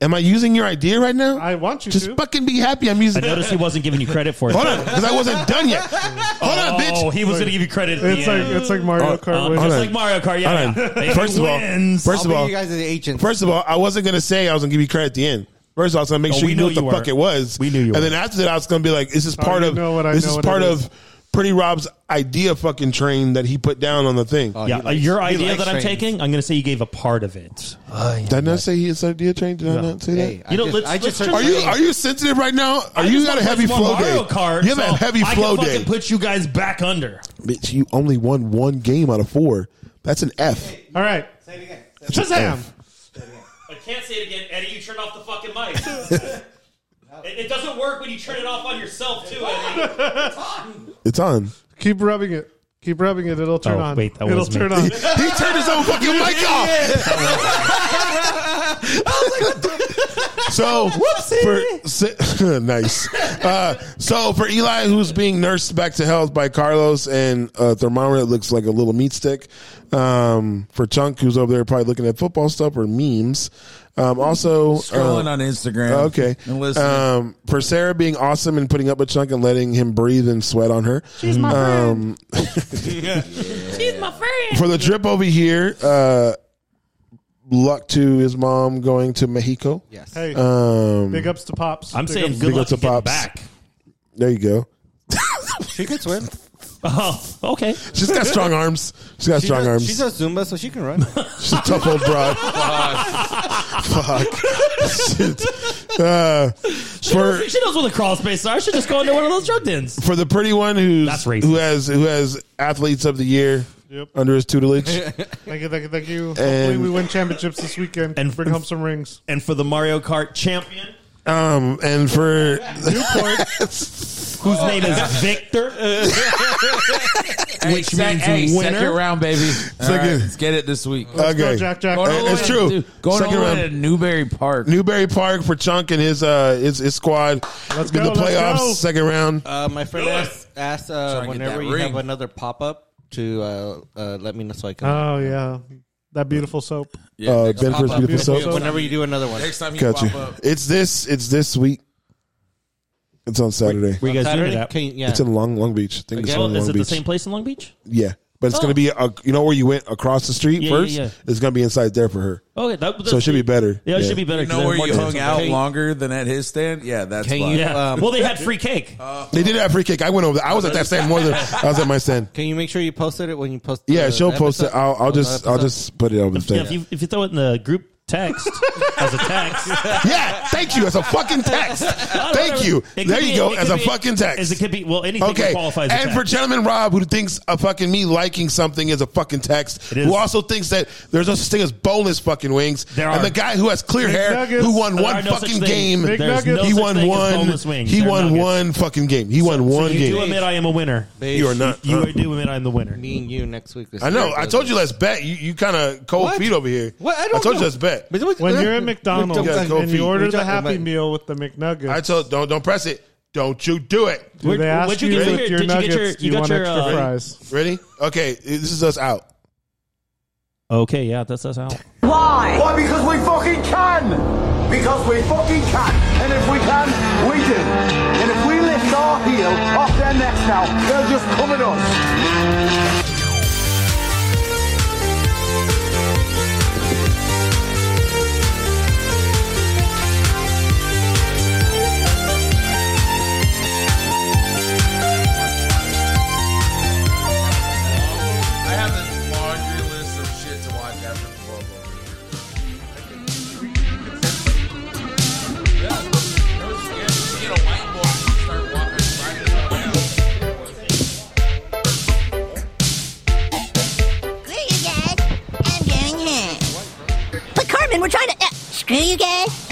[SPEAKER 3] am I using your idea right now?
[SPEAKER 4] I want you
[SPEAKER 3] just
[SPEAKER 4] to.
[SPEAKER 3] fucking be happy. I'm using.
[SPEAKER 2] I noticed he wasn't giving you credit for it.
[SPEAKER 3] Hold on, because I wasn't done yet. Hold
[SPEAKER 2] oh,
[SPEAKER 3] on, bitch.
[SPEAKER 2] he was going to give you credit. At
[SPEAKER 4] It's
[SPEAKER 2] the
[SPEAKER 4] like
[SPEAKER 2] end.
[SPEAKER 4] it's like Mario Kart.
[SPEAKER 2] Um,
[SPEAKER 4] where-
[SPEAKER 2] just
[SPEAKER 3] Hold on.
[SPEAKER 2] like Mario Kart. Yeah.
[SPEAKER 3] Hold
[SPEAKER 2] yeah.
[SPEAKER 3] on.
[SPEAKER 2] They
[SPEAKER 3] First of all-
[SPEAKER 2] wins.
[SPEAKER 1] I'll
[SPEAKER 3] First of
[SPEAKER 1] be
[SPEAKER 3] all,
[SPEAKER 1] you guys are the agents.
[SPEAKER 3] First of all, I wasn't gonna say I was gonna give you credit at the end. First of all, I was gonna make
[SPEAKER 2] Oh,
[SPEAKER 3] sure
[SPEAKER 2] we
[SPEAKER 3] you knew
[SPEAKER 2] knew
[SPEAKER 3] what the
[SPEAKER 2] you
[SPEAKER 3] fuck
[SPEAKER 2] were.
[SPEAKER 3] it was.
[SPEAKER 2] We knew you
[SPEAKER 3] And
[SPEAKER 2] were. Oh,
[SPEAKER 3] then after that, I was gonna be like, "This is part
[SPEAKER 4] you
[SPEAKER 3] of
[SPEAKER 4] know what I
[SPEAKER 3] this
[SPEAKER 4] know
[SPEAKER 3] is
[SPEAKER 4] what
[SPEAKER 3] part
[SPEAKER 4] it
[SPEAKER 3] of
[SPEAKER 4] is.
[SPEAKER 3] Pretty Rob's idea fucking train that he put down on the thing."
[SPEAKER 1] Oh, he
[SPEAKER 2] yeah, uh,
[SPEAKER 1] likes-
[SPEAKER 2] your
[SPEAKER 1] he
[SPEAKER 2] idea
[SPEAKER 1] likes
[SPEAKER 2] that I'm
[SPEAKER 1] trains.
[SPEAKER 2] taking, I'm going to say you gave a part of it.
[SPEAKER 3] Did I not say he is idea train? Did I not say that?
[SPEAKER 1] Hey, I
[SPEAKER 2] You know,
[SPEAKER 1] just-
[SPEAKER 2] let's-
[SPEAKER 1] I just
[SPEAKER 2] let's
[SPEAKER 1] heard
[SPEAKER 2] try-
[SPEAKER 3] Are you are you sensitive right now? Are
[SPEAKER 2] I
[SPEAKER 3] you
[SPEAKER 2] just
[SPEAKER 3] got
[SPEAKER 2] wanna
[SPEAKER 3] a heavy
[SPEAKER 2] play some
[SPEAKER 3] flow
[SPEAKER 2] Mario
[SPEAKER 3] day?
[SPEAKER 2] Kart,
[SPEAKER 3] you have
[SPEAKER 2] so
[SPEAKER 3] a heavy
[SPEAKER 2] I
[SPEAKER 3] flow
[SPEAKER 2] can fucking
[SPEAKER 3] day,
[SPEAKER 2] put you guys back under.
[SPEAKER 3] bitch. You only won one game out of four. That's an F.
[SPEAKER 4] All right. Shazam.
[SPEAKER 2] I can't say it again, Eddie. You turned off the fucking mic. it, it doesn't work when you turn it off on yourself too, Eddie.
[SPEAKER 3] It's on.
[SPEAKER 4] Keep rubbing it. Keep rubbing it. It'll turn
[SPEAKER 2] Oh,
[SPEAKER 4] on.
[SPEAKER 2] wait, that
[SPEAKER 4] It'll
[SPEAKER 2] was me.
[SPEAKER 4] turn on.
[SPEAKER 3] He turned his own fucking mic off. So for si- nice. Uh, so for Eli, who's being nursed back to health by Carlos and a thermometer that looks like a little meat stick. Um, for Chunk, who's over there probably looking at football stuff or memes. Um, also
[SPEAKER 5] Scrolling
[SPEAKER 3] uh,
[SPEAKER 5] on Instagram.
[SPEAKER 3] Okay.
[SPEAKER 5] And listening.
[SPEAKER 3] Um, for Sarah being awesome and putting up with Chunk and letting him breathe and sweat on her. She's my friend. She's my friend. For the trip over here, uh, luck to his mom going to Mexico.
[SPEAKER 1] Yes.
[SPEAKER 4] Hey,
[SPEAKER 3] Um,
[SPEAKER 4] big ups to pops.
[SPEAKER 2] I'm
[SPEAKER 4] Big
[SPEAKER 2] saying
[SPEAKER 4] ups.
[SPEAKER 2] good
[SPEAKER 3] Big
[SPEAKER 2] luck
[SPEAKER 3] ups to
[SPEAKER 2] to get
[SPEAKER 3] Pops.
[SPEAKER 2] back.
[SPEAKER 3] there you go.
[SPEAKER 1] She could swim.
[SPEAKER 2] Oh, okay.
[SPEAKER 3] She's got strong arms. She's got
[SPEAKER 1] She
[SPEAKER 3] strong
[SPEAKER 1] does-
[SPEAKER 3] arms.
[SPEAKER 1] She's a Zumba, so she can run.
[SPEAKER 3] She's a tough old broad. Fuck. Shit. Uh, for,
[SPEAKER 2] She knows what the crawl space are. She just go into one of those drug dens.
[SPEAKER 3] for the pretty one who's
[SPEAKER 2] That's racist.
[SPEAKER 3] who has who has athletes of the year
[SPEAKER 4] Yep.
[SPEAKER 3] under his tutelage.
[SPEAKER 4] Thank you, thank you, thank you. Hopefully,
[SPEAKER 3] And-
[SPEAKER 4] we win championships this weekend
[SPEAKER 2] And-
[SPEAKER 4] and bring home some rings.
[SPEAKER 2] And for the Mario Kart champion,
[SPEAKER 3] Um, and for
[SPEAKER 2] whose name is Victor.
[SPEAKER 5] Hey,
[SPEAKER 2] which
[SPEAKER 5] sec-
[SPEAKER 2] means
[SPEAKER 5] hey,
[SPEAKER 2] winner.
[SPEAKER 5] second round, baby. All right,
[SPEAKER 3] Second.
[SPEAKER 5] let's get it this week.
[SPEAKER 3] okay,
[SPEAKER 4] Go, Jack, Jack.
[SPEAKER 5] Going
[SPEAKER 3] Hey,
[SPEAKER 5] all the
[SPEAKER 3] it's
[SPEAKER 5] way-
[SPEAKER 3] true.
[SPEAKER 5] dude, Going
[SPEAKER 3] Second
[SPEAKER 5] all the way
[SPEAKER 3] round.
[SPEAKER 5] to Newberry Park.
[SPEAKER 3] Newberry Park for Chunk and his uh his, his squad
[SPEAKER 4] Let's
[SPEAKER 3] in
[SPEAKER 4] go,
[SPEAKER 3] the
[SPEAKER 4] let's
[SPEAKER 3] playoffs,
[SPEAKER 4] go.
[SPEAKER 3] second round.
[SPEAKER 1] Uh, my friend asked, asked
[SPEAKER 5] Trying
[SPEAKER 1] uh,
[SPEAKER 5] to get
[SPEAKER 1] whenever
[SPEAKER 5] that
[SPEAKER 1] you have
[SPEAKER 5] ring.
[SPEAKER 1] another pop up to uh, uh, let me know so I can.
[SPEAKER 4] Oh yeah, that beautiful soap.
[SPEAKER 5] Yeah,
[SPEAKER 3] uh,
[SPEAKER 5] next-
[SPEAKER 3] ben first
[SPEAKER 1] Pop-up.
[SPEAKER 3] beautiful soap.
[SPEAKER 1] whenever you do another one.
[SPEAKER 5] Next time you
[SPEAKER 3] Got you.
[SPEAKER 5] pop up.
[SPEAKER 3] It's this. It's this week. It's on Saturday.
[SPEAKER 2] Were you guys doing
[SPEAKER 1] Saturday?
[SPEAKER 2] it at?
[SPEAKER 1] Can you- yeah.
[SPEAKER 3] It's in Long Long Beach. I think it's
[SPEAKER 2] Well,
[SPEAKER 3] in
[SPEAKER 2] is
[SPEAKER 3] Long
[SPEAKER 2] it the
[SPEAKER 3] Beach.
[SPEAKER 2] same place in Long Beach?
[SPEAKER 3] Yeah, but it's gonna be uh, you know where you went across the street
[SPEAKER 2] Yeah, yeah,
[SPEAKER 3] first.
[SPEAKER 2] yeah.
[SPEAKER 3] It's gonna be inside there for her,
[SPEAKER 2] Okay, Oh, that, that's
[SPEAKER 3] so it should be better.
[SPEAKER 2] Yeah, it should be better.
[SPEAKER 5] You
[SPEAKER 2] 'cause
[SPEAKER 5] know where
[SPEAKER 2] they're
[SPEAKER 5] you
[SPEAKER 2] more-
[SPEAKER 5] hung out
[SPEAKER 1] Can you-
[SPEAKER 5] longer than at his stand? Yeah, that's
[SPEAKER 1] Can
[SPEAKER 5] why.
[SPEAKER 1] you-
[SPEAKER 2] Yeah.
[SPEAKER 1] Um,
[SPEAKER 2] well, they had free cake.
[SPEAKER 3] They did that free kick. I went over. There. I was at that stand more than I was at my stand.
[SPEAKER 1] Can you make sure you posted it when you post?
[SPEAKER 3] Yeah,
[SPEAKER 1] the-
[SPEAKER 3] she'll
[SPEAKER 1] the
[SPEAKER 3] post it.
[SPEAKER 1] episode?
[SPEAKER 3] I'll, I'll
[SPEAKER 1] Oh, the
[SPEAKER 3] just I'll
[SPEAKER 1] episode.
[SPEAKER 3] just put it over the
[SPEAKER 2] yeah,
[SPEAKER 3] thing.
[SPEAKER 2] if you, if you throw it in the group text as a text,
[SPEAKER 3] Yeah, thank you. As a fucking text. Thank
[SPEAKER 2] whatever.
[SPEAKER 3] you.
[SPEAKER 2] It could
[SPEAKER 3] There
[SPEAKER 2] be-
[SPEAKER 3] you go.
[SPEAKER 2] it
[SPEAKER 3] As
[SPEAKER 2] could
[SPEAKER 3] a
[SPEAKER 2] be-
[SPEAKER 3] fucking
[SPEAKER 2] as it
[SPEAKER 3] text.
[SPEAKER 2] could be, well, anything
[SPEAKER 3] Okay.
[SPEAKER 2] qualifies. as a
[SPEAKER 3] And for
[SPEAKER 2] text.
[SPEAKER 3] Gentleman Rob, who thinks a fucking me liking something is a fucking text,
[SPEAKER 2] It is.
[SPEAKER 3] who also thinks that there's no such thing as boneless fucking wings,
[SPEAKER 2] There
[SPEAKER 3] and
[SPEAKER 2] are.
[SPEAKER 3] the guy who has clear hair,
[SPEAKER 4] Nuggets.
[SPEAKER 3] who won
[SPEAKER 2] There
[SPEAKER 3] one
[SPEAKER 2] are no such
[SPEAKER 3] fucking
[SPEAKER 2] thing.
[SPEAKER 3] game,
[SPEAKER 4] Big
[SPEAKER 2] There's
[SPEAKER 4] Nuggets.
[SPEAKER 2] no
[SPEAKER 3] he
[SPEAKER 2] such
[SPEAKER 3] won
[SPEAKER 2] thing as
[SPEAKER 3] one,
[SPEAKER 2] boneless wings.
[SPEAKER 3] he
[SPEAKER 2] They're
[SPEAKER 3] won
[SPEAKER 2] nuggets.
[SPEAKER 3] one fucking game. He won one
[SPEAKER 1] you
[SPEAKER 2] You
[SPEAKER 1] do
[SPEAKER 3] game.
[SPEAKER 2] admit I am a winner.
[SPEAKER 1] Babe,
[SPEAKER 3] You are not.
[SPEAKER 2] You are doing it. I'm the winner.
[SPEAKER 1] Me and you next week.
[SPEAKER 3] I know. I told you let's bet. You, you kind of cold
[SPEAKER 1] What?
[SPEAKER 3] feet over here.
[SPEAKER 1] What? I don't
[SPEAKER 3] told
[SPEAKER 1] know.
[SPEAKER 3] you let's bet.
[SPEAKER 1] But what-
[SPEAKER 4] When
[SPEAKER 1] uh,
[SPEAKER 4] you're at McDonald's
[SPEAKER 3] Yeah,
[SPEAKER 4] and,
[SPEAKER 3] go
[SPEAKER 4] you
[SPEAKER 3] feed-
[SPEAKER 4] order
[SPEAKER 1] we're
[SPEAKER 4] the
[SPEAKER 1] talking
[SPEAKER 4] Happy
[SPEAKER 1] about-
[SPEAKER 4] Meal with the McNuggets,
[SPEAKER 3] I told don't don't press it. Don't you do it.
[SPEAKER 4] do they ask
[SPEAKER 2] what'd you
[SPEAKER 4] you,
[SPEAKER 2] get for
[SPEAKER 4] with
[SPEAKER 2] your-
[SPEAKER 4] your
[SPEAKER 2] did you get
[SPEAKER 4] nuggets?
[SPEAKER 2] your-
[SPEAKER 4] do
[SPEAKER 2] you
[SPEAKER 4] you,
[SPEAKER 2] got
[SPEAKER 4] want
[SPEAKER 2] your,
[SPEAKER 4] extra
[SPEAKER 2] uh,
[SPEAKER 4] fries?
[SPEAKER 3] Ready? Okay, this is us out.
[SPEAKER 2] Okay, yeah, that's us out.
[SPEAKER 10] Why? Because we fucking can! Because we fucking can! And if we can, we do. And if we lift our heel off their necks now, they'll just come at us.
[SPEAKER 5] uh, you guys.